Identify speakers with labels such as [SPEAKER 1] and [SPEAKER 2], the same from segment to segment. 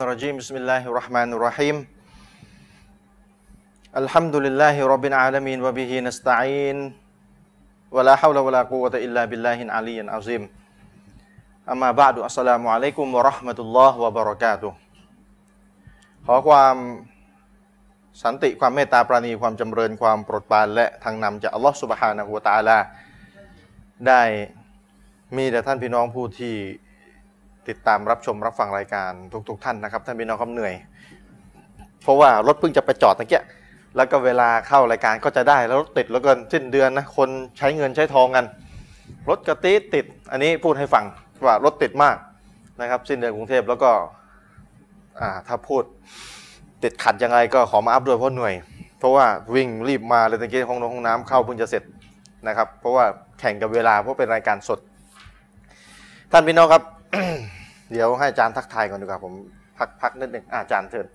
[SPEAKER 1] الرجيم بسم الله الرحمن الرحيم الحمد لله رب العالمين وبه نستعين ولا حول ولا قوة إلا بالله العلي العظيم أما بعد السلام عليكم ورحمة الله وبركاته ขอความสันติความเมตตาปราณีความจำเริญความโปรดปรานและทางนำจากอัลลอฮ์สุบฮานะฮูวะตะอาลาได้มีแต่ท่านพี่น้องผู้ที่ ติดตามรับชมรับฟังรายการทุกๆท่านนะครับท่านพี่น้องครับเหนื่อย เพราะว่ารถเพิ่งจะไปจอดตะเกียแล้วก็เวลาเข้ารายการก็จะได้แล้วรถติดแล้วเกินสิ้นเดือนนะคนใช้เงินใช้ทองกัน รถกระติดติดอันนี้พูดให้ฟังว่ารถติดมากนะครับ สิ้นเดือนกรุงเทพแล้วก็อ่าถ้าพูดติดขัดยังไงก็ขอมาอัพด้วยเพราะเหนื่อย เพราะว่าวิ่งรีบมาเลยตะกี้ห้องน้ำห้องน้ำเข้าเพิ่งจะเสร็จนะครับ เพราะว่าแข่งกับเวลาเพราะเป็นรายการสด ท่านพี่น้องครับ เดี๋ยวให้อาจารย์ทักทายก่อนดีกว่าผมพักพักนิดหนึ่งอ่ะอาจารย์เถิด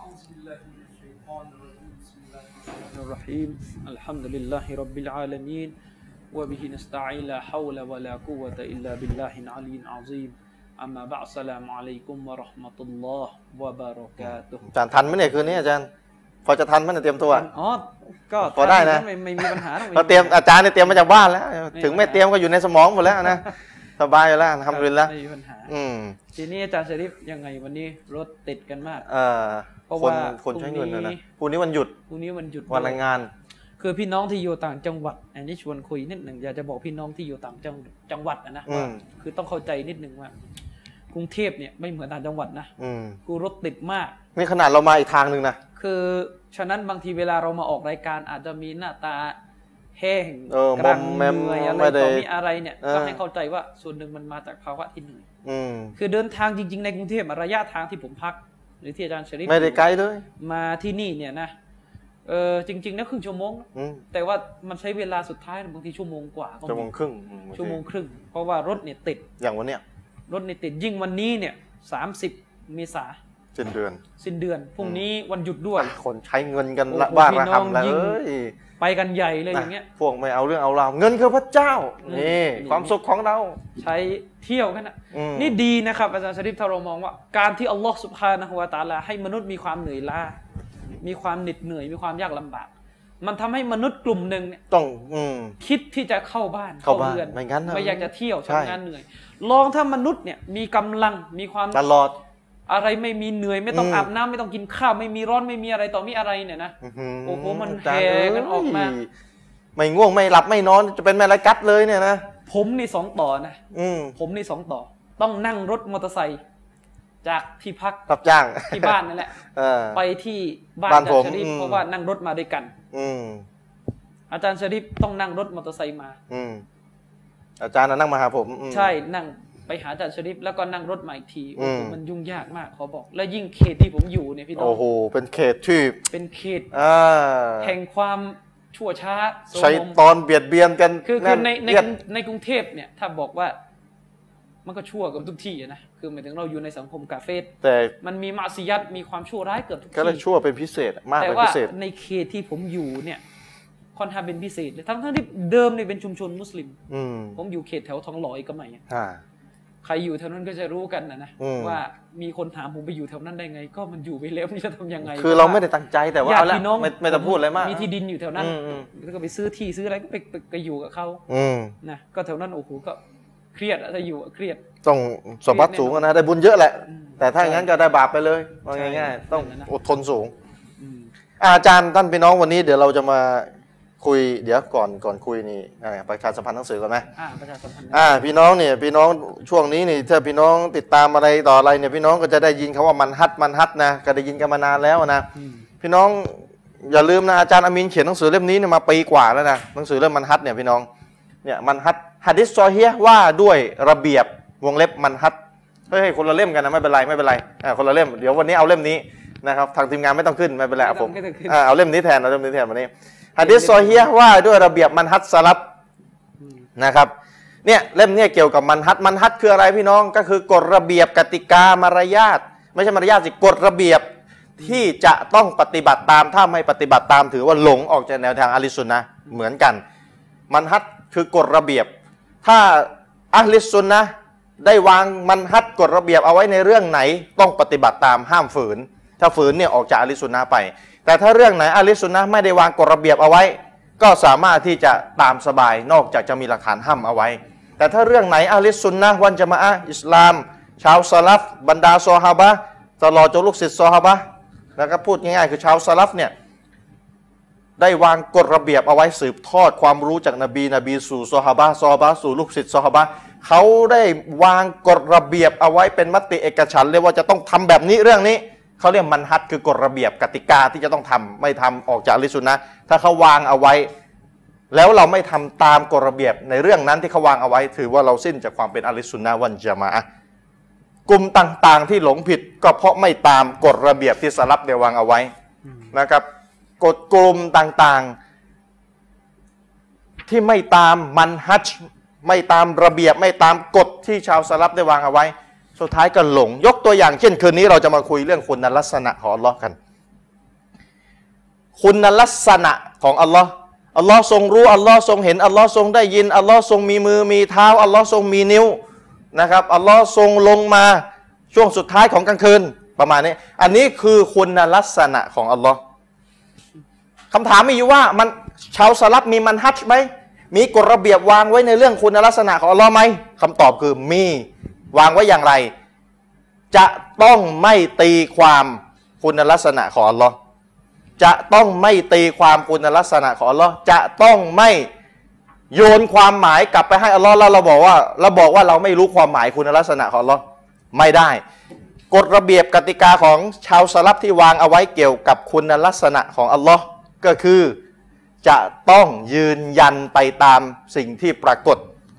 [SPEAKER 2] أعوذ بالله من الشيطان الرجيم بسم الله الرحمن الرحيم الحمد لله رب العالمين وبه نستعين لا حول ولا قوة إلا بالله العلي العظيم أما بعد السلام عليكم ورحمة الله وبركاته
[SPEAKER 1] อาจารย์ทันไหมเนี่ยคืนนี้อาจารย์พอจะทันไหมเนี่ยเตรียมตัว
[SPEAKER 2] อ๋อก็
[SPEAKER 1] พอได้นะ
[SPEAKER 2] ม่ไม่มีปัญหาหอก
[SPEAKER 1] เราเตรียมอาจารย์เนี่ยเตรียมมาจากบ้านแล้ว ถึงไม่เตรียมก็อยู่ในสมองหมดแล้ว นะสบายอยู่แล้วทำรินแล้ว
[SPEAKER 2] ไม่มีปัญหา
[SPEAKER 1] อืม
[SPEAKER 2] ทีนี้อาจารย์เสรีฟยังไงวันนี้รถติดกันมาก
[SPEAKER 1] เออ
[SPEAKER 2] เพราะ
[SPEAKER 1] คน
[SPEAKER 2] ว่า
[SPEAKER 1] คนใช้เงินนะนะ
[SPEAKER 2] พรุ่ง
[SPEAKER 1] พรุ่ง
[SPEAKER 2] นี้
[SPEAKER 1] นี้วันหยุด
[SPEAKER 2] พรุ่งนี้วันหยุด
[SPEAKER 1] วันแรงงาน
[SPEAKER 2] คือพี่น้องที่อยู่ต่างจังหวัด อันนี้ชวนคุยนิดหนึ่งอยากจะบอกพี่น้องที่อยู่ต่างจังจังหวัดอะนะ
[SPEAKER 1] อืม
[SPEAKER 2] ว่าคือต้องเข้าใจนิดหนึ่งว่ากรุงเทพเนี่ยไม่เหมือนต่างจังหวัดนะ
[SPEAKER 1] อืม
[SPEAKER 2] คือรถติดมาก
[SPEAKER 1] นี่ขนาดเรามาอีกทางหนึ่งนะ
[SPEAKER 2] คือฉะนั้นบางทีเวลาเรามาออกรายการอาจจะมีหน้าตาแห้ง
[SPEAKER 1] เออก ม
[SPEAKER 2] รั
[SPEAKER 1] อง
[SPEAKER 2] ง
[SPEAKER 1] แมม
[SPEAKER 2] เหนื่อยอะไร
[SPEAKER 1] ไม่ได้
[SPEAKER 2] ต่อมีอะไรเนี่ย
[SPEAKER 1] เออ
[SPEAKER 2] ก็ให้เข้าใจว่าส่วนหนึ่งมันมาจากภาวะที่เหนื่อย
[SPEAKER 1] อืม
[SPEAKER 2] คือเดินทางจริง ๆ ในกรุงเทพอะระยะทางที่ผมพัก หรือที่อาจารย์เชริฟ
[SPEAKER 1] ไม่ได้ไกลเลย
[SPEAKER 2] มาที่นี่เนี่ยนะเออจริงๆนะครึ่งชั่วโมง
[SPEAKER 1] อืม
[SPEAKER 2] แต่ว่ามันใช้เวลาสุดท้ายบางทีชั่วโมงกว่าก็
[SPEAKER 1] ชั่วโมง
[SPEAKER 2] มี
[SPEAKER 1] ครึ่งอื
[SPEAKER 2] ชั่วโมงครึ่ง เพราะว่ารถเนี่ยติด
[SPEAKER 1] อย่างวันเนี้ย
[SPEAKER 2] รถเนี่ยติดยิ่งวันนี้เนี่ยสามสิบเมษา
[SPEAKER 1] สิ้นเดือน
[SPEAKER 2] สิ้นเดือนพรุ่งนี้วันหยุดด้วย
[SPEAKER 1] อ่ะคนใช้เงินกันละ
[SPEAKER 2] โอ้โห
[SPEAKER 1] บ้าน
[SPEAKER 2] พี่
[SPEAKER 1] ระ
[SPEAKER 2] น้อง
[SPEAKER 1] หำแล้ว
[SPEAKER 2] ยิ่ง
[SPEAKER 1] เอ้ย
[SPEAKER 2] ไปกันใหญ่เลยอย่างเงี้ย
[SPEAKER 1] นะพวกไม่เอาเรื่องเอาราวเงินคือพระเจ้า
[SPEAKER 2] นี่
[SPEAKER 1] นี่
[SPEAKER 2] นี่
[SPEAKER 1] ความสุขของเรา
[SPEAKER 2] ใช้เที่ยวกันนะ
[SPEAKER 1] อืม
[SPEAKER 2] นี่ดีนะครับ อาจารย์ชริฟทาเรามองว่า การที่อัลลอฮฺสุบฮานะฮุวาตะอาลาให้มนุษย์มีความเหนื่อยล้า มีความเหน็ดเหนื่อยมีความยากลำบาก มันทำให้มนุษย์กลุ่มหนึ่งเนี่ย
[SPEAKER 1] ต้องอืม
[SPEAKER 2] คิดที่จะเข้าบ้าน
[SPEAKER 1] เข้าบ้าน
[SPEAKER 2] รือน
[SPEAKER 1] ไม่งั้นน่ะ
[SPEAKER 2] ไม่อยากจะเที่ยว
[SPEAKER 1] ใช่
[SPEAKER 2] ทำงานเหนื่อย ลองถ้ามนุษย์เนี่ยมีกำลังมีความ
[SPEAKER 1] ตลอด
[SPEAKER 2] อะไรไม่มีเหนื่อยไม่ต้อง
[SPEAKER 1] อืม
[SPEAKER 2] อาบน้ำไม่ต้องกินข้าวไม่มีร้อนไม่มีอะไรต่อมีอะไรเนี่ยนะ
[SPEAKER 1] หื
[SPEAKER 2] โอ้โหมัน
[SPEAKER 1] จา
[SPEAKER 2] แห่
[SPEAKER 1] เย
[SPEAKER 2] กันออกมา
[SPEAKER 1] ไม่ง่วงไม่หลับไม่นอนจะเป็นแมลากัดเลยเนี่ยนะ
[SPEAKER 2] ผมนี่สองต่อนะ
[SPEAKER 1] อืม
[SPEAKER 2] ผมนี่สองต่อ ต้องนั่งรถมอเตอร์ไซค์จากที่พัก
[SPEAKER 1] รับจ้าง
[SPEAKER 2] ที่บ้านนั่น แหละ
[SPEAKER 1] เออ
[SPEAKER 2] ไปที่บ้าน
[SPEAKER 1] บ้าน
[SPEAKER 2] อาจารย์
[SPEAKER 1] ผม
[SPEAKER 2] ชริฟ
[SPEAKER 1] อืม
[SPEAKER 2] เพราะว่านั่งรถมาด้วยกัน
[SPEAKER 1] อืม
[SPEAKER 2] อาจารย์ชริฟต้องนั่งรถมอเตอร์ไซค์มา
[SPEAKER 1] อืมอาจารย์น่ะนั่งมาหาผมอืม
[SPEAKER 2] ใช่นั่งไปหาอาจารย์ชริฟแล้วก็นั่งรถมาอีกทีโอ้โห
[SPEAKER 1] อืม
[SPEAKER 2] มันยุ่งยากมากขอบอก และยิ่งเขตที่ผมอยู่เนี่ยพี่น้อ
[SPEAKER 1] โอ้
[SPEAKER 2] ง
[SPEAKER 1] โห เป็นเขตที่
[SPEAKER 2] เป็นเขต
[SPEAKER 1] อ่า
[SPEAKER 2] แห่งความชั่วช้าโซ
[SPEAKER 1] ใช้
[SPEAKER 2] มม
[SPEAKER 1] ตอนเบียดเบียนกัน
[SPEAKER 2] คือคื
[SPEAKER 1] แน่
[SPEAKER 2] อในใน
[SPEAKER 1] เอียด
[SPEAKER 2] ในกรุงเทพเนี่ยถ้าบอกว่ามันก็ชั่วเกับทุกที่อะนะคือหมายถึงเราอยู่ในสังคมกาเฟส
[SPEAKER 1] แต่
[SPEAKER 2] มันมีมาสิยัตมีความชั่วร้ายเกิดทุก
[SPEAKER 1] ก็เลย
[SPEAKER 2] ที่
[SPEAKER 1] ชั่วเป็นพิเศษมาก
[SPEAKER 2] แต่
[SPEAKER 1] เป็น
[SPEAKER 2] ว่า
[SPEAKER 1] พิเศษ
[SPEAKER 2] ในเขตที่ผมอยู่เนี่ยค่อนข้างเป็นพิเศษเลยทั้งทั้งที่เดิมเนี่ยเป็นชุมชนมุสลิม
[SPEAKER 1] อืม
[SPEAKER 2] ผมอยู่เขตแถวทองหล่อเอกมัยอะ
[SPEAKER 1] อ่า
[SPEAKER 2] ใครอยู่แถวนั้นก็จะรู้กันนะนะ
[SPEAKER 1] อืม
[SPEAKER 2] ว่ามีคนถามผมไปอยู่แถวนั้นได้ไง ก็มันอยู่ไปแล้วมันจะทำยังไง
[SPEAKER 1] คือเราไม่ได้ตั้งใจแต่ว่า
[SPEAKER 2] ญา
[SPEAKER 1] เอา
[SPEAKER 2] ติ
[SPEAKER 1] ละ
[SPEAKER 2] พี่น้อง
[SPEAKER 1] ไม่ไม่ต้องพูดอะไรมาก
[SPEAKER 2] มีที่ดินอยู่แถวนั้น
[SPEAKER 1] อืมอืม
[SPEAKER 2] แล้วก็ไปซื้อที่ซื้ออะไรก็ไปไปไปอยู่กับเขา
[SPEAKER 1] อืม
[SPEAKER 2] นะก็แถวนั้นโอ้โหก็เครียดอะถ้าอยู่อะเครียด
[SPEAKER 1] ต้องสมบัติสูงอะนะได้บุญเยอะแหละ
[SPEAKER 2] อืม
[SPEAKER 1] แต่ถ้าอย่างนั้นก็ได้บาปไปเลยว่า
[SPEAKER 2] ใช่
[SPEAKER 1] ง่ายๆต้อง
[SPEAKER 2] นั่นน่ะนะ
[SPEAKER 1] อดทนสูง
[SPEAKER 2] อืม
[SPEAKER 1] อ่ะอาจารย์ท่านพี่น้องวันนี้เดี๋ยวเราจะมาคุยเดี๋ยวก่อนก่อนคุยนี่อ่ะประชาสัมพันธ์หนังสือก่อนไหม
[SPEAKER 2] อ่าประชาสัมพันธ์นะ
[SPEAKER 1] อ่าพี่น้องเนี่ยพี่น้องช่วงนี้นี่ถ้าพี่น้องติดตามอะไรต่ออะไรเนี่ยพี่น้องก็จะได้ยินคาว่ามันฮัดมันฮัดนะก็ได้ยินกันมานานแล้วนะ
[SPEAKER 2] อืม
[SPEAKER 1] พี่น้องอย่าลืมนะอาจารย์อามินเขียนหนังสือเล่มนี้เนี่ยมาปีกว่าแล้วนะหนังสือเล่มมันฮัดเนี่ยพี่น้องเนี่ยมันฮัดฮัดดิสซอเฮียะว่าด้วยระเบียบวงเล็บมันฮัดเฮ้ยคนละเล่มกันนะไม่เป็นไรไม่เป็นไรอ่าคนละเล่มเดี๋ยววันนี้เอาเล่มนี้นะครับทางทีมงานไม่ต้องขึ้นไม่เป็นไรเอาผมอ่าเอาเล่มนี้แทนเอาเล่มนี้แทนวันนี้ฮัดดิสซอเฮียะว่าด้วยระเบียบมันฮัดสลับ
[SPEAKER 2] อืม
[SPEAKER 1] นะครับเนี่ยเล่มเนี่ยเกี่ยวกับมันฮัดมันฮัดคืออะไรพี่น้องก็คือกฎระเบียบกติกามารยาทไม่ใช่มารยาทสิกฎระเบียบที่จะต้องปฏิบัติตามถ้าไม่ปฏิบัติตามถือว่าหลงออกจากแนวทางอะลิสุนนะห์เหมือนกัน มันฮัดคือกฎระเบียบ ถ้าอะลิสุนนะห์ ได้วางมันฮัดกฎระเบียบเอาไว้ในเรื่องไหนต้องปฏิบัติตามห้ามฝืน ถ้าฝืนเนี่ยออกจากอาลิสุนนะห์ไป แต่ถ้าเรื่องไหนอาลิสุนนะห์ไม่ได้วางกฎระเบียบเอาไว้ ก็สามารถที่จะตามสบายนอกจากจะมีหลักฐานห้ามเอาไว้ แต่ถ้าเรื่องไหนอาลิสุนนะห์วันจะมาอะห์อิสลาม ชาวสลัฟบรรดาซอฮาบะห์ตลอดจนลูกศิษย์ซอฮาบะห์นะครับพูดง่ายๆคือชาวสลัฟเนี่ย ได้วางกฎระเบียบเอาไว้สืบทอดความรู้จากนบีนบีสู่ซอฮาบะห์ซอฮาบะห์สู่ลูกศิษย์ซอฮาบะห์เขาได้วางกฎระเบียบเอาไว้เป็นมติเอกฉันท์เลยว่าจะต้องทำแบบนี้เรื่องนี้เขาเรียกมันฮัดคือกฎระเบียบกติกาที่จะต้องทำไม่ทำออกจากลิสุนนะห์ถ้าเขาวางเอาไว้ แล้วเราไม่ทำตามกฎระเบียบในเรื่องนั้นที่เขาวางเอาไว้ ถือว่าเราสิ้นจากความเป็นอะลิสุนนะห์วันจะมาอะห์กลุ่มต่างๆ ที่หลงผิดก็เพราะไม่ตามกฎระเบียบที่สลับได้วางเอาไว้ นะครับกฎกลุ่มต่างๆ ที่ไม่ตามมันฮัจญ์ไม่ตามระเบียบไม่ตามกฎที่ชาวสลับได้วางเอาไว้ สุดท้ายก็หลง ยกตัวอย่างเช่น คืนนี้เราจะมาคุยเรื่องคุณลักษณะของอัลลอฮ์กัน คุณลักษณะของอัลลอฮ์อัลลอฮ์ทรงรู้อัลลอฮ์ทรงเห็นอัลลอฮ์ทรงได้ยินอัลลอฮ์ทรงมีมือมีเท้าอัลลอฮ์ทรงมีนิ้วนะครับอัลลอฮ์ทรงลงมาช่วงสุดท้ายของกลางคืนประมาณนี้ อันนี้คือคุณลักษณะของอัลลอฮ์ คำถามมีอยู่ว่ามันชาวสลับมีมันฮัจญ์ไหม มีกฎระเบียบวางไว้ในเรื่องคุณลักษณะของอัลลอฮ์ไหมคำตอบคือมีวางไว้อย่างไร จะต้องไม่ตีความคุณลักษณะของอัลลอฮ์จะต้องไม่ตีความคุณลักษณะของอัลลอฮ์จะต้องไม่โยนความหมายกลับไปให้อัลลอฮ์แล้วเราบอกว่าเราบอกว่าเราไม่รู้ความหมายคุณลักษณะของอัลลอฮ์ไม่ได้ กฎระเบียบกติกาของชาวสลับที่วางเอาไว้เกี่ยวกับคุณลักษณะของอัลลอฮ์ก็คือจะต้องยืนยันไปตามสิ่งที่ปรากฏ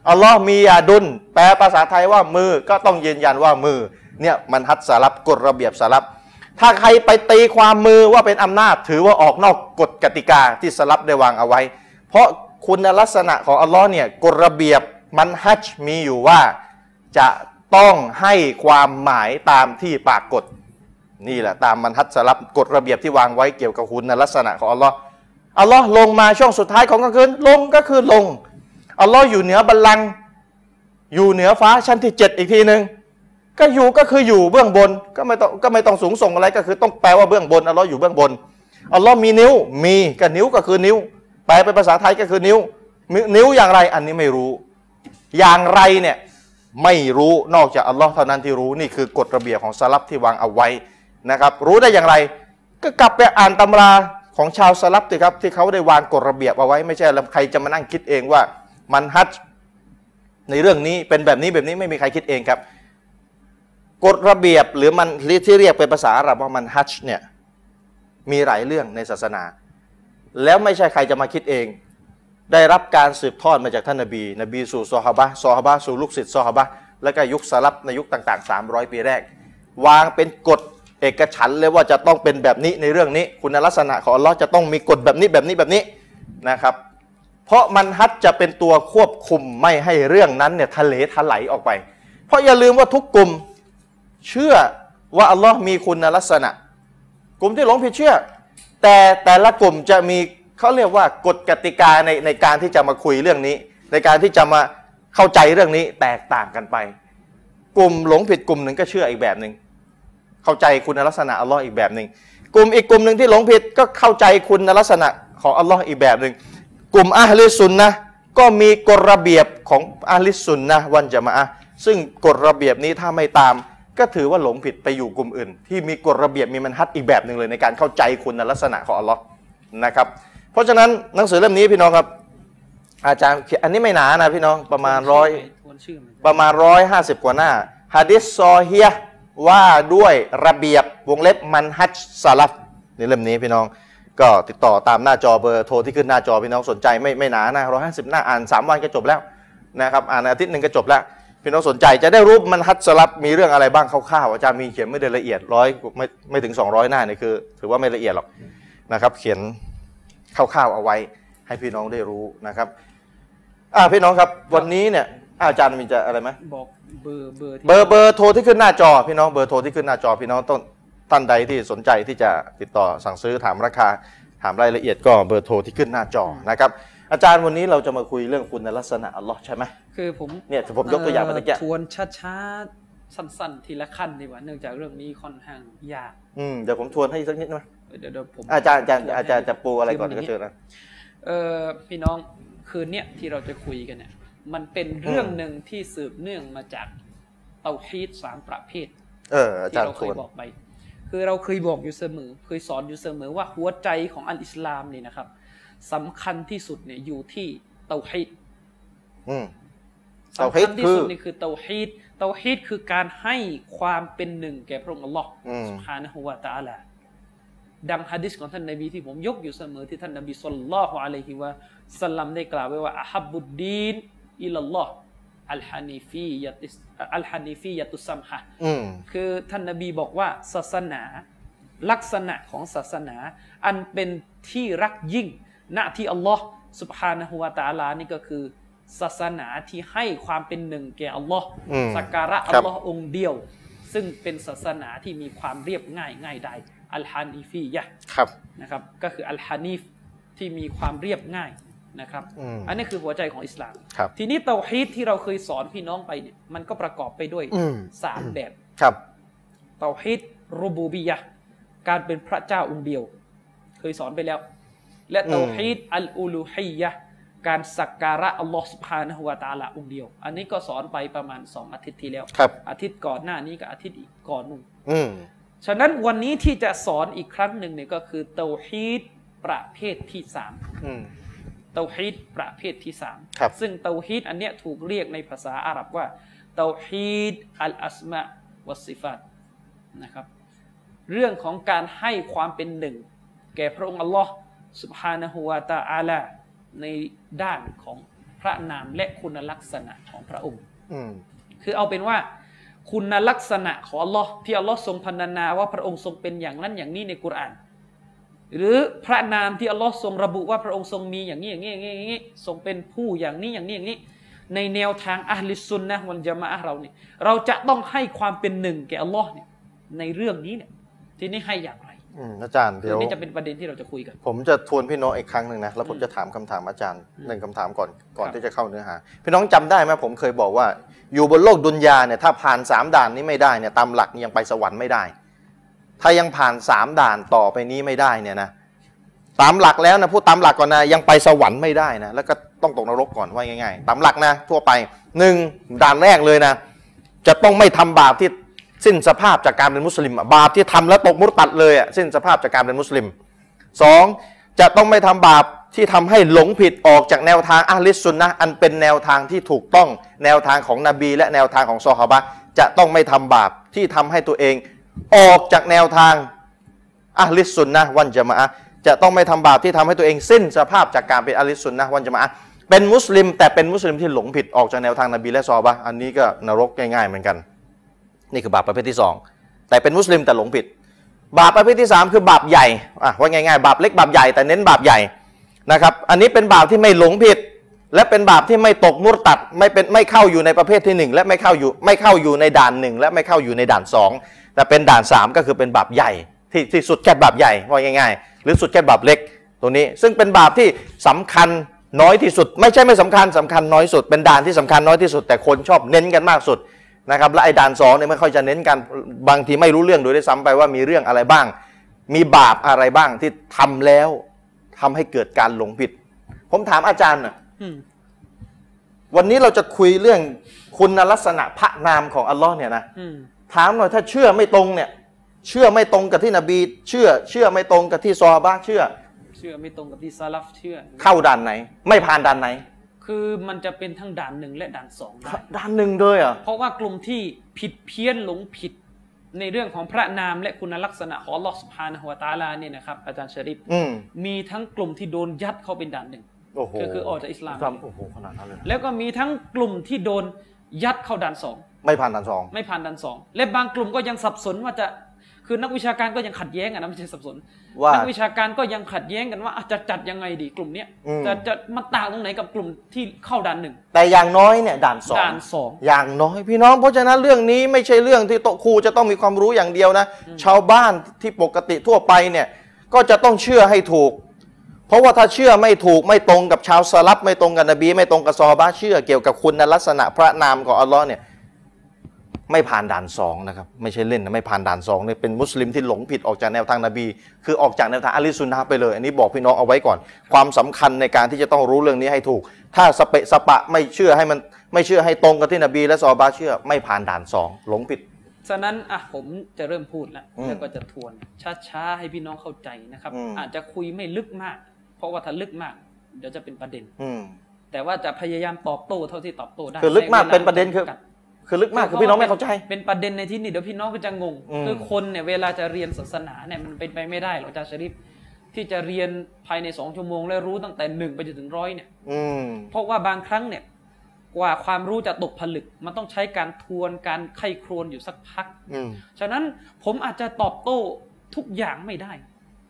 [SPEAKER 1] อัลลอฮ์มียาดุลแปลภาษาไทยว่ามือก็ต้องยืนยันว่ามือเนี่ยมันฮัดสลับกฎระเบียบสลับ ถ้าใครไปตีความมือว่าเป็นอำนาจ ถือว่าออกนอกกฎกติกาที่สลับได้วางเอาไว้ เพราะคุณลักษณะของอัลลอฮ์เนี่ยกฎระเบียบมันฮัจญ์มีอยู่ว่า จะต้องให้ความหมายตามที่ปรากฏ นี่แหละตามมันทัดสลับกฎระเบียบที่วางไว้เกี่ยวกับคุณในลักษณะของอัลลอฮ์อัลลอฮ์ลงมาช่วงสุดท้ายของกลางคืนลงก็คือลงอัลลอฮ์อยู่เหนือบัลลังก์อยู่เหนือฟ้าชั้นที่เจ็ดอีกทีหนึ่งก็อยู่ก็คืออยู่เบื้องบนก็ไม่ต้องก็ไม่ต้องสูงส่งอะไรก็คือต้องแปลว่าเบื้องบนอัลลอฮ์อยู่เบื้องบนอัลลอฮ์มีนิ้วมีก็นิ้วก็คือนิ้ว แปลเป็นภาษาไทยก็คือนิ้วมินิ้วอย่างไรอันนี้ไม่รู้ อย่างไรเนี่ยไม่รู้นอกจากอัลลอฮ์เท่านั้นที่รู้นี่คือกฎระเบียบของสลับที่วางเอาไว้นะครับ รู้ได้อย่างไร ก็กลับไปอ่านตำราของชาวสลับสิครับที่เขาได้วางกฎระเบียบเอาไว้ไม่ใช่แล้วใครจะมานั่งคิดเองว่ามันฮัจญ์ในเรื่องนี้เป็นแบบนี้แบบนี้ไม่มีใครคิดเองครับ กฎระเบียบหรือมันที่เรียกเป็นภาษาอาหรับว่ามันฮัจญ์เนี่ยมีหลายเรื่องในศาสนา แล้วไม่ใช่ใครจะมาคิดเอง ได้รับการสืบทอดมาจากท่านนบี นบีสู่ซอฮาบะห์ซอฮาบะห์สู่ลูกศิษย์ซอฮาบะห์แล้วก็ยุคสลับในยุคต่าง ๆ 300 ปีแรก วางเป็นกฎเอกฉันท์เลยว่าจะต้องเป็นแบบนี้ในเรื่องนี้ คุณลักษณะของอัลลอฮ์จะต้องมีกฎแบบนี้แบบนี้แบบนี้นะครับ เพราะมันฮัดจะเป็นตัวควบคุมไม่ให้เรื่องนั้นเนี่ยทะเลทลายออกไป เพราะอย่าลืมว่าทุกกลุ่มเชื่อว่าอัลลอฮ์มีคุณลักษณะ กลุ่มที่หลงผิดเชื่อ แต่แต่ละกลุ่มจะมีเขาเรียกว่ากฎกติกาในในการที่จะมาคุยเรื่องนี้ ในการที่จะมาเข้าใจเรื่องนี้แตกต่างกันไป กลุ่มหลงผิดกลุ่มหนึ่งก็เชื่ออีกแบบหนึ่งเข้าใจคุณลักษณะอัลลอฮ์อีกแบบหนึ่งกลุ่มอีกกลุ่มหนึ่งที่หลงผิดก็เข้าใจคุณลักษณะของอัลลอฮ์อีกแบบหนึ่งกลุ่มอะฮ์ลิสุนนะห์ก็มีกฎระเบียบของอะฮ์ลิสุนนะห์วันจะมาอะฮ์ซึ่งกฎระเบียบนี้ถ้าไม่ตาม ก็ถือว่าหลงผิดไปอยู่กลุ่มอื่น ที่มีกฎระเบียบมีมันฮัดอีกแบบหนึ่งเลยในการเข้าใจคุณลักษณะของอัลลอฮ์นะครับ เพราะฉะนั้นหนังสือเล่มนี้พี่น้องครับ อาจารย์เขียนอันนี้ไม่หนานะพี่น้องประมาณร้อย
[SPEAKER 2] ทวนชื่อมัน
[SPEAKER 1] ประมาณร้อยห้าสิบกว่าหน้าฮะดิษซอเฮียว่าด้วยระเบียบวงเล็บมันฮัจญ์สลัฟในเล่มนี้พี่น้อง ก็ติดต่อตามหน้าจอเบอร์โทรที่ขึ้นหน้าจอพี่น้องสนใจไม่ไม่หนานะร้อยห้าสิบหน้าอ่านสามวันก็จบแล้วนะครับอ่านอาทิตย์หนึ่งก็จบแล้ว พี่น้องสนใจจะได้รู้มันฮัจญ์สลัฟมีเรื่องอะไรบ้างคร่าวๆอาจารย์มีเขียนไม่ได้ละเอียดร้อยไม่ไม่ถึง 200 หน้าเนี่ยคือ ถือว่าไม่ละเอียดหรอกนะครับ เขียนคร่าวๆเอาไว้ให้พี่น้องได้รู้นะครับอ่าพี่น้องครับวันนี้เนี่ยอาอาจารย์มีจะอะไรไหม
[SPEAKER 2] บอกเบอร์เบอร์ที่
[SPEAKER 1] เบอร์เบอร์โทรที่ขึ้นหน้าจอพี่น้องเบอร์โทรที่ขึ้นหน้าจอพี่น้องต้นท่านใดที่สนใจที่จะติดต่อสั่งซื้อถามราคาถามรายละเอียดก็เบอร์โทรที่ขึ้นหน้าจอนะครับ อาจารย์วันนี้เราจะมาคุยเรื่องคุณลักษณะอัลลอฮ์ใช่ไหม
[SPEAKER 2] คือผม
[SPEAKER 1] เนี่ยผมยกตัวอย่างมาตะกี้
[SPEAKER 2] เทวนช้าๆ สั้นๆ ทีละขั้นดีกว่า เนื่องจากเรื่องนี้ค่อนข้างยาก
[SPEAKER 1] อืมเดี๋ยวผมทวนให้สักนิดนะ
[SPEAKER 2] เดี๋ยวเดี๋ยวผม
[SPEAKER 1] อาจารย์อาจารย์
[SPEAKER 2] ทวนให้
[SPEAKER 1] อาจารย์จะปูอะไรก่อน
[SPEAKER 2] คื
[SPEAKER 1] ก็
[SPEAKER 2] มัย่าง
[SPEAKER 1] เจ
[SPEAKER 2] งี้ย
[SPEAKER 1] อนะ
[SPEAKER 2] เออพี่น้องคืนเนี้ยที่เราจะคุยกันเนี่ย มันเป็นเรื่องหนึ่งที่สืบเนื่องมาจากเตาฮีดสามประเภท
[SPEAKER 1] เอออา
[SPEAKER 2] ที่
[SPEAKER 1] จาร
[SPEAKER 2] เรา
[SPEAKER 1] ย์ท
[SPEAKER 2] เคย
[SPEAKER 1] วน
[SPEAKER 2] บอกไป คือเราเคยบอกอยู่เสมอ เคยสอนอยู่เสมอว่าหัวใจของอันอิสลามเนี่ยนะครับสำคัญที่สุดเนี่ยอยู่ที่เตาฮีด
[SPEAKER 1] อืม
[SPEAKER 2] สำ
[SPEAKER 1] เตาฮี
[SPEAKER 2] คั
[SPEAKER 1] ดคือ
[SPEAKER 2] ญที่สุดนี่คือเตาฮีดเตาฮีดคือการให้ความเป็นหนึ่งแก่พระองค์อัลลอฮ์
[SPEAKER 1] อืม
[SPEAKER 2] สุฮานะฮูวะตะอาลา ดังฮะดิษของท่านนบีที่ผมยกอยู่เสมอที่ท่านนบีสุลลัลลอฮุอะลัยฮิวะสัลลัมได้กล่าวไว้ว่าอะฮับบุดดีนอิลลัลลอฮ์อัลฮานีฟียะติสอัลฮานีฟียะตุสซัมฮะ
[SPEAKER 1] อืม
[SPEAKER 2] คือท่านนบีบอกว่าศาสนาลักษณะของศาสนา อันเป็นที่รักยิ่งณที่อัลลอฮ์สุบฮานะฮูวาตะอาลานี่ก็คือ ศาสนาที่ให้ความเป็นหนึ่งแก่อัลลอฮ์
[SPEAKER 1] อืม
[SPEAKER 2] สักการะ
[SPEAKER 1] ครับ
[SPEAKER 2] อัลลอฮ์องค์เดียว ซึ่งเป็นศาสนาที่มีความเรียบง่ายง่ายได้อัลฮานีฟียะห์
[SPEAKER 1] ครับ
[SPEAKER 2] นะครับก็คืออัลฮานีฟที่มีความเรียบง่ายนะครับ
[SPEAKER 1] อืม
[SPEAKER 2] นนี้คือหัวใจของอิสลาม
[SPEAKER 1] ครับ
[SPEAKER 2] ทีนี้เตาฮีดที่เราเคยสอนพี่น้องไปเนี่ยมันก็ประกอบไปด้วย
[SPEAKER 1] อืม
[SPEAKER 2] สามแบบ
[SPEAKER 1] ครับ
[SPEAKER 2] เตาฮีดรูบูบียะห์การเป็นพระเจ้าองค์เดียว เคยสอนไปแล้ว และ
[SPEAKER 1] อืม
[SPEAKER 2] เตาฮีดอัลอูลูฮียะห์การสักการะอัลลอฮ์สุภานะฮุวาตาลาองค์เดียว อันนี้ก็สอนไปประมาณสองอาทิตย์ที่แล้ว
[SPEAKER 1] ครับ
[SPEAKER 2] อาทิตย์ก่อนหน้านี้กับอาทิตย์อีกก่อนนู่น
[SPEAKER 1] อืม
[SPEAKER 2] ฉะนั้นวันนี้ที่จะสอนอีกครั้งหนึ่งเนี่ยก็คือเตาฮีดประเภทที่สาม
[SPEAKER 1] อืม
[SPEAKER 2] เตาฮีดประเภทที่สาม
[SPEAKER 1] ครับ
[SPEAKER 2] ซึ่งเตาฮีดอันเนี้ยถูกเรียกในภาษาอาหรับว่าเตาฮีดอัลอัสมาวัสซิฟาต นะครับเรื่องของการให้ความเป็นหนึ่ง แก่พระองค์อัลลอฮ์สุบฮานะฮูวาตาอาลาในด้านของพระนามและคุณลักษณะของพระองค์
[SPEAKER 1] อืม
[SPEAKER 2] คือเอาเป็นว่าคุณลักษณะของอัลลอฮ์ที่อัลลอฮ์ทรงพรรณนาว่าพระองค์ทรงเป็นอย่างนั้นอย่างนี้ในกุรอาน หรือพระนามที่อัลลอฮ์ทรงระบุว่าพระองค์ทรงมีอย่างนี้อย่างนี้อย่างนี้อย่างนี้ทรงเป็นผู้อย่างนี้อย่างนี้อย่างนี้ ในแนวทางอัลลิสซุนนะฮ์วัลญะมาอะฮ์เราเนี่ยเราจะต้องให้ความเป็นหนึ่งแก่อัลลอฮ์เนี่ยในเรื่องนี้เนี่ยทีนี้ให้อย่างไร
[SPEAKER 1] อืมอาจารย์
[SPEAKER 2] คื
[SPEAKER 1] เดี๋
[SPEAKER 2] อ
[SPEAKER 1] ยว
[SPEAKER 2] นี่จะเป็นประเด็นที่เราจะคุยกัน
[SPEAKER 1] ผมจะทวนพี่น้องอีกครั้งหนึ่งนะ แล้วผม
[SPEAKER 2] อืม
[SPEAKER 1] จะถามคำถามอาจารย์หนึ่งคำถามก่อน ก่อน
[SPEAKER 2] ครับ
[SPEAKER 1] ที่จะเข้าเนื้อหา พี่น้องจำได้ไหมผมเคยบอกว่า อยู่บนโลกดุนยาเนี่ย ถ้าผ่านสามด่านนี้ไม่ได้เนี่ย ตามหลักยังไปสวรรค์ไม่ได้ ถ้ายังผ่านสามด่านต่อไปนี้ไม่ได้เนี่ยนะ ตามหลักแล้วนะพูดตามหลักก่อนนะยังไปสวรรค์ไม่ได้นะ แล้วก็ต้องตกนรกก่อนว่าง่ายๆ ตามหลักนะ ทั่วไปหนึ่งด่านแรกเลยนะ จะต้องไม่ทำบาปที่สิ้นสภาพจากการเป็นมุสลิมอะบาปที่ทำแล้วตกมุรตัดเลยอะสิ้นสภาพจากการเป็นมุสลิม สองจะต้องไม่ทำบาปที่ทำให้หลงผิดออกจากแนวทางอะฮ์ลิสซุนนะฮ์อันเป็นแนวทางที่ถูกต้องแนวทางของนบี และแนวทางของซอฮาบะห์จะต้องไม่ทำบาปที่ทำให้ตัวเองออกจากแนวทางอะฮ์ลิสซุนนะฮ์วันจะมาอะฮ์จะต้องไม่ทำบาปที่ทำให้ตัวเองสิ้นสภาพจากการเป็นอะฮ์ลิสซุนนะฮ์วันจะมาอะฮ์เป็นมุสลิม แต่เป็นมุสลิมที่หลงผิดออกจากแนวทางนบีและซอฮาบะห์อันนี้ก็นรกง่ายๆเหมือนกัน นี่คือบาปประเภทที่สองแต่เป็นมุสลิมแต่หลงผิด บาปประเภทที่ 3 คือบาปใหญ่อ่ะว่าง่ายๆ บาปเล็กบาปใหญ่แต่เน้นบาปใหญ่นะครับ อันนี้เป็นบาปที่ไม่หลงผิด และเป็นบาปที่ไม่ตกมุรตัดไม่เป็นไม่เข้าอยู่ในประเภททีหนึ่งและไม่เข้าอยู่ไม่เข้าอยู่ในด่านหนึ่งและไม่เข้าอยู่ในด่านสองแต่เป็นด่านสามก็คือเป็นบาปใหญ่ที่ที่สุดแค่บาปใหญ่ว่าง่าย ๆ หรือสุดแค่บาปเล็กตัวนี้ ซึ่งเป็นบาปที่สำคัญน้อยที่สุด ไม่ใช่ไม่สำคัญสำคัญน้อยสุด เป็นด่านที่สำคัญน้อยที่สุด แต่คนชอบเน้นกันมากสุด นะครับและไอ้ด่านสองเนี่ยไม่ค่อยจะเน้นกันบางทีไม่รู้เรื่องโดยได้วยซ้ำไปว่ามีเรื่องอะไรบ้าง มีบาปอะไรบ้างที่ทำแล้วทำให้เกิดการหลงผิด ผมถามอาจารย์หน่อย
[SPEAKER 2] อืม
[SPEAKER 1] วันนี้เราจะคุยเรื่องคุณลักษณะพระนามของอัลลอฮ์เนี่ยนะ
[SPEAKER 2] อืม
[SPEAKER 1] ถามหน่อยถ้าเชื่อไม่ตรงเนี่ย เชื่อไม่ตรงกับที่นบี เชื่อเชื่อไม่ตรงกับที่ซอฮาบะห์เชื่อ
[SPEAKER 2] เชื่อไม่ตรงกับที่ซาลฟเชื่อ
[SPEAKER 1] เข้าด่านไหน ไม่ผ่านด่านไหน
[SPEAKER 2] คือมันจะเป็นทั้งด่านหนึ่งและด่านสองได้
[SPEAKER 1] ด่านหนึ่งเลยเหรอ่ะ
[SPEAKER 2] เพราะว่ากลุ่มที่ผิดเพี้ยนหลงผิดในเรื่องของพระนามและคุณลักษณะของลอสุภานะฮวตาลาเนี่ยนะครับอาจารย์ชริป
[SPEAKER 1] อืม
[SPEAKER 2] มีทั้งกลุ่มที่โดนยัดเข้าเป็นด่านหนึ่ง
[SPEAKER 1] โอ้โห
[SPEAKER 2] คือคือออกจากอิสลาม
[SPEAKER 1] โอ้โหขนาดนั้นเลยนะ
[SPEAKER 2] แล้วก็มีทั้งกลุ่มที่โดนยัดเข้าด่านสอง
[SPEAKER 1] ไม่ผ่านด่านสอง
[SPEAKER 2] ไม่ผ่านด่านสองและบางกลุ่มก็ยังสับสนว่าจะคือนักวิชาการก็ยังขัดแย้งอะนะไม่ใช่สับสน
[SPEAKER 1] ว่า
[SPEAKER 2] นักวิชาการก็ยังขัดแย้งกันว่าอ่ะจะจัดยังไงดีกลุ่มเนี้ย
[SPEAKER 1] อืม
[SPEAKER 2] จะจะมาต่างตรงไหนกับกลุ่มที่เข้าด่านหนึ่ง
[SPEAKER 1] แต่อย่างน้อยเนี่ยด่านสอง
[SPEAKER 2] ด่านสอง
[SPEAKER 1] อย่างน้อยพี่น้องเพราะฉะนั้นเรื่องนี้ไม่ใช่เรื่องที่โตะครูจะต้องมีความรู้อย่างเดียวนะ ชาวบ้านที่ปกติทั่วไปเนี่ย ก็จะต้องเชื่อให้ถูก เพราะว่าถ้าเชื่อไม่ถูกไม่ตรงกับชาวสลับไม่ตรงกับนบีไม่ตรงกับซอฮาบะห์เชื่อเกี่ยวกับคุณลักษณะพระนามของอัลลอฮ์เนี่ยไม่ผ่านด่านสองนะครับไม่ใช่เล่นนะไม่ผ่านด่านสองเนี่ยเป็นมุสลิมที่หลงผิดออกจากแนวทางนบี คือออกจากแนวทางอะลิซุนนะห์ไปเลย อันนี้บอกพี่น้องเอาไว้ก่อน ความสำคัญในการที่จะต้องรู้เรื่องนี้ให้ถูก ถ้าสเปะสปะไม่เชื่อให้มันไม่เชื่อให้ตรงกับที่นบี และซอฮาบะห์เชื่อไม่ผ่านด่านสองหลงผิด
[SPEAKER 2] ฉะนั้นอ่ะผมจะเริ่มพูดแล้ว
[SPEAKER 1] อืม
[SPEAKER 2] แล้วก็จะทวนช้าๆให้พี่น้องเข้าใจนะครับ
[SPEAKER 1] อืม
[SPEAKER 2] อาจจะคุยไม่ลึกมาก เพราะว่าถ้าลึกมาก เดี๋ยวจะเป็นประเด็น
[SPEAKER 1] อืม
[SPEAKER 2] แต่ว่าจะพยายามตอบโต้เท่าที่ตอบโต้ได้
[SPEAKER 1] คือลึกมาก
[SPEAKER 2] ใวล
[SPEAKER 1] เป็นประเด็นคือ
[SPEAKER 2] จำกัด
[SPEAKER 1] คือลึกมากคือพี่น้องไม่เข้าใจ
[SPEAKER 2] เป็นประเด็นในที่นี่เดี๋ยวพี่น้องก็จะงง
[SPEAKER 1] อืม
[SPEAKER 2] คือคนเนี่ยเวลาจะเรียนศาสนาเนี่ยมันเป็นไปไม่ได้หรอกอาจารย์ชริฟที่จะเรียนภายในสองชั่วโมง และรู้ตั้งแต่หนึ่งไปจนถึงร้อยเนี่ย
[SPEAKER 1] อืม
[SPEAKER 2] เพราะว่าบางครั้งเนี่ยกว่าความรู้จะตกผลึก มันต้องใช้การทวนการไข้ครวนอยู่สักพัก
[SPEAKER 1] อืม
[SPEAKER 2] ฉะนั้นผมอาจจะตอบโต้ทุกอย่างไม่ได้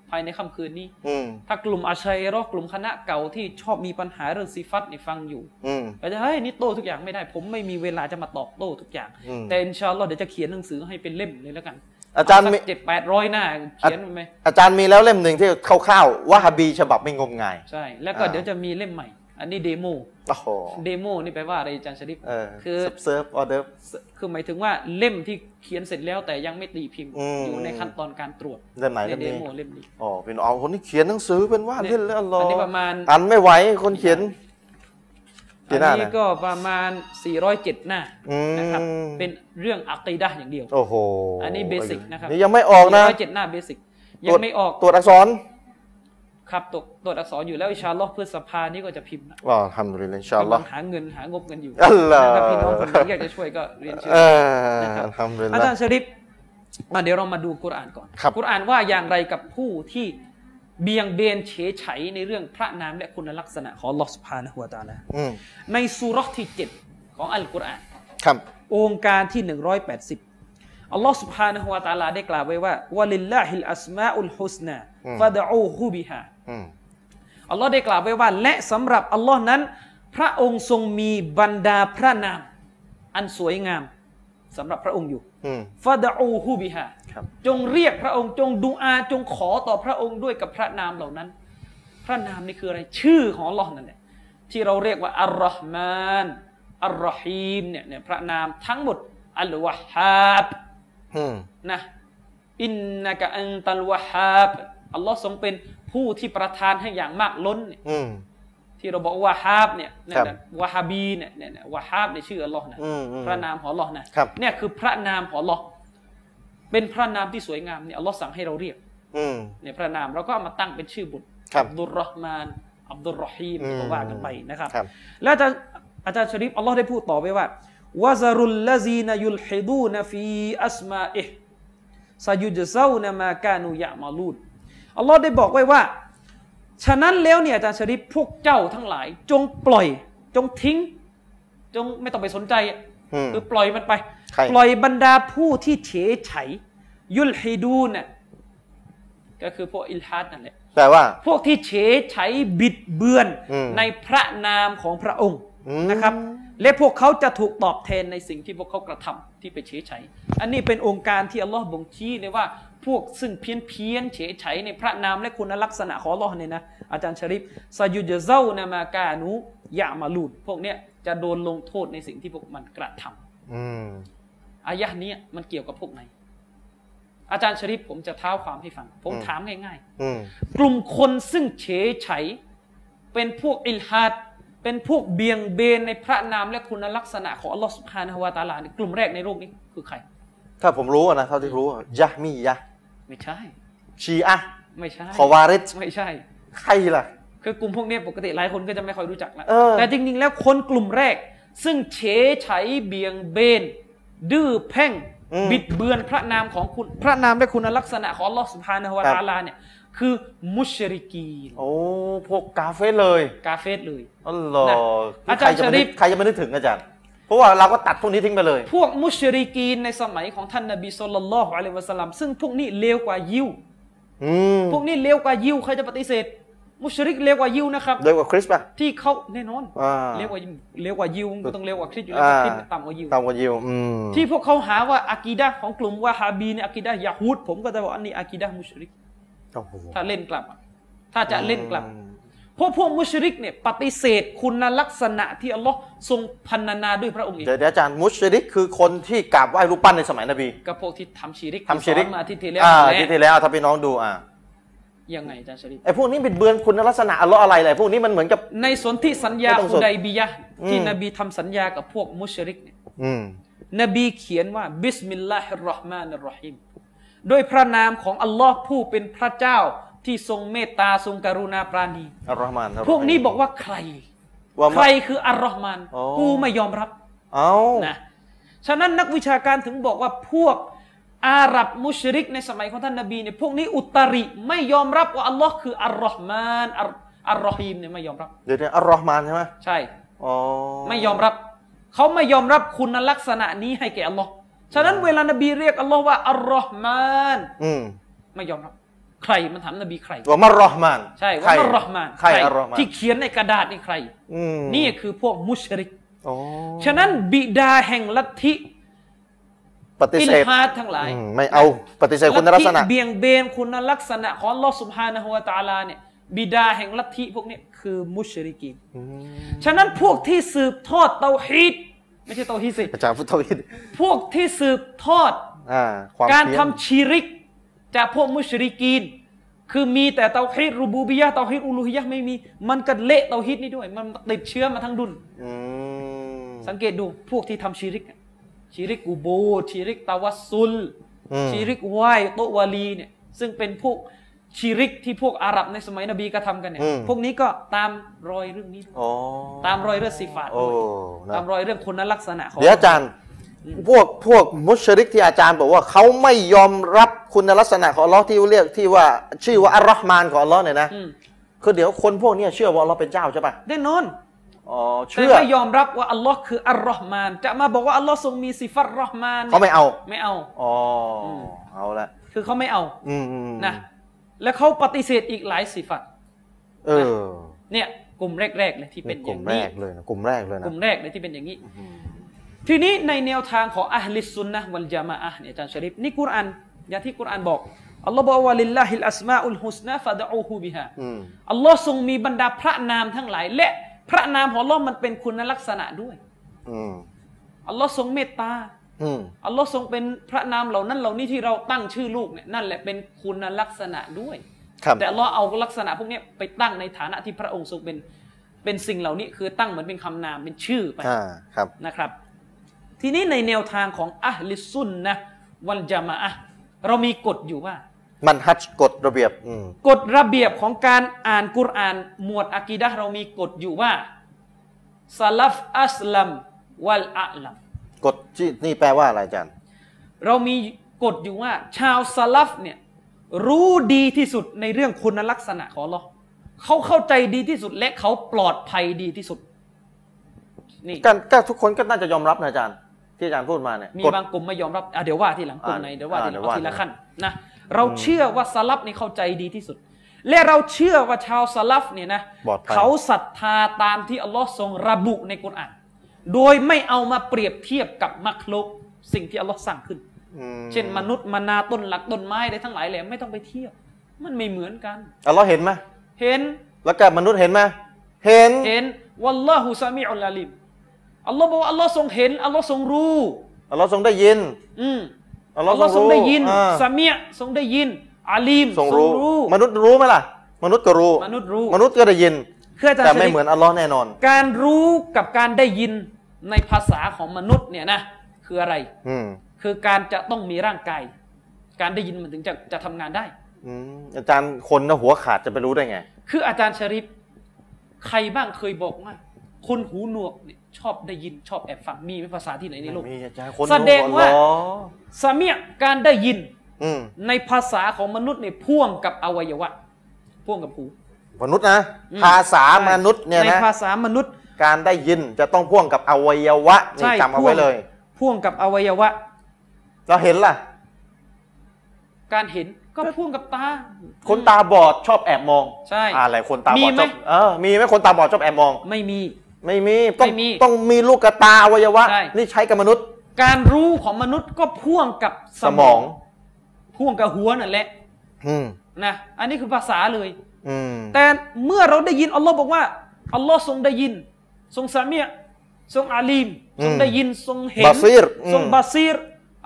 [SPEAKER 2] ภายในค่ำคืนนี้
[SPEAKER 1] อืม
[SPEAKER 2] ถ้ากลุ่มอาชัยรอกกลุ่มคณะเก่าที่ชอบมีปัญหาเรื่องซีฟัตเนี่ยฟังอยู่
[SPEAKER 1] อืม
[SPEAKER 2] อาจจะเฮ้ยนี่โต้ทุกอย่างไม่ได้ ผมไม่มีเวลาจะมาตอบโต้ทุกอย่าง
[SPEAKER 1] อืม
[SPEAKER 2] แต่อินชาอัลลอฮ์เดี๋ยวจะเขียนหนังสือให้เป็นเล่มเลยแล้วกัน
[SPEAKER 1] อาจารย์มี
[SPEAKER 2] เจ็ดแปดร้อยหน้าเขียนมันไหม
[SPEAKER 1] อาจารย์มีแล้วเล่มหนึ่งที่คร่าวๆวะฮาบีฉบับไม่งมงาย
[SPEAKER 2] ใช่ แล้วก็
[SPEAKER 1] อ่า
[SPEAKER 2] เดี๋ยวจะมีเล่มใหม่ อันนี้เดโม
[SPEAKER 1] โอ้โห
[SPEAKER 2] เดโมนี่แปลว่าอะไรอาจารย์ชริฟ
[SPEAKER 1] เออ
[SPEAKER 2] คือ
[SPEAKER 1] เซิร์ฟออเดอร์
[SPEAKER 2] คือหมายถึงว่าเล่มที่เขียนเสร็จแล้วแต่ยังไม่ตีพิมพ์
[SPEAKER 1] อืม
[SPEAKER 2] อยู่ในขั้นตอนการตรวจ
[SPEAKER 1] เล่มไหน
[SPEAKER 2] ใน
[SPEAKER 1] เล่ม
[SPEAKER 2] เด
[SPEAKER 1] นี้
[SPEAKER 2] โมเล่มนี้
[SPEAKER 1] อ๋อเป็นเอาคนที่เขียนหนังสือเป็นว่าเล่นแล้วรอ
[SPEAKER 2] อัน
[SPEAKER 1] น
[SPEAKER 2] นี้ประมาณ
[SPEAKER 1] อ่านไม่ไหวคนเขียน
[SPEAKER 2] อั
[SPEAKER 1] กี่หน้า
[SPEAKER 2] นี้
[SPEAKER 1] นะ
[SPEAKER 2] ก็ประมาณ 407 หน้านะครับ
[SPEAKER 1] อืม
[SPEAKER 2] เป็นเรื่องอักีดะห์อย่างเดียว
[SPEAKER 1] โอ้โห
[SPEAKER 2] อันนี้ basic นะครับ
[SPEAKER 1] นี่ยังไม่ออกนะ
[SPEAKER 2] 407 หน้าเบสิกยังไม่ออก
[SPEAKER 1] ตัวจอักษร
[SPEAKER 2] ครับตรวจตรวจอักษรอยู่แล้วอินชาอัลลอฮ์พฤษภานี้ก็จะพิมพ์นะ
[SPEAKER 1] อ๋อทำดูเลยอินชาอัลลอฮ์
[SPEAKER 2] กำลังหาเงินหางบกันอยู่
[SPEAKER 1] อัลลอฮ์
[SPEAKER 2] ถ้าพี่น้องคนไหนอยากจะช่วยก็เรียนเชิญ
[SPEAKER 1] เออ
[SPEAKER 2] นะครั
[SPEAKER 1] ทำเลย
[SPEAKER 2] อา
[SPEAKER 1] ละ
[SPEAKER 2] จารย์ชริปมาเดี๋ยวเรามาดูกุรอานก่อน
[SPEAKER 1] ครับ
[SPEAKER 2] กุรอานว่าอย่างไรกับผู้ที่เบียงเบนเฉยไฉในเรื่องพระนามและคุณลักษณะของลอสพานะฮัวตะอาลา
[SPEAKER 1] อืม
[SPEAKER 2] ในสุเราะห์ที่ 7 ของอัลกุรอาน
[SPEAKER 1] ครับ
[SPEAKER 2] องค์การที่ 180 อัลลอฮ์ سبحانه และ تعالى ได้กล่าวไว้ว่าวะลิลลาฮิลอัสมาอุลฮุสนาฟะดะอูฮูบิฮา
[SPEAKER 1] อืม
[SPEAKER 2] อัลลอฮ์ได้กล่าวไว้ว่า และสำหรับอัลลอฮ์นั้น พระองค์ทรงมีบรรดาพระนาม อันสวยงามสำหรับพระองค์อยู่
[SPEAKER 1] อืม
[SPEAKER 2] ฟาดะอูฮูบิฮา
[SPEAKER 1] ครับ
[SPEAKER 2] จงเรียกพระองค์จงดูอาจงขอต่อพระองค์ด้วยกับพระนามเหล่านั้น พระนามนี่คืออะไรชื่อของอัลลอฮ์นั่นแหละที่เราเรียกว่าอัลลอฮ์มานอัลลอฮีมเนี่ยเนี่ยพระนามทั้งหมดอัลวะฮาบ
[SPEAKER 1] อืม
[SPEAKER 2] นะอินนากะอันตัลวะฮาบอัลลอฮ์ทรงเป็นผู้ที่ประทานให้อย่างมากล้นเนี่ย
[SPEAKER 1] อืม
[SPEAKER 2] ที่เราบอกว่าวะฮาบเนี่ยนะครับ นะวะฮาบีเนี่ยเนี่ยเนี่ยวะฮาบในยชื่ออัลลอฮ์นะ
[SPEAKER 1] อืมอืม
[SPEAKER 2] พระนามของอัลลอฮ์นะครับ เนี่ยคือพระนามของอัลลอฮ์เป็นพระนามที่สวยงามเนี่ยอัลลอฮ์สั่งให้เราเรียก
[SPEAKER 1] อืม
[SPEAKER 2] เนี่ยพระนามเราก็เอามาตั้งเป็นชื่อบุตร
[SPEAKER 1] ครับ
[SPEAKER 2] อับดุลรอฮ์มานอับดุลรอฮีม
[SPEAKER 1] อืม
[SPEAKER 2] เนี่ยก็ว่ากันไปนะครับ
[SPEAKER 1] ครับ
[SPEAKER 2] แล้วอาจารย์อาจารย์ชริฟอัลลอฮ์ได้พูดต่อไปว่าวะซารุลลาซีนยุลฮิดูนฟีอัสมาอิฮซายุจเซานามากานูยะมาลูนอัลลอฮ์ได้บอกไว้ว่า ฉะนั้นแล้วเนี่ยอาจารย์ชริฟพวกเจ้าทั้งหลาย จงปล่อย จงทิ้ง จงไม่ต้องไปสนใจอะ
[SPEAKER 1] อืม
[SPEAKER 2] คือปล่อยมันไป
[SPEAKER 1] ใคร
[SPEAKER 2] ปล่อยบรรดาผู้ที่เฉยไฉยุลฮิดูนน่ะก็คือพวกอิลฮัดนั่นแหละ
[SPEAKER 1] แต่ว่า
[SPEAKER 2] พวกที่เฉยไฉบิดเบือน
[SPEAKER 1] อืม
[SPEAKER 2] ในพระนามของพระองค์
[SPEAKER 1] อืม
[SPEAKER 2] นะครับ และพวกเขาจะถูกตอบแทนในสิ่งที่พวกเขากระทำที่ไปเฉยไฉอันนี้เป็นองค์การที่อัลลอฮ์บ่งชี้เลยว่า พวกซึ่งเพี้ยนเพี้ยนเฉยไฉในพระนามและคุณลักษณะของอัลลอฮ์เนี่ยนะอาจารย์ชริฟซายุจเซานามากานุยามาลูดพวกเนี้ยจะโดนลงโทษในสิ่งที่พวกมันกระทำ
[SPEAKER 1] อืม
[SPEAKER 2] อายะห์เนี้ยมันเกี่ยวกับพวกไหน อาจารย์ชริฟผมจะเท้าความให้ฟัง ผม
[SPEAKER 1] อืม
[SPEAKER 2] ถามง่ายๆ
[SPEAKER 1] อืม
[SPEAKER 2] กลุ่มคนซึ่งเฉยไฉเป็นพวกอิลฮัดเป็นพวกเบียงเบนในพระนามและคุณลักษณะของอัลลอฮ์สุบฮานะฮูวาตะอาลาเนี่ยกลุ่มแรกในโลกนี้คือใคร
[SPEAKER 1] ถ้าผมรู้อะนะเท่าที่รู้อะยะมียะ
[SPEAKER 2] ไม่ใช่
[SPEAKER 1] ชีอะห์
[SPEAKER 2] ไม่ใช่
[SPEAKER 1] คอวาริจ
[SPEAKER 2] ไม่ใช่
[SPEAKER 1] ใครล่ะ
[SPEAKER 2] คือกลุ่มพวกเนี้ยปกติหลายคนก็จะไม่ค่อยรู้จักแล้ว
[SPEAKER 1] เออ
[SPEAKER 2] แต่จริงๆแล้วคนกลุ่มแรก ซึ่งเฉยไฉเบียงเบน ดื้อแพ่ง บิดเบือนพระนามของคุณพระนามและคุณลักษณะของอัลลอฮ์สุบฮานะฮูวาตะอาลาเนี่ยคือมุชริกีน
[SPEAKER 1] โอ้ พวกกาเฟ่เลย
[SPEAKER 2] กาเฟตเลย
[SPEAKER 1] อ๋อเหรอ
[SPEAKER 2] นะ
[SPEAKER 1] คื
[SPEAKER 2] อา
[SPEAKER 1] อา
[SPEAKER 2] จารย์
[SPEAKER 1] จะ
[SPEAKER 2] ชริ
[SPEAKER 1] ไม่
[SPEAKER 2] ฟ
[SPEAKER 1] ใครจะไม่นึกถึงอาจารย์ เพราะว่าเราก็ตัดพวกนี้ทิ้งไปเลย
[SPEAKER 2] พวกมุชริกีนในสมัยของท่านนบีสุลต่านละฮ์อะลัยฮิวะสัลลัมซึ่งพวกนี้เลวกว่ายิว
[SPEAKER 1] อืม
[SPEAKER 2] พวกนี้เลวกว่ายิวใครจะปฏิเสธ มุชริกเลวกว่ายิวนะครับ
[SPEAKER 1] โดยกว่าคริสป่ะ
[SPEAKER 2] ที่เขาแน่นอน
[SPEAKER 1] อ่า
[SPEAKER 2] เลวกว่ายิวเลวกว่ายิวมันก็ต้องเลวกว่าคริสต์อยู่แล้ว
[SPEAKER 1] อ่า
[SPEAKER 2] คริสต์ต่ำกว่ายิว
[SPEAKER 1] ตามกันยิวอืม
[SPEAKER 2] ที่พวกเขาหาว่าอากีดะห์ของกลุ่มวะฮาบีเนี่ยอากีดะห์ยะฮูดผมก็จะบอกอันนี้อากีดะห์มุชริก
[SPEAKER 1] โอ้โห
[SPEAKER 2] ถ้าเล่นกลับอะถ้าจะเล่นกลับ
[SPEAKER 1] อืม
[SPEAKER 2] เพราะพวกมุชริกเนี่ยปฏิเสธคุณลักษณะที่อัลลอฮ์ทรงพรรณนาด้วยพระองค์เอง
[SPEAKER 1] เดี๋ยวเดี๋ยวอาจารย์มุชริกคือคนที่กราบไหว้รูปปั้นในสมัยนบี
[SPEAKER 2] กับพวกที่ทำชีริก
[SPEAKER 1] ทำชิริก
[SPEAKER 2] สอนมาอาที่ที่แล้ว
[SPEAKER 1] อ่า
[SPEAKER 2] นั่นแหละ
[SPEAKER 1] อาที่ที่แล้วถ้าพี่น้องดูอ่า
[SPEAKER 2] ยังไงอาจารย์ชริฟ
[SPEAKER 1] ไอ้พวกนี้บิดเบือนคุณลักษณะอัลเลอฮ์อะไรเลยพวกนี้มันเหมือนกับ
[SPEAKER 2] ในสนธิสัญญา
[SPEAKER 1] ไม่ต้องส
[SPEAKER 2] อุ
[SPEAKER 1] น
[SPEAKER 2] ดัยบียะห์
[SPEAKER 1] อืม
[SPEAKER 2] ที่นบีทำสัญญากับพวกมุชริกเนี่ย
[SPEAKER 1] อืม
[SPEAKER 2] นบีเขียนว่าบิสมิลลาฮิรเราะห์มานิรเราะฮีมด้วยพระนามของอัลลอฮ์ผู้เป็นพระเจ้าที่ทรงเมตตาทรงกรุณาปราณี
[SPEAKER 1] อัลลอฮ์มานอัลลอฮ์
[SPEAKER 2] พวกนี้บอกว่าใคร
[SPEAKER 1] ว่า
[SPEAKER 2] ใค
[SPEAKER 1] มา
[SPEAKER 2] รคืออัลเราะห์มาน
[SPEAKER 1] อ๋อ
[SPEAKER 2] กูไม่ยอมรับ
[SPEAKER 1] เอ้า
[SPEAKER 2] นะฉะนั้นนักวิชาการถึงบอกว่าพวกอาหรับมุชริกในสมัยของท่านนบีเนี่ยพวกนี้อุตริไม่ยอมรับว่าอัลลอฮ์คืออัลเราะห์มานอัลอัลเราะฮีมเนี่ยไม่ยอมรับ
[SPEAKER 1] เดี๋ยวเดี๋ยวอัลลอฮ์มานใช่ไหม
[SPEAKER 2] ใช่
[SPEAKER 1] อ๋อ
[SPEAKER 2] ไม่ยอมรับ เขาไม่ยอมรับคุณลักษณะนี้ให้แก่อัลลอฮ์ฉะนั้นเวลานบีเรียกอัลลอฮ์ว่าอัลรอฮ์มาน
[SPEAKER 1] อืม
[SPEAKER 2] ไม่ยอมรับ ใครมันถามนบีใคร
[SPEAKER 1] ว่ามัรเราะห์มาน
[SPEAKER 2] ใช่
[SPEAKER 1] ใค
[SPEAKER 2] ว่าอัลรอฮ์มาน
[SPEAKER 1] ใครอัลลอฮ์มาน
[SPEAKER 2] ที่เขียนในกระดาษนี่ใคร
[SPEAKER 1] อืม
[SPEAKER 2] นี่คือพวกมุชริก
[SPEAKER 1] อ๋อ
[SPEAKER 2] ฉะนั้นบิดาแห่งลัทธิ
[SPEAKER 1] ปฏิ
[SPEAKER 2] อิล
[SPEAKER 1] เสธ
[SPEAKER 2] ฮาดทั้งหลาย
[SPEAKER 1] อืมไม่เอาปฏิเสธคุณลักษณะ
[SPEAKER 2] เบี่ยงเบนคุณลักษณะของอัลลอฮ์สุบฮานะฮูวะตะอาลาเนี่ยบิดาแห่งลัทธิพวกนี้คือมุชริกีน
[SPEAKER 1] อืม
[SPEAKER 2] ฉะนั้นพวกที่สืบทอดเตาฮีดไม่ใช่เตาฮีดสิ
[SPEAKER 1] อาจารย์พุทธวิทย์
[SPEAKER 2] พวกที่สืบทอด
[SPEAKER 1] อ่าความ
[SPEAKER 2] การ
[SPEAKER 1] เพี้ยน
[SPEAKER 2] ทำชีริก จากพวกมุชริกีน คือมีแต่เตาฮีดรูบูบิยะห์เตาฮีดอูลูฮิยะห์ไม่มี มันก็เละเตาฮีดนี่ด้วย มันติดเชื้อมาทั้งดุน
[SPEAKER 1] อืม
[SPEAKER 2] สังเกตดูพวกที่ทำชีริกอะชีริกกูโบร์ชีริกตาวัสซุล
[SPEAKER 1] อืม
[SPEAKER 2] ชีริกไหว้โตะวาลีเนี่ยซึ่งเป็นพวกชีริกที่พวกอาหรับในสมัยนบีกระทำกันเนี่ยพวกนี้ก็ตามรอยเรื่องนี้ด้วย
[SPEAKER 1] อ๋อ
[SPEAKER 2] ตามรอยเรื่องสิฟาต
[SPEAKER 1] โอ้
[SPEAKER 2] ด้วย
[SPEAKER 1] นะ
[SPEAKER 2] ตามรอยเรื่องคุณลักษณะของ
[SPEAKER 1] เดี๋ยวอาจารย์พวกพวกมุชริกที่อาจารย์บอกว่าเขาไม่ยอมรับคุณลักษณะของอัลเลอฮ์ที่เรียกที่ว่าชื่อว่าอัลลอฮ์มานของอัลเลอฮ์เนี่ยนะ
[SPEAKER 2] อืม
[SPEAKER 1] คือเดี๋ยวคนพวกเนี้ยเชื่อว่าอัลเลอฮ์เป็นเจ้าใช่ปะ
[SPEAKER 2] แน่นอน
[SPEAKER 1] อ๋อ
[SPEAKER 2] แต่
[SPEAKER 1] เชื่อ
[SPEAKER 2] ไม่ยอมรับว่าอัลลอฮ์คืออัลลอฮ์มาน จะมาบอกว่าอัลลอฮ์ทรงมีสิฟัตรอฮ์มาน
[SPEAKER 1] เขาไม่เอา
[SPEAKER 2] ไม่เอา
[SPEAKER 1] อ๋ออเอาละ
[SPEAKER 2] คือเขาไม่เอา
[SPEAKER 1] อืมอืม
[SPEAKER 2] นะและเขาปฏิเสธอีกหลายสิฟัต
[SPEAKER 1] เออ
[SPEAKER 2] เนี่ยกลุ่มแรกๆเลยที่เป็น
[SPEAKER 1] ก
[SPEAKER 2] อ
[SPEAKER 1] ลุ่
[SPEAKER 2] ย่าม ง
[SPEAKER 1] แร
[SPEAKER 2] นี้
[SPEAKER 1] กเลยนะกลุ่มแรกเลย
[SPEAKER 2] ก
[SPEAKER 1] นะ
[SPEAKER 2] ลุ่มแรกเลยที่เป็นอย่างนี้ ทีนี้ในแนวทางของอัลลิสซุนนะฮ์วัลจามะอะฮ์เนี่ยอาจารย์ชะริฟนี่กุรอานอย่างที่กุรอานบอกอัลลอฮ์บอกว่าลิลลาฮิลอัสมาอุลฮุสนาฟะดะอูฮูบิฮา
[SPEAKER 1] อืม
[SPEAKER 2] อัลลอฮ์ทรงมีบรรดาพระนามทั้งหลาย และพระนามของอัลลอฮ์มันเป็นคุณลักษณะด้วย
[SPEAKER 1] อืม
[SPEAKER 2] อัลลอฮ์ทรงเมตตา
[SPEAKER 1] อืม
[SPEAKER 2] อัลลอฮ์ทรงเป็นพระนามเหล่านั้นเหล่านี้ที่เราตั้งชื่อลูกเนี่ยนั่นแหละเป็นคุณลักษณะด้วย
[SPEAKER 1] ครับ
[SPEAKER 2] แต่เราเอาลักษณะพวกเนี้ยไปตั้งในฐานะที่พระองค์ทรงเป็นเป็นสิ่งเหล่านี้คือตั้งเหมือนเป็นคำนามเป็นชื่อไป
[SPEAKER 1] อ่าครับ
[SPEAKER 2] นะครับ ทีนี้ในแนวทางของอัลลิสซุนนะฮ์วัลจามะอะฮ์เรามีกฎอยู่ว่า
[SPEAKER 1] มันฮัจกฎระเบียบอืม
[SPEAKER 2] กฎระเบียบของการอ่านกุรอานหมวดอะกีดะห์เรามีกฎอยู่ว่าสลัฟอัสลัมวัลอะลัม
[SPEAKER 1] กฎที่นี่แปลว่าอะไรอาจารย์
[SPEAKER 2] เรามีกฎอยู่ว่า ชาวสลัฟเนี่ยรู้ดีที่สุดในเรื่องคุณลักษณะของอัลเลาะห์เขาเข้าใจดีที่สุดและเขาปลอดภัยดีที่สุด นี่
[SPEAKER 1] ก็ก็ทุกคนก็น่าจะยอมรับนะอาจารย์ ที่อาจารย์พูดมาเนี่ย
[SPEAKER 2] มี
[SPEAKER 1] กฎ
[SPEAKER 2] บางกลุ่มไม่ยอมรับอ่ะเดี๋ยวว่าทีหลังกลุ่ม
[SPEAKER 1] อ่า
[SPEAKER 2] ไหนเดี๋ยวว่าทีห
[SPEAKER 1] อ่า
[SPEAKER 2] ลัง
[SPEAKER 1] เดี๋ยวว่า
[SPEAKER 2] เอาทีละขั้นนะเราเชื่อว่าสลัฟนี่เข้าใจดีที่สุด และเราเชื่อว่าชาวสลัฟเนี่ยนะ
[SPEAKER 1] ปลอดภัย
[SPEAKER 2] เขาศรัทธาตามที่อัลเลอฮ์ทรงระบุในกุรอาน โดยไม่เอามาเปรียบเทียบกับมักลุกสิ่งที่อัลเลอฮ์สั่งขึ้น
[SPEAKER 1] อืม
[SPEAKER 2] เช่นมนุษย์มนาต้นหลักต้นไม้อะไรทั้งหลายแหละไม่ต้องไปเทียบ มันไม่เหมือนกัน
[SPEAKER 1] อัลเลอฮ์เห็นไหม
[SPEAKER 2] เห็น
[SPEAKER 1] แล้วก็มนุษย์เห็นไหมเห็น
[SPEAKER 2] เห็นวัลลอฮุซามีอัลอาลิมอัลลอฮ์บอกว่าอัลลอฮ์ทรงเห็นอัลลอฮ์ทรงรู้
[SPEAKER 1] อัลเลอฮ์ทรงได้ยิน
[SPEAKER 2] อืม
[SPEAKER 1] อัลเลอ
[SPEAKER 2] อั
[SPEAKER 1] ฮ์
[SPEAKER 2] ลลอฮ์ทรงได้ยิน
[SPEAKER 1] อ่า
[SPEAKER 2] ซามีทรงได้ยินอาลิม
[SPEAKER 1] ทรงรู้ มนุษย์รู้ไหมล่ะ มนุษย์ก็รู้
[SPEAKER 2] มนุษย์รู้
[SPEAKER 1] มนุษย์ก็ได้ยิน
[SPEAKER 2] คืออาจารย์
[SPEAKER 1] แต่ไม่
[SPEAKER 2] ชะลิ
[SPEAKER 1] เหมือนอัลเลอฮ์แน่นอน
[SPEAKER 2] การรู้กับการได้ยินในภาษาของมนุษย์เนี่ยนะคืออะไร
[SPEAKER 1] อืม
[SPEAKER 2] คือการจะต้องมีร่างกาย การได้ยินมันถึงจะจะทำงานได้
[SPEAKER 1] อืมอาจารย์คนนะหัวขาดจะไปรู้ได้ไง
[SPEAKER 2] คืออาจารย์ชริปใครบ้างเคยบอกว่า คนหูหนวกเนี่ยชอบได้ยินชอบแอบฟังมีไหมภาษาที่ไหนในโลก
[SPEAKER 1] มีอาจารย์คน
[SPEAKER 2] แสดง
[SPEAKER 1] รู้อัล
[SPEAKER 2] ว่า
[SPEAKER 1] เลอฮ์
[SPEAKER 2] สามียการได้ยิน
[SPEAKER 1] อืม
[SPEAKER 2] ในภาษาของมนุษย์เนี่ยพ่วงกับอวัยวะ พ่วงกับหู
[SPEAKER 1] มนุษย์นะภาษามนุษย์เนี่ย
[SPEAKER 2] ใน
[SPEAKER 1] นะ
[SPEAKER 2] ภาษามนุษย์
[SPEAKER 1] การได้ยินจะต้องพ่วงกับอวัยวะนี่จำเอาไว้เลย
[SPEAKER 2] พ่วงกับอวัยวะ
[SPEAKER 1] เราเห็นล่ะ
[SPEAKER 2] การเห็นก็พ่วงกับตา
[SPEAKER 1] คนตาบอดชอบแอบมอง
[SPEAKER 2] ใช่
[SPEAKER 1] อะไรคนตาบ
[SPEAKER 2] มี
[SPEAKER 1] อด
[SPEAKER 2] ไหม
[SPEAKER 1] ชอบเออมีไหมคนตาบอดชอบแอบมอง
[SPEAKER 2] ไม่มี
[SPEAKER 1] ไม่มีต้อง
[SPEAKER 2] ไม่มี
[SPEAKER 1] ต้องมีลูกกระตาอวัยวะ
[SPEAKER 2] ใช่
[SPEAKER 1] นี่ใช้กับมนุษย์
[SPEAKER 2] การรู้ของมนุษย์ก็พ่วงกับส
[SPEAKER 1] ส
[SPEAKER 2] ม
[SPEAKER 1] ม
[SPEAKER 2] อ
[SPEAKER 1] อง ง
[SPEAKER 2] พ่วงกับหัวนั่นแหละ
[SPEAKER 1] อืม
[SPEAKER 2] นะอันนี้คือภาษาเลย
[SPEAKER 1] อืม
[SPEAKER 2] แต่เมื่อเราได้ยินอัลลอฮ์บอกว่าอัลลอฮ์ทรงได้ยิน ทรงสามียทรงอาลีมทรงได้ยินทรงเห็น
[SPEAKER 1] บาซีรอืม
[SPEAKER 2] ทรงบาซีร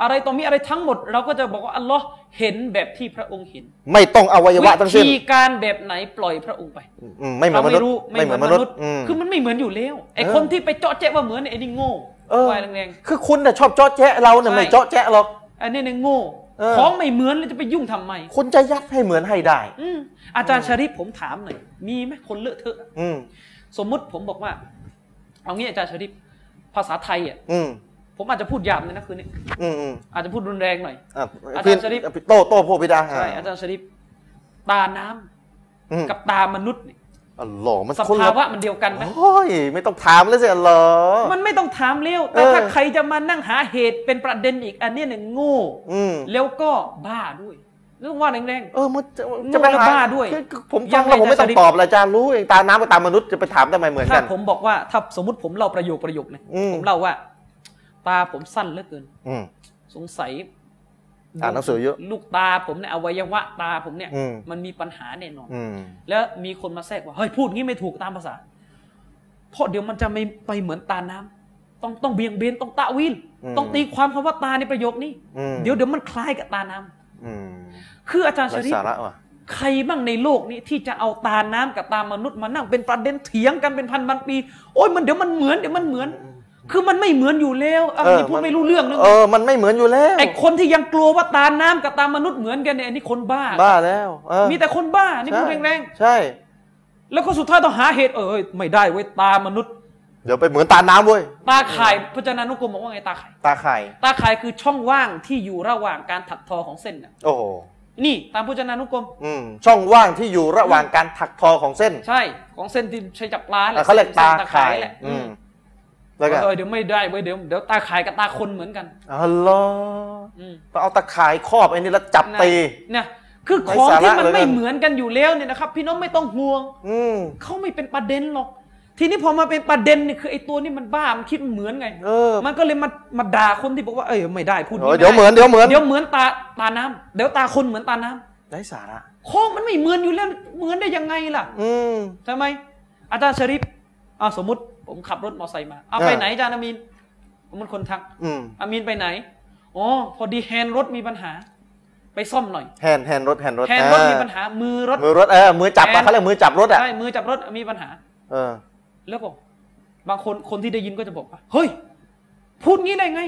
[SPEAKER 2] อะไรต่อมีอะไรทั้งหมด เราก็จะบอกว่าอัลลอฮ์เห็นแบบที่พระองค์เห็น
[SPEAKER 1] ไม่ต้องอวัยวะทั้งสิ้น
[SPEAKER 2] ธีการแบบไหนปล่อยพระองค์ไป
[SPEAKER 1] อืมไม่เหมือ
[SPEAKER 2] เรา
[SPEAKER 1] นม
[SPEAKER 2] ไม่
[SPEAKER 1] นุษย์
[SPEAKER 2] รู้ไม่เหมือนมนุษย์
[SPEAKER 1] อืม
[SPEAKER 2] คือมันไม่เหมือนอยู่แล้วไอ้
[SPEAKER 1] เออ
[SPEAKER 2] คนที่ไปเจาะแจ๊ะว่าเหมือนเนี่ยไอ้นี่โง่
[SPEAKER 1] เออ
[SPEAKER 2] วายแรง
[SPEAKER 1] คือคุณน่ะชอบเจาะแจ๊ะเราเนี่ย
[SPEAKER 2] ใช่
[SPEAKER 1] ไม่เจาะแจ๊ะหรอก
[SPEAKER 2] ๆอันนี้เนี่ยโง่
[SPEAKER 1] เออ
[SPEAKER 2] ของไม่เหมือนแล้วจะไปยุ่งทำไม
[SPEAKER 1] คุณจะยัดให้เหมือนให้ได้
[SPEAKER 2] อืมอาจารย์ชาริฟผมถามหน่อยมีไหมคนเลอะเทอะ
[SPEAKER 1] อืม
[SPEAKER 2] สมมุติผมบอกว่า เอางี้อาจารย์ชริปภาษาไทยอ่ะ
[SPEAKER 1] อืม
[SPEAKER 2] ผมอาจจะพูดหยาบเลยนะคืนนี้
[SPEAKER 1] อืมอืม
[SPEAKER 2] อาจจะพูดรุนแรงหน่อย
[SPEAKER 1] อ่ะ
[SPEAKER 2] อาจารย์
[SPEAKER 1] พี่
[SPEAKER 2] ชะริฟ
[SPEAKER 1] พี่โต้โต้พวกพิดา
[SPEAKER 2] ใช่อาจารย์ชริปตาน้ำ
[SPEAKER 1] อืม
[SPEAKER 2] กับตามนุษย์เนี่ย
[SPEAKER 1] อัลลอฮ์มัน
[SPEAKER 2] ส
[SPEAKER 1] คน
[SPEAKER 2] ภา
[SPEAKER 1] ละ
[SPEAKER 2] วะมันเดียวกันไหม
[SPEAKER 1] โอ้ยไม่ต้องถามแล้วสิอัลลอฮ์
[SPEAKER 2] มันไม่ต้องถามเร็วแต่
[SPEAKER 1] เออ
[SPEAKER 2] ถ้าใครจะมานั่งหาเหตุเป็นประเด็นอีกอันเนี้ยเนี่ยโง่
[SPEAKER 1] อืม
[SPEAKER 2] แล้วก็บ้าด้วยเรื่องว่าแรง
[SPEAKER 1] เออมันจะ
[SPEAKER 2] โน่
[SPEAKER 1] จะไป
[SPEAKER 2] นและ
[SPEAKER 1] หา
[SPEAKER 2] บ้าด้วย
[SPEAKER 1] คือคือผม
[SPEAKER 2] ยั
[SPEAKER 1] ฟั
[SPEAKER 2] ง
[SPEAKER 1] ง
[SPEAKER 2] ไง
[SPEAKER 1] แล้วผมไม่
[SPEAKER 2] จะ
[SPEAKER 1] ต้อง
[SPEAKER 2] จะ
[SPEAKER 1] ตอบเลยอาจารย์รู้เองตาน้ำกับตามนุษย์จะไปถามทำไมเหมือน
[SPEAKER 2] ๆถ้า
[SPEAKER 1] กัน
[SPEAKER 2] ผมบอกว่าถ้าสมมติผมเล่าประโยคประโยคนะ
[SPEAKER 1] อืม
[SPEAKER 2] ผมเล่าว่า ตาผมสั้นเหลือเกิน
[SPEAKER 1] อืม
[SPEAKER 2] สงสัย
[SPEAKER 1] อ่านหนังสือเยอะ
[SPEAKER 2] ลูกตาผมเนี่ยอวัยวะตาผมเนี่ย
[SPEAKER 1] อืม
[SPEAKER 2] มันมีปัญหาแน่นอน
[SPEAKER 1] อืม
[SPEAKER 2] แล้วมีคนมาแทรกว่าเฮ้ยพูดงี้ไม่ถูกตามภาษา เพราะเดี๋ยวมันจะไม่ไปเหมือนตาน้ำต้องต้องเบี่ยงเบนต้องตะวินต้องตีความคำว่าตาในประโยคนี้
[SPEAKER 1] อืม
[SPEAKER 2] เดี๋ยวเดี๋ยวมันคล้ายกับตาน้ำ
[SPEAKER 1] อืม
[SPEAKER 2] คืออาจารย์ช
[SPEAKER 1] ไร้
[SPEAKER 2] ริป
[SPEAKER 1] สาระว่ะ
[SPEAKER 2] ใครบ้างในโลกนี้ที่จะเอาตาน้ำกับตามนุษย์มานั่งเป็นประเด็นเถียงกันเป็นพันพันปี โอ้ยมันเดี๋ยวมันเหมือนเดี๋ยวมันเหมือน คือมันไม่เหมือนอยู่แล้วอ่ะนี่พูดไม่รู้เรื่องนึง
[SPEAKER 1] เออมันไม่เหมือนอยู่แล้ว
[SPEAKER 2] ไอคนที่ยังกลัวว่าตาน้ำกับตามนุษย์เหมือนกันเนี่ยอันนี้คนบ้า
[SPEAKER 1] บ้าแล้วเออ
[SPEAKER 2] มีแต่คนบ้า นี่
[SPEAKER 1] ใช่
[SPEAKER 2] พูดแรง
[SPEAKER 1] ใช่
[SPEAKER 2] ๆ แล้วก็สุดท้ายต้องหาเหตุเออเอ้ยไม่ได้เว้ยตามนุษย์
[SPEAKER 1] เดี๋ยวไปเหมือนตาน้ำเว้ย
[SPEAKER 2] ตาข่ายพจนานุกรมบอกว่าไงตาข่าย
[SPEAKER 1] ตาไข่
[SPEAKER 2] ตาข่ายคือช่องว่างที่อยู่ระหว่างการถักทอของเส้นน่ะ
[SPEAKER 1] โอ้โห
[SPEAKER 2] นี่ตามพจนานุกรม
[SPEAKER 1] อืมช่องว่างที่อยู่ระหว่างการถักทอของเส้น
[SPEAKER 2] ใช่ของเส้นที่ใช้จับปลาแห
[SPEAKER 1] อ่ะ
[SPEAKER 2] ละ
[SPEAKER 1] เขาเรียกตาไข่
[SPEAKER 2] แหละ
[SPEAKER 1] อืมแล้วก็
[SPEAKER 2] เออเดี๋ยวไม่ได้เว้ยเดี๋ยวเดี๋ยวตาข่ายกับตาคนเหมือนกัน
[SPEAKER 1] อัลลอฮ์
[SPEAKER 2] อืม
[SPEAKER 1] ไปเอาตาข่ายครอบไอ้นี่แล้วจับ
[SPEAKER 2] นะ
[SPEAKER 1] ตี
[SPEAKER 2] นะคือของ
[SPEAKER 1] ไร้สาระ
[SPEAKER 2] ที่มั
[SPEAKER 1] เห
[SPEAKER 2] น
[SPEAKER 1] ลือเกิ
[SPEAKER 2] ไม่
[SPEAKER 1] น
[SPEAKER 2] เหมือนกันอยู่แล้วเนี่ยนะครับ พี่น้องไม่ต้องห่วง
[SPEAKER 1] อืม
[SPEAKER 2] เขาไม่เป็นประเด็นหรอก ทีนี้พอมาเป็นประเด็นเนี่ยคือไอ้ตัวนี่มันบ้า มันคิดมันเหมือนไง
[SPEAKER 1] เออ
[SPEAKER 2] มันก็เลยมามาด่าคนที่บอกว่าเอ้ยไม่ได้พูด
[SPEAKER 1] เออ
[SPEAKER 2] ไไ
[SPEAKER 1] เดี๋ยวเหมือนเดี๋ยวเหมือน
[SPEAKER 2] เดี๋ยวเหมือนตาตาน้ำเดี๋ยวตาคนเหมือนตาน้ำ
[SPEAKER 1] ไร้สาระ
[SPEAKER 2] โค้งมันไม่เหมือนอยู่แล้ว เหมือนได้ยังไงล่ะ
[SPEAKER 1] อืม
[SPEAKER 2] ทำไม อาจารย์ชริปอ่าสมมติผมขับรถมอเตอร์ไซค์มาเอาไป
[SPEAKER 1] อ่า
[SPEAKER 2] ไหนอาจารย์อามีนผมเป็นคนทัก
[SPEAKER 1] อืม
[SPEAKER 2] อามีนไปไหนอ๋อพอดีแฮนด์รถมีปัญหา ไปซ่อมหน่อย
[SPEAKER 1] แฮนด์แฮนด์รถแฮนด์รถ
[SPEAKER 2] แฮนด์
[SPEAKER 1] เอ
[SPEAKER 2] รถ
[SPEAKER 1] อ
[SPEAKER 2] มีปัญหา มือรถ
[SPEAKER 1] มือรถเออมือจับ
[SPEAKER 2] แฮ
[SPEAKER 1] อะ
[SPEAKER 2] นด์
[SPEAKER 1] เขาเรียกมือจับรถอ่ะ
[SPEAKER 2] ใช่มือจับรถมีปัญหา
[SPEAKER 1] เออ
[SPEAKER 2] แล้วบอกบางคนคนที่ได้ยินก็จะบอกว่าเฮ้ย พูดงี้ได้ไง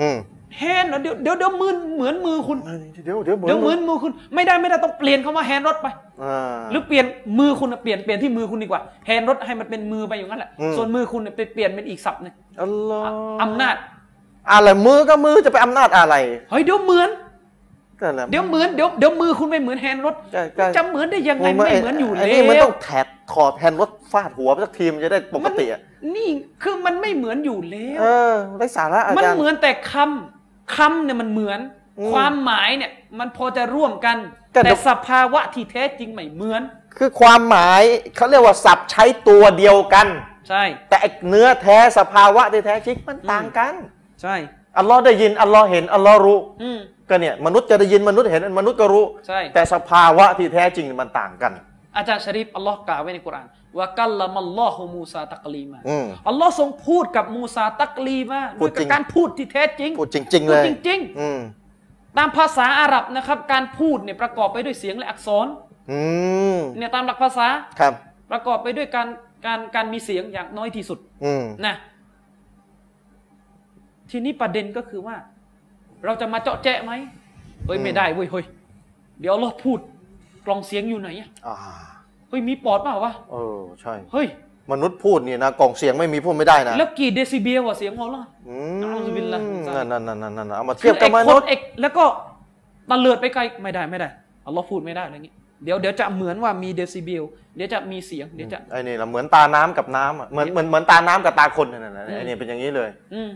[SPEAKER 1] อืม
[SPEAKER 2] แฮนด์เหรอเดี๋ยวเดี๋ยวเดี๋ยวมือเหมือนมือคุณ
[SPEAKER 1] เดี๋ยวเดี๋ยวเหมือน
[SPEAKER 2] เดี๋ยวเหมือนมือคุณ ไม่ได้ไม่ได้ต้องเปลี่ยนคำว่าแฮนด์รถไป
[SPEAKER 1] เออ
[SPEAKER 2] หรือเปลี่ยนมือคุณน่ะเปลี่ยนเปลี่ยนที่มือคุณดีกว่าแฮนด์รถให้มันเป็นมือไปอย่างนั้นแหละ
[SPEAKER 1] อืม
[SPEAKER 2] ส่วนมือคุณเนี่ยไปเปลี่ยนเป็นอีกศัพท์หนึง
[SPEAKER 1] อัลลอฮ์
[SPEAKER 2] อำนาจ
[SPEAKER 1] อะไรมือก็มือจะไปอำนาจอะไร
[SPEAKER 2] เฮ้ยเดี๋ยวเหมือน
[SPEAKER 1] ก็แหละ
[SPEAKER 2] เดี๋ยวเหมือนเดี๋ยวเดี๋ยวมือคุณไม่เหมือนแฮนด์รถ
[SPEAKER 1] ก็ก็
[SPEAKER 2] จะเหมือนได้ยังไงไม่เหมือนอยู่
[SPEAKER 1] ไอ้
[SPEAKER 2] แล้
[SPEAKER 1] นี่มัน
[SPEAKER 2] ว
[SPEAKER 1] ต้องแถดขอบแฮนด์รถฟาดหัวไปสักทีมันจะได้ปกติอะ
[SPEAKER 2] นี่คือมันไม่เหมือนอยู่แล้ว
[SPEAKER 1] เออไร้สาระอา
[SPEAKER 2] มัน
[SPEAKER 1] จารย์
[SPEAKER 2] เหมือนแต่คำคำเนี่ยมันเหมือน
[SPEAKER 1] อืม
[SPEAKER 2] ความหมายเนี่ยมันพอจะร่วมกัน
[SPEAKER 1] แต่เดี๋
[SPEAKER 2] แต่
[SPEAKER 1] ยว
[SPEAKER 2] สภาวะที่แท้จริงไม่เหมือน
[SPEAKER 1] คือความหมายเขาเรียกว่าศัพท์ใช้ตัวเดียวกัน
[SPEAKER 2] ใช่
[SPEAKER 1] แต่ไอ้เนื้อแท้สภาวะที่แท้จริงมันต่างกัน
[SPEAKER 2] ใช่
[SPEAKER 1] อัลลอฮ์ได้ยินอัลลอฮ์เห็นอัลลอฮ์รู้
[SPEAKER 2] อืม
[SPEAKER 1] ก็เนี่ยมนุษย์จะได้ยินมนุษย์เห็นมนุษย์ก็รู้
[SPEAKER 2] ใช่
[SPEAKER 1] แต่สภาวะที่แท้จริงมันต่างกัน
[SPEAKER 2] อาจารย์ชะริฟอัลลอฮ์กล่าวไว้ในกุรอานว่ากัลลัมัลลอฮุมูซาตักลีมา
[SPEAKER 1] อืม
[SPEAKER 2] อัลลอฮ์ทรงพูดกับมูซาตักลีมา
[SPEAKER 1] พู
[SPEAKER 2] ด้ว
[SPEAKER 1] ด
[SPEAKER 2] ย
[SPEAKER 1] จริ
[SPEAKER 2] กับ
[SPEAKER 1] ง
[SPEAKER 2] การพูดที่แท้จริง
[SPEAKER 1] พูดจริง ๆ เลย
[SPEAKER 2] พูดจริง
[SPEAKER 1] อืม
[SPEAKER 2] ๆ ตามภาษาอาหรับนะครับ การพูดเนี่ยประกอบไปด้วยเสียงและอักษร
[SPEAKER 1] อืม
[SPEAKER 2] เนี่ยตามหลักภาษา
[SPEAKER 1] ครับ
[SPEAKER 2] ประกอบไปด้วยการการการมีเสียงอย่างน้อยที่สุด
[SPEAKER 1] อืม
[SPEAKER 2] นะทีนี้ประเด็นก็คือว่า เราจะมาเจาะแจะไหมเฮ้ยไม่ได้เว้ยเฮ้ยเดี๋ยวเราพูดกลองเสียงอยู่ไหนอะ
[SPEAKER 1] อ่า
[SPEAKER 2] เฮ้ยมีปอดเปล่าวะ
[SPEAKER 1] เออใช่
[SPEAKER 2] เฮ้ย
[SPEAKER 1] มนุษย์พูดเนี่ยนะกล่องเสียงไม่มีพูดไม่ได้นะ
[SPEAKER 2] แล้วกี่เดซิเบลวะเสียงหัวเราะ
[SPEAKER 1] อื
[SPEAKER 2] อัลลอฮุบิลลาฮิมินซาลิ
[SPEAKER 1] นั่น
[SPEAKER 2] ก
[SPEAKER 1] นั่นนั่นนั่นนั่นเอามา
[SPEAKER 2] คื
[SPEAKER 1] เทียบ
[SPEAKER 2] อ
[SPEAKER 1] กั
[SPEAKER 2] ไอ้
[SPEAKER 1] บม
[SPEAKER 2] ค
[SPEAKER 1] นุษ
[SPEAKER 2] น
[SPEAKER 1] ย์
[SPEAKER 2] เอกแล้วก็ตะเลิดไปไกลไม่ได้ไม่ได้เอาเราพูดไม่ได้อะไรอย่างงี้เดี๋ยวเดี๋ยวจะเหมือนว่ามีเดซิเบลเดี๋ยวจะมีเสียงเดี๋ยวจะ
[SPEAKER 1] ไอ้นี่ละเหมือนตาน้ำกับน้ำอะเหมือนเหมือนเหมือนตาน้ำกับตาคนนั่นน่ะ
[SPEAKER 2] อืม
[SPEAKER 1] ไอ้นี่เป็นอย่างนี้เลย
[SPEAKER 2] อืม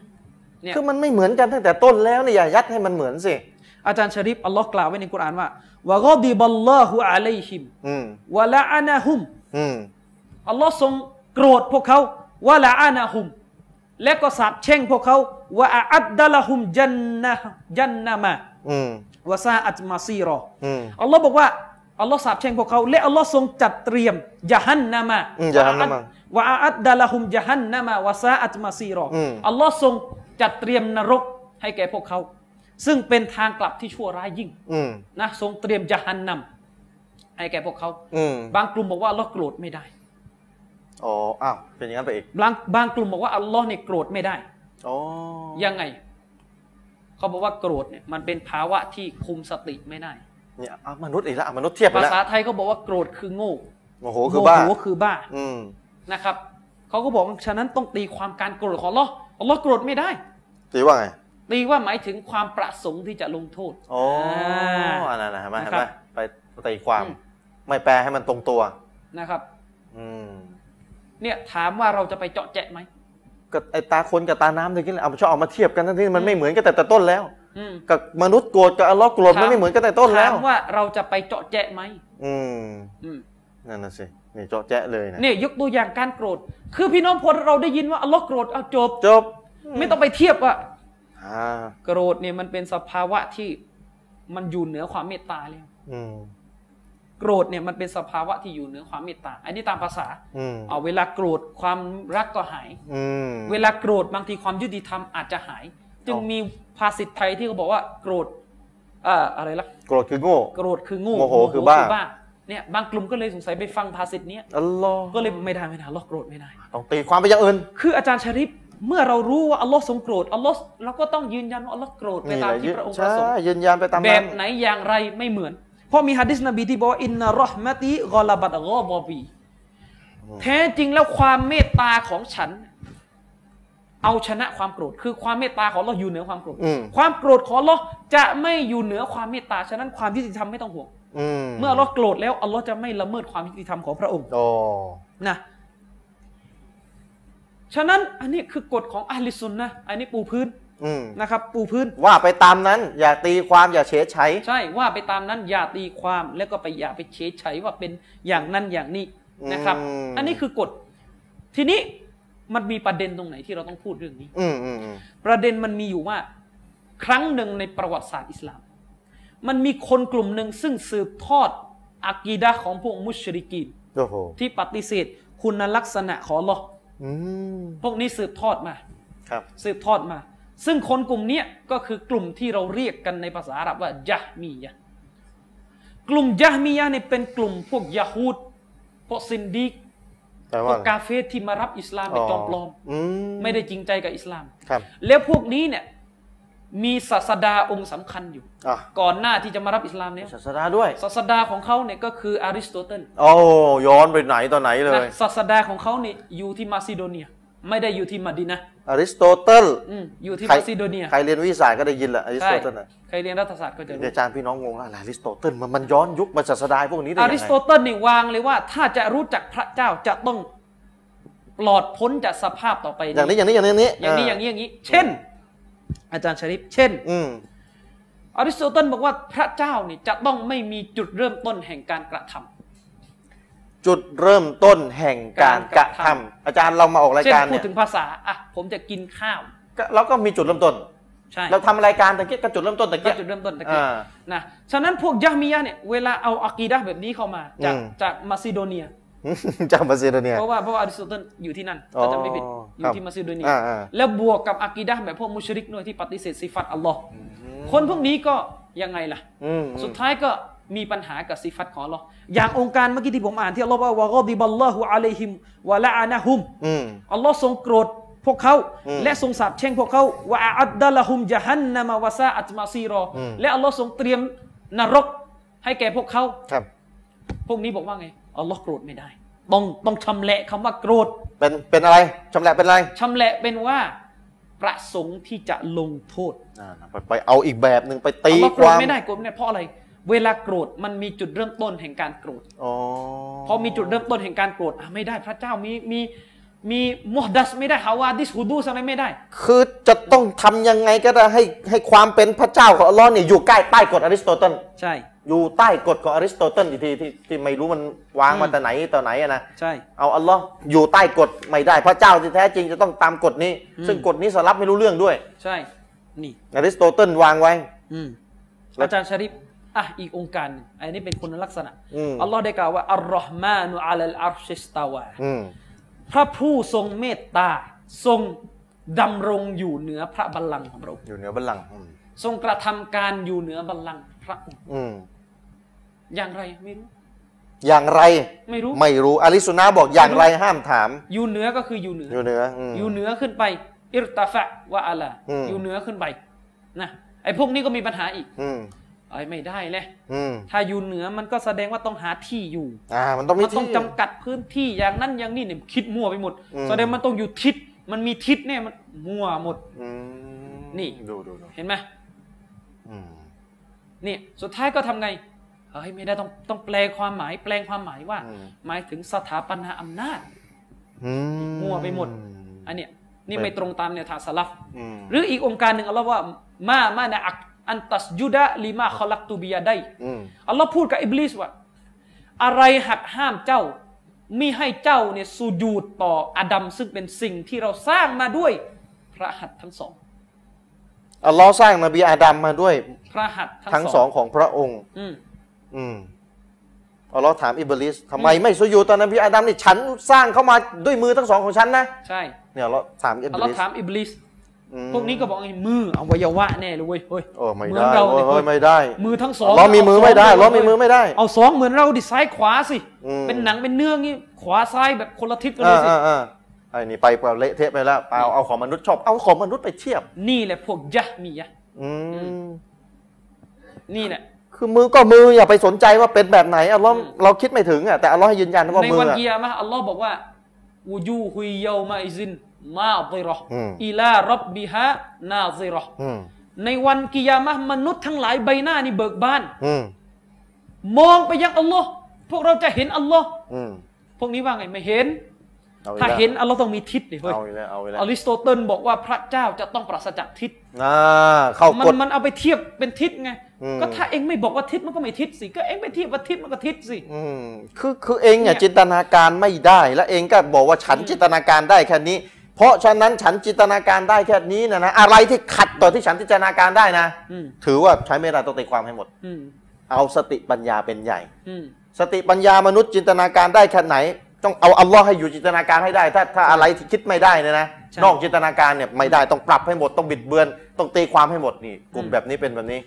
[SPEAKER 2] เนี่ย
[SPEAKER 1] คือมันไม่เหมือนกันตั้งแต่ต้นแล้วเนี่ยอย่ายัดให้มันเหมือนสิ
[SPEAKER 2] อาจารย์ชะริฟอัลลอฮ์กล่าวไว้ในกุรอานว่าวะกอดิบัลลอฮุอะลัยฮิม
[SPEAKER 1] อืม
[SPEAKER 2] วะละอานะฮุม
[SPEAKER 1] อืม
[SPEAKER 2] อัลลอฮ์ทรงโกรธพวกเขาว่าละอานาฮุม และก็สาปแช่งพวกเขาว่าอาอัดดะละฮุมจันนะจันนะมา
[SPEAKER 1] อืม
[SPEAKER 2] วาซาอัตมาซีรอ
[SPEAKER 1] อืม
[SPEAKER 2] อัลลอฮ์บอกว่า อัลลอฮ์สาปแช่งพวกเขา และอัลลอฮ์ทรงจัดเตรียมยะฮันนามะ
[SPEAKER 1] อืมยะฮันนามะ
[SPEAKER 2] วะอาอัดดาละฮุมยะฮันนามะวะซาอัตมาซีรออ
[SPEAKER 1] ม
[SPEAKER 2] อัลลอฮ์ทรงจัดเตรียมนรกให้แก่พวกเขา ซึ่งเป็นทางกลับที่ชั่วร้ายยิ่ง
[SPEAKER 1] อืม
[SPEAKER 2] นะทรงเตรียมยะฮันนามให้แก่พวกเขา
[SPEAKER 1] อืม
[SPEAKER 2] บางกลุ่มบอกว่าอัลลอฮ์โกรธไม่ได้
[SPEAKER 1] อ๋ออ้าวเป็นอย่างนั้นไปอีก
[SPEAKER 2] บางบางกลุ่มบอกว่าอัลลอฮ์เนี่ยโกรธไม่ได้
[SPEAKER 1] อ๋อ
[SPEAKER 2] ยังไง เขาบอกว่าโกรธเนี่ยมันเป็นภาวะที่คุมสติไม่ได้
[SPEAKER 1] เนี่ยอ้าวมนุษย์อีกแล้วอ่ะมนุษย์เทียบไป
[SPEAKER 2] ภา
[SPEAKER 1] แล้ว
[SPEAKER 2] ษาไทยเขาบอกว่าโกรธคือโง่
[SPEAKER 1] โมโหคือบ้า
[SPEAKER 2] โมโหคือบ้า
[SPEAKER 1] อืม
[SPEAKER 2] นะครับ เขาก็บอกฉะนั้นต้องตีความการโกรธของอัลลอฮ์อัลลอฮ์โกรธไม่ได้
[SPEAKER 1] ตีว่าไง
[SPEAKER 2] ตีว่าหมายถึงความประสงค์ที่จะลงโทษ
[SPEAKER 1] อ๋ออั
[SPEAKER 2] า
[SPEAKER 1] นนั้นนะเห็นไหม
[SPEAKER 2] นะ
[SPEAKER 1] เห็น
[SPEAKER 2] ครั
[SPEAKER 1] ไหม
[SPEAKER 2] บ
[SPEAKER 1] ไปตีความ
[SPEAKER 2] อืม
[SPEAKER 1] ไม่แปลให้มันตรงตัว
[SPEAKER 2] นะครับ
[SPEAKER 1] อืม
[SPEAKER 2] เนี่ยถามว่าเราจะไปเจาะแจะไหม
[SPEAKER 1] ก็ไอตาคนกับตาน้ำเนี่ยกินเอาชอบเอามาเทียบกันทั้งที่มันไม่เหมือนกันแต่แต่ต้นแล้ว
[SPEAKER 2] อืม
[SPEAKER 1] กับมนุษย์โกรธกับอัลเลอฮ์โกรธ
[SPEAKER 2] ถาม
[SPEAKER 1] มันไม่เหมือนกันแต่ต้นแล้
[SPEAKER 2] ถาว มว่าเราจะไปเจาะแจะไหม
[SPEAKER 1] อืม
[SPEAKER 2] อืม
[SPEAKER 1] นั่นน่ะสินี่เจาะแจ๊ะเลยนะ
[SPEAKER 2] เนี่ยยกตัวอย่างการโกรธ คือพี่น้องพอเราได้ยินว่าอัลลอฮ์โกรธเอาจบ
[SPEAKER 1] จบ
[SPEAKER 2] ไม่ต้องไปเทียบว่า
[SPEAKER 1] อ่า
[SPEAKER 2] โกรธเนี่ยมันเป็นสภาวะที่มันอยู่เหนือความเมตตาแล้ว
[SPEAKER 1] อืม
[SPEAKER 2] โกรธเนี่ยมันเป็นสภาวะที่อยู่เหนือความเมตตา อันนี้ตามภาษา
[SPEAKER 1] อืม
[SPEAKER 2] เอาเวลาโกรธความรักก็หาย
[SPEAKER 1] อืม
[SPEAKER 2] เวลาโกรธบางทีความยุติธรรมอาจจะหาย จึง
[SPEAKER 1] อ๋อ
[SPEAKER 2] มีภาษิตไทยที่เขาบอกว่าโกรธเอ่ออะไรล่ะ
[SPEAKER 1] โกรธคือโง่
[SPEAKER 2] โกรธคือโง่
[SPEAKER 1] โมโหคือบ้า
[SPEAKER 2] เนี่ยบางกลุ่มก็เลยสงสัยไปฟังภาษิตเนี้ย
[SPEAKER 1] อัลลอฮ์
[SPEAKER 2] ก็เลยไม่ได้ไม่ได้อัลลอฮ์โกรธไม่ได้
[SPEAKER 1] ต้องตีความไปอย่างอื่น
[SPEAKER 2] คืออาจารย์ชริปเมื่อเรารู้ว่าอัลลอฮ์ทรงโกรธอัลลอฮ์เราก็ต้องยืนยันว่าอัลลอฮ์โกรธไป
[SPEAKER 1] นี่แห
[SPEAKER 2] ตาม
[SPEAKER 1] ละ
[SPEAKER 2] ที่พระองค์ป
[SPEAKER 1] ใช่
[SPEAKER 2] ระสงค์
[SPEAKER 1] ยืนยันไปตาม
[SPEAKER 2] แบ
[SPEAKER 1] นั้น
[SPEAKER 2] บไหนอย่างไรไม่เหมือน เพราะมีฮะดิษนบีที่บอกว่าอินนารอห์มะติกอลาบัตกอบอบีแท้จริงแล้วความเมตตาของฉัน เอาชนะความโกรธ คือความเมตตาของเราอยู่เหนือความโกรธ
[SPEAKER 1] อืม
[SPEAKER 2] ความโกรธของเราจะไม่อยู่เหนือความเมตตา ฉะนั้นความยุติธรรมไม่ต้องห่วง
[SPEAKER 1] อืม
[SPEAKER 2] เมื่อเราโกรธแล้วอัลลอฮ์จะไม่ละเมิดความยุติธรรมของพระองค์
[SPEAKER 1] โอ้
[SPEAKER 2] นะ ฉะนั้นอันนี้คือกฎของอัลลิสุนนะห์อันนี้ปูพื้น
[SPEAKER 1] อืม
[SPEAKER 2] นะครับ ปูพื้น
[SPEAKER 1] ว่าไปตามนั้น อย่าตีความอย่าเฉยใช้
[SPEAKER 2] ใช่ว่าไปตามนั้นอย่าตีความแล้วก็ไปอย่าไปเฉยเฉยว่าเป็นอย่างนั้นอย่างนี้นะครับ
[SPEAKER 1] อืม
[SPEAKER 2] อันนี้คือกฎทีนี้มันมีประเด็นตรงไหนที่เราต้องพูดเรื่องนี้
[SPEAKER 1] อืมอืมอืม
[SPEAKER 2] ประเด็นมันมีอยู่ว่า ครั้งหนึ่งในประวัติศาสตร์อิสลาม มันมีคนกลุ่มหนึ่งซึ่งสืบทอดอากีดะห์ของพวกมุชริกีน
[SPEAKER 1] โอ้โห
[SPEAKER 2] ที่ปฏิเสธ คุณลักษณะของอัลลอฮ์
[SPEAKER 1] อืม
[SPEAKER 2] พวกนี้สืบทอดมา
[SPEAKER 1] ครับ
[SPEAKER 2] สืบทอดมา ซึ่งคนกลุ่มเนี้ยก็คือกลุ่มที่เราเรียกกันในภาษาอาหรับว่ายะฮ์มียะห์กลุ่มยะฮ์มียะห์เนี่ยเป็นกลุ่มพวกยะฮูดพวกซินดีก
[SPEAKER 1] แต่
[SPEAKER 2] พ
[SPEAKER 1] ว่าว
[SPEAKER 2] กกาเฟรที่มารับอิสลามเป็นจอมปลอม
[SPEAKER 1] อืม
[SPEAKER 2] ไม่ได้จริงใจกับอิสลาม
[SPEAKER 1] ครับ
[SPEAKER 2] แล้วพวกนี้เนี่ยมีศาสดาองค์สำคัญอยู่
[SPEAKER 1] อ่ะ
[SPEAKER 2] ก่อนหน้าที่จะมารับอิสลามเนี่ย
[SPEAKER 1] ศาสดาด้วย
[SPEAKER 2] ศาสดาของเขาเนี่ยก็คืออาริสโตเติล
[SPEAKER 1] โอ้ย้อนไปไหนต่อไหนเลย
[SPEAKER 2] นะศาสดาของเขาเนี่ยอยู่ที่มาซิโดเนีย ไม่ได้อยู่ที่มะดีนะห์
[SPEAKER 1] อริสโตเติล
[SPEAKER 2] อืมอยู่ที่
[SPEAKER 1] ใคร
[SPEAKER 2] มาซิโดเนีย
[SPEAKER 1] ใครเรียนวิทยาศาสตร์ก็ได้ยินแหละอริส
[SPEAKER 2] ใช่
[SPEAKER 1] โตเติลน่ะ
[SPEAKER 2] ใครเรียนรัฐศาสตร์ก็จะรู้
[SPEAKER 1] เดี๋ยวอาจารย์พี่น้องงงแล้วอะไรอริสโตเติลมันมันย้อนยุคมาศาสดาพวกนี้ได้
[SPEAKER 2] อา
[SPEAKER 1] ยัง
[SPEAKER 2] ริส
[SPEAKER 1] ไง
[SPEAKER 2] โตเติลนี่วางเลยว่า ถ้าจะรู้จักพระเจ้าจะต้องปลอดพ้นจากสภาพต่อไปนี้
[SPEAKER 1] อย่างนี้อย่างนี้อย่างนี้อย่างนี้
[SPEAKER 2] อย่างนี้อย่างนี้อย่างนี้ เช่น อาจารย์ชริปเช่น
[SPEAKER 1] อืม
[SPEAKER 2] อาริสโตเติลบอกว่าพระเจ้านี่จะต้องไม่มีจุดเริ่มต้นแห่งการกระทำ
[SPEAKER 1] จุดเริ่มต้นแห่งการกระทำ
[SPEAKER 2] การกระท
[SPEAKER 1] อาจารย์เรามาออกราย
[SPEAKER 2] เช่น
[SPEAKER 1] การ
[SPEAKER 2] พูด
[SPEAKER 1] เนี่ย
[SPEAKER 2] ถึงภาษาอ่ะผมจะกินข้าว
[SPEAKER 1] ก็เราก็มีจุดเริ่มต้น
[SPEAKER 2] ใช่
[SPEAKER 1] เราทำรายการตะเกียกก็จุดเริ่มต้นตะ
[SPEAKER 2] ก็
[SPEAKER 1] เกียก
[SPEAKER 2] จุดเริ่มต้นตะกี้
[SPEAKER 1] อ่า
[SPEAKER 2] นะฉะนั้นพวกยะฮ์มียะห์เนี่ยเวลาเอาอากีดะห์แบบนี้เข้ามาจาก
[SPEAKER 1] อืม
[SPEAKER 2] จากมาซิโดเนีย
[SPEAKER 1] จากมาซิโดเนีย
[SPEAKER 2] เพราะว่าเพราะว่าอาริสโตเติลอยู่ที่นั่น
[SPEAKER 1] อ๋อ
[SPEAKER 2] ถ้าจำไม่ผิดอยู่
[SPEAKER 1] ครับ
[SPEAKER 2] ที่มาซิโดเนีย
[SPEAKER 1] อ่าอ่า
[SPEAKER 2] แล้วบวกกับอากีดะห์แบบพวกมุชริกด้วยที่ปฏิเสธสิฟัตอัลลอฮ์คนพวกนี้ก็ยังไงล่ะ
[SPEAKER 1] อืม
[SPEAKER 2] สุดท้ายก็มีปัญหากับสิฟัตของอัลลอฮ์อย่างองค์การเมื่อกี้ที่ผมอ่านที่อัลลอฮ์ว่าวะกอดิบัลลอฮุอะลัยฮิมวะละอานะฮุม
[SPEAKER 1] อืม
[SPEAKER 2] อัลลอฮ์ทรงโกรธพวกเขา
[SPEAKER 1] อืม
[SPEAKER 2] และทรงสาปแช่งพวกเขาวะอาอัดดะละฮุมยะฮันนามะวะซาอัตมาซีรออ
[SPEAKER 1] ม
[SPEAKER 2] และอัลลอฮ์ทรงเตรียมนรกให้แก่พวกเขา
[SPEAKER 1] ครับ
[SPEAKER 2] พวกนี้บอกว่าไงอัลลอฮ์โกรธไม่ได้ ต้องต้องชำแหละคำว่าโกรธ
[SPEAKER 1] เป็น เป็นอะไรชำแหละเป็นอะไร
[SPEAKER 2] ชำแหละเป็นว่าประสงค์ที่จะลงโทษ
[SPEAKER 1] อ่าไปไปเอาอีกแบบหนึ่งไปตี
[SPEAKER 2] อัลลอฮ์
[SPEAKER 1] ค
[SPEAKER 2] โกรธ
[SPEAKER 1] วาม
[SPEAKER 2] ไม่ได้โกรธไม่ได้เพราะอะไร เวลาโกรธมันมีจุดเริ่มต้นแห่งการโกรธ
[SPEAKER 1] อ๋อ
[SPEAKER 2] พอมีจุดเริ่มต้นแห่งการโกรธอ่ะไม่ได้พระเจ้ามีมีมีมุฮดัสไม่ได้ฮาวาดิสฮุดูสอะไรไม่ได้
[SPEAKER 1] คือจะต้องทำยังไงก็ได้ให้ให้ความเป็นพระเจ้าของอัลลอฮ์เนี่ยอยู่ใกล้ใต้กฎอริสโตเติล
[SPEAKER 2] ใช่
[SPEAKER 1] อยู่ใต้กฎของอริสโตเติลอีกทีที่ที่ไม่รู้มันวางมาแต่ไหนต่อไหนอะนะ
[SPEAKER 2] ใช่
[SPEAKER 1] เอาอัลลอฮ์อยู่ใต้กฎไม่ได้พระเจ้าที่แท้จริงจะต้องตามกฎนี้
[SPEAKER 2] อืม
[SPEAKER 1] ซึ่งกฎนี้สลับไม่รู้เรื่องด้วย
[SPEAKER 2] ใช่นี่
[SPEAKER 1] อริสโตเติลวางไว้
[SPEAKER 2] อืม
[SPEAKER 1] แล้ว
[SPEAKER 2] อาจารย์ชะริฟ อ่ะอีกองค์การหนึ่งอันนี้เป็นคุณลักษณะ
[SPEAKER 1] อืม
[SPEAKER 2] อัลลอฮ์ได้กล่าวว่าอัลรอฮ์มานุอัลลอัรชิสตาวา
[SPEAKER 1] อืม
[SPEAKER 2] พระผู้ทรงเมตตา ทรงดำรงอยู่เหนือพระบัลลังก์ของพระองค์
[SPEAKER 1] อยู่เหนือบัลลังก์อืม
[SPEAKER 2] ทรงกระทำการอยู่เหนือบัลลังก์พระองค์
[SPEAKER 1] อืม
[SPEAKER 2] อย่างไรไม่รู้
[SPEAKER 1] อย่างไร
[SPEAKER 2] ไม่รู้
[SPEAKER 1] ไม่รู้อาลิสุนนาบอกอย่างไรห้ามถาม
[SPEAKER 2] อยู่เหนือก็คืออยู่เหนือ
[SPEAKER 1] อยู่เหนืออืม
[SPEAKER 2] อยู่เหนือขึ้นไป อิรตาฟะวะอาลา
[SPEAKER 1] อืม
[SPEAKER 2] อยู่เหนือขึ้นไปนะไอ้พวกนี้ก็มีปัญหาอีก
[SPEAKER 1] อืม
[SPEAKER 2] ไอ้ยไม่ได้เลย
[SPEAKER 1] อืม
[SPEAKER 2] ถ้าอยู่เหนือมันก็แสดงว่าต้องหาที่อยู่
[SPEAKER 1] อ่า มันต้องมี
[SPEAKER 2] มันต้อง
[SPEAKER 1] ที่
[SPEAKER 2] จำกัดพื้นที่อย่างนั้นอย่างนี้เนี่ยคิดมั่วไปหมด
[SPEAKER 1] อืม
[SPEAKER 2] แสดงมันต้องอยู่ทิศมันมีทิศเนี่ยมันมั่วหมด
[SPEAKER 1] อืม
[SPEAKER 2] นี่
[SPEAKER 1] ดูดูดู
[SPEAKER 2] เห็นไหม
[SPEAKER 1] อืม
[SPEAKER 2] นี่สุดท้ายก็ทำไงเฮ้ยไม่ได้ต้องต้องแปลความหมาย แปลงความหมายว่า หมายถึงสถาปนาอำนาจ
[SPEAKER 1] อืม
[SPEAKER 2] มั่วไปหมด อันเนี้ยนี่ไม่ตรงตามแนวทางสลับ
[SPEAKER 1] อืม
[SPEAKER 2] หรืออีกองค์การหนึ่งอัลลอฮ์ว่ามามานะอักอันตัสยุดะลิมาคอลักตูบิยาได
[SPEAKER 1] อืม
[SPEAKER 2] อัลลอฮ์พูดกับอิบลิสว่า อะไรหักห้ามเจ้ามิให้เจ้าเนี่ยสูญูดต่ออาดัมซึ่งเป็นสิ่งที่เราสร้างมาด้วยพระหัตถ์ทั้งสอง
[SPEAKER 1] อัลลอฮ์สร้างนบีอาดัมมาด้วย
[SPEAKER 2] พระหัตถ์
[SPEAKER 1] ทั้งสองของพระองค์
[SPEAKER 2] อืม
[SPEAKER 1] อืมอัลลอฮ์ถามอิบลิสทำไมไม่สุยูดตอนนบีอาดัมนี่ฉันสร้างเข้ามาด้วยมือทั้งสองของฉันนะ
[SPEAKER 2] ใช่
[SPEAKER 1] เนี่ยอัลลอฮ์ถามอิ
[SPEAKER 2] อัล
[SPEAKER 1] บ
[SPEAKER 2] ลอฮ์
[SPEAKER 1] ลิส
[SPEAKER 2] ถามอิบลิส
[SPEAKER 1] อืม
[SPEAKER 2] พวกนี้ก็บอกไอ้มืออวัยวะแน่เลยเว้ยเฮ้ย
[SPEAKER 1] โอ้ไม่
[SPEAKER 2] เห
[SPEAKER 1] ได้
[SPEAKER 2] มือนเรานี่
[SPEAKER 1] โอ้เฮ้ย
[SPEAKER 2] ว้
[SPEAKER 1] ไม่ได้
[SPEAKER 2] มือทั้งสอง
[SPEAKER 1] เรามีมือไม่ได้
[SPEAKER 2] สง
[SPEAKER 1] เรามีมือไม่ได้
[SPEAKER 2] เอาสองเหมือนเราดิซ้ายขวาสิ
[SPEAKER 1] อืม
[SPEAKER 2] เป็นหนังเป็นเนื้องี้ขวาซ้ายแบบคนละทิศกันเล
[SPEAKER 1] อ่าย
[SPEAKER 2] สิ
[SPEAKER 1] อ่าอ่าไอ้นี่ไปเปล่าเละเทะไปแล้วเปล่าเอาของมนุษย์ชอบเอาของมนุษย์ไปเทียบ
[SPEAKER 2] นี่แหละพวกยะมียะห์
[SPEAKER 1] อืม
[SPEAKER 2] นี่แหละ
[SPEAKER 1] คือมือก็มืออย่าไปสนใจว่าเป็นแบบไหนอัลลอฮ์เราคิดไม่ถึงอ่ะแต่อัลลอฮ์ให้ยืนยันว่า
[SPEAKER 2] ใน
[SPEAKER 1] มือ
[SPEAKER 2] วัน
[SPEAKER 1] อ่ะ
[SPEAKER 2] กิยามะห์อัลลอฮ์บอกว่าวูยูฮุยเยามาอิซิน มาดิเราะห์
[SPEAKER 1] อืม
[SPEAKER 2] อิลารับบิฮะนาซิเราะห์
[SPEAKER 1] อืม
[SPEAKER 2] ในวันกิยามะห์มนุษย์ทั้งหลายใบหน้านี่เบิกบาน
[SPEAKER 1] อืม
[SPEAKER 2] มองไปยังอัลลอฮ์พวกเราจะเห็นอัลลอฮ์
[SPEAKER 1] อืม
[SPEAKER 2] พวกนี้ว่าไงไม่เห็น
[SPEAKER 1] ออีก
[SPEAKER 2] ถ้า
[SPEAKER 1] แล้ว
[SPEAKER 2] เห็นอัลลอฮ์ต้องมีทิศดิเฮ้ย
[SPEAKER 1] เอาอีกแล้วเอาอีกแล้ว
[SPEAKER 2] อริสโตเติลบอกว่าพระเจ้าจะต้องปราศจากทิศ
[SPEAKER 1] น่าเข้า
[SPEAKER 2] มั
[SPEAKER 1] กฎ
[SPEAKER 2] นมันเอาไปเทียบเป็นทิศไง
[SPEAKER 1] อืม
[SPEAKER 2] ก็ถ้าเองไม่บอกว่าทิศมันก็ไม่ทิศสิ ก็เองไปเทียบว่าทิศมันก็ทิศสิ
[SPEAKER 1] อืมคือคือเอง
[SPEAKER 2] เนี่
[SPEAKER 1] เนี่ย
[SPEAKER 2] ย
[SPEAKER 1] จินตนาการไม่ได้ และเองก็บอกว่าฉันจินตนาการได้แค่นี้ เพราะฉะนั้นฉันจินตนาการได้แค่นี้นะนะอะไรที่ขัดต่อที่ฉันจินตนาการได้นะ
[SPEAKER 2] อืม
[SPEAKER 1] ถือว่าใช้เมตตาตองตีความให้หมด
[SPEAKER 2] อืม
[SPEAKER 1] เอาสติปัญญาเป็นใหญ่
[SPEAKER 2] อืม
[SPEAKER 1] สติปัญญามนุษย์จินตนาการได้แค่ไหน ต้องเอาอัลลอฮ์ให้อยู่จินตนาการให้ได้ ถ้าถ้าอะไรที่คิดไม่ได้เนยนะ
[SPEAKER 2] ใช่
[SPEAKER 1] นอกจินตนาการเนี่ยไม่ได้ต้องปรับให้หมดต้องบิดเบือน ต้องตีความให้หมดนี่กลุ่มแบบนี้เป็นแบบนี้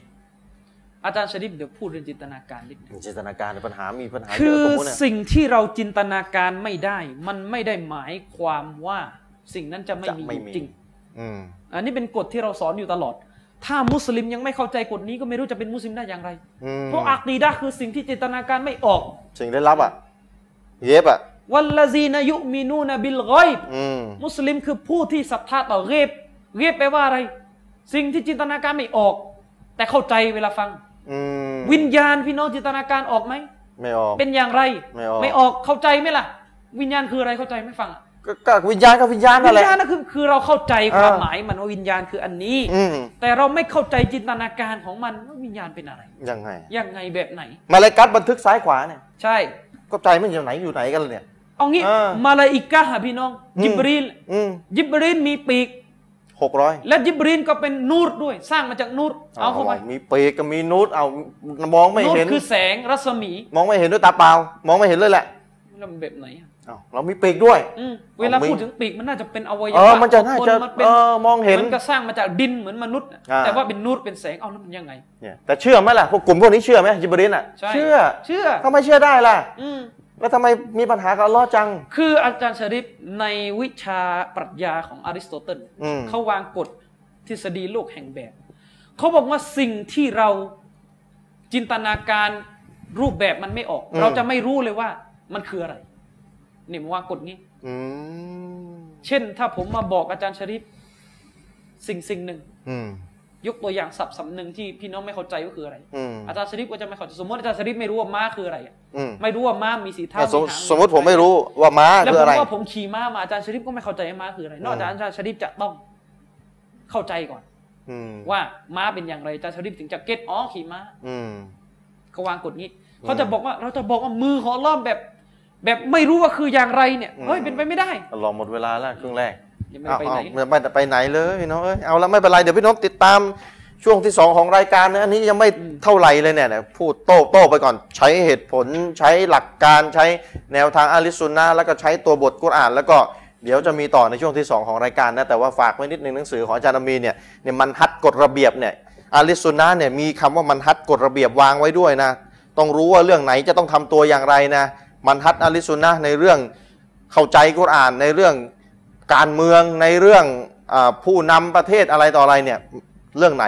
[SPEAKER 2] อาจารย์ชริปเดี๋ยวพูดเรื่องจินตนาการนิดหนึง
[SPEAKER 1] จินตนาการเนี่ยปัญหามีปัญหาเย
[SPEAKER 2] คื
[SPEAKER 1] อะ
[SPEAKER 2] อ
[SPEAKER 1] ตรงนู้นเนี่ย
[SPEAKER 2] สิ่งที่เราจินตนาการไม่ได้ มันไม่ได้หมายความว่าสิ่งนั้นจะไม่
[SPEAKER 1] จะ
[SPEAKER 2] มีอ
[SPEAKER 1] ไม่
[SPEAKER 2] ยู่
[SPEAKER 1] มี
[SPEAKER 2] จริง
[SPEAKER 1] อืม
[SPEAKER 2] อันนี้เป็นกฎที่เราสอนอยู่ตลอด ถ้ามุสลิมยังไม่เข้าใจกฎนี้ก็ไม่รู้จะเป็นมุสลิมได้อย่างไร
[SPEAKER 1] อืม
[SPEAKER 2] เพราะอักดีดะห์คือสิ่งที่จินตนาการไม่ออก
[SPEAKER 1] สิ่งได้รับอ่ะ เย็บอ่ะ
[SPEAKER 2] วัลลซีนยุมินูนบิลกอยบ
[SPEAKER 1] อืม
[SPEAKER 2] มุสลิมคือผู้ที่ศรัทธาต่อเรียบเรียบแปลว่าอะไร สิ่งที่จินตนาการไม่ออก แต่เข้าใจเวลาฟัง
[SPEAKER 1] อืม
[SPEAKER 2] วิญญาณพี่น้องจินตนาการออกไหม
[SPEAKER 1] ไม่ออก
[SPEAKER 2] เป็นอย่างไร
[SPEAKER 1] ไม่ออก
[SPEAKER 2] ออกเข้าใจไหมล่ะ วิญญาณคืออะไรเข้าใจไหม่ฟังอะ
[SPEAKER 1] ก็ก็วิญญาณก็วิญญาณ
[SPEAKER 2] วิ
[SPEAKER 1] นั่นแห
[SPEAKER 2] ญ
[SPEAKER 1] ละ
[SPEAKER 2] ญาณนั่นคือคือเราเข้าใจความ
[SPEAKER 1] อ่า
[SPEAKER 2] หมายมันว่าวิญญาณคืออันนี้
[SPEAKER 1] อืม
[SPEAKER 2] แต่เราไม่เข้าใจจินตนาการของมันว่าวิญญาณเป็นอะไร
[SPEAKER 1] ยังไง
[SPEAKER 2] ยังไงแบบไหน
[SPEAKER 1] มาเลกัสบันทึกซ้ายขวาเนี่ย
[SPEAKER 2] ใช่
[SPEAKER 1] ก็ใจมันอยู่ไหนอยู่ไหนกันล่ะเนี่ย
[SPEAKER 2] เอางี้
[SPEAKER 1] อ่า
[SPEAKER 2] มาลาอิกะฮะพี่น้อง
[SPEAKER 1] อืม
[SPEAKER 2] ยิบรีน
[SPEAKER 1] อืม
[SPEAKER 2] ยิบรีนมีปีก
[SPEAKER 1] หกร้อย
[SPEAKER 2] และยิบรีนก็เป็นนูรด้วย สร้างมาจากนูรเอาเข้าไป
[SPEAKER 1] มีปีกก็มีนูดเอามองไม่เห็น
[SPEAKER 2] คือแสงรัศมี
[SPEAKER 1] มองไม่เห็นด้วยตาเปล่า มองไม่เห็นเลยแหละ
[SPEAKER 2] แล้วมันแบบไหนอะ
[SPEAKER 1] อ้าวเรามีปีกด้วย
[SPEAKER 2] อืมเวลา
[SPEAKER 1] เอามี
[SPEAKER 2] พูดถึงปีกมันน่าจะเป็นอวัยวะ
[SPEAKER 1] เออมันจะน่าจะ
[SPEAKER 2] คมัเป็น
[SPEAKER 1] เออมองเห็น
[SPEAKER 2] มันก็สร้างมาจากดินเหมือนมนุษย์อะ
[SPEAKER 1] อ่า
[SPEAKER 2] แต่ว่าเป็นนูตเป็นแสงเอาแล้วมันยังไง
[SPEAKER 1] เนี่ยแต่เชื่อไหมล่ะพวกกลุ่มพวกนี้เชื่อไหมจิบรินอ่ะ
[SPEAKER 2] ใช่
[SPEAKER 1] เชื่อ
[SPEAKER 2] เชื่อ
[SPEAKER 1] ทำไมเชื่อได้ล่ะ
[SPEAKER 2] อืม
[SPEAKER 1] แล้วทำไมมีปัญหากับอัลลอฮ์จัง
[SPEAKER 2] คืออาจารย์ชริปในวิชาปรัชญาของอริสโตเติล
[SPEAKER 1] อืม
[SPEAKER 2] เขาวางกฎทฤษฎีโลกแห่งแบบ เขาบอกว่าสิ่งที่เราจินตนาการรูปแบบมันไม่ออก เราจะไม่รู้เลยว่ามันคืออะไรนี่มันวางกฎนี้
[SPEAKER 1] อืม
[SPEAKER 2] เช่นถ้าผมมาบอกอาจารย์ชริปสิ่งสิ่งหนึ่ง
[SPEAKER 1] อืม
[SPEAKER 2] ยกตัวอย่างสับสำหนึ่งที่พี่น้องไม่เข้าใจก็คืออะไร
[SPEAKER 1] อืม
[SPEAKER 2] อาจารย์ชริปก็จะไม่เข้าใจสมมติอาจารย์ชริปไม่รู้ว่าม้าคืออะไรอะ
[SPEAKER 1] อืม
[SPEAKER 2] ไม่รู้ว่าม้ามีสีเท้า
[SPEAKER 1] เนี่ยสม
[SPEAKER 2] หาง
[SPEAKER 1] สมมติผมไม่รู้ว่าม้า
[SPEAKER 2] แล้ว
[SPEAKER 1] คือ
[SPEAKER 2] ผ
[SPEAKER 1] อะ
[SPEAKER 2] ม
[SPEAKER 1] ไร
[SPEAKER 2] ว่าผมขี่ม้ามาอาจารย์ชริปก็ไม่เข้าใจว่าม้าคืออะไร นอกจากอาจารย์ชริปจะต้องเข้าใจก่อน
[SPEAKER 1] อืม
[SPEAKER 2] ว่าม้าเป็นอย่างไรอาจารย์ชริปถึงจะเก็ตอ๋อขี่ม้า
[SPEAKER 1] อืม
[SPEAKER 2] เขาวางกฎนี้
[SPEAKER 1] อืม
[SPEAKER 2] เขาจะบอกว่าเราจะบอกว่ามือของอัลล้อมแบบ แบบไม่รู้ว่าคืออย่างไรเนี่ยเฮ้ย
[SPEAKER 1] อืม
[SPEAKER 2] เป็นไปไม่ได้
[SPEAKER 1] อัลลอฮ์หมดเวลาแล้วครึ่งแรก
[SPEAKER 2] ยังไม่
[SPEAKER 1] เอา
[SPEAKER 2] ไป
[SPEAKER 1] เอา
[SPEAKER 2] ไหน
[SPEAKER 1] ไม่ไปไหนเลยพี่น้องเอ้ยเอาแล้วไม่เป็นไรเดี๋ยวพี่น้องติดตาม ช่วงที่สองของรายการนะอันนี้ยังไม่เท่าไหร่เลยเนี่ยนะพูดโต้โต้ไปก่อนใช้เหตุผลใช้หลักการใช้แนวทางอะลิสซุนนะห์แล้วก็ใช้ตัวบทกุรอาน แล้วก็เดี๋ยวจะมีต่อในช่วงที่สองของรายการนะแต่ว่าฝากไว้นิดนึงหนังสือของอาจารย์อามีนเนี่ยเนี่ยมันฮัดกฎระเบียบเนี่ยอะลิสซุนนะห์เนี่ยมีคำว่ามันฮัดกฎระเบียบวางไว้ด้วยนะ ต้องรู้ว่าเรื่องไหนจะต้องทำตัวอย่างไรนะ มันฮัดอะลิสซุนนะห์ในเรื่องเข้าใจกุรอานในเรื่อง การเมืองในเรื่องอาผู้นำประเทศอะไรต่ออะไรเนี่ยเรื่องไหน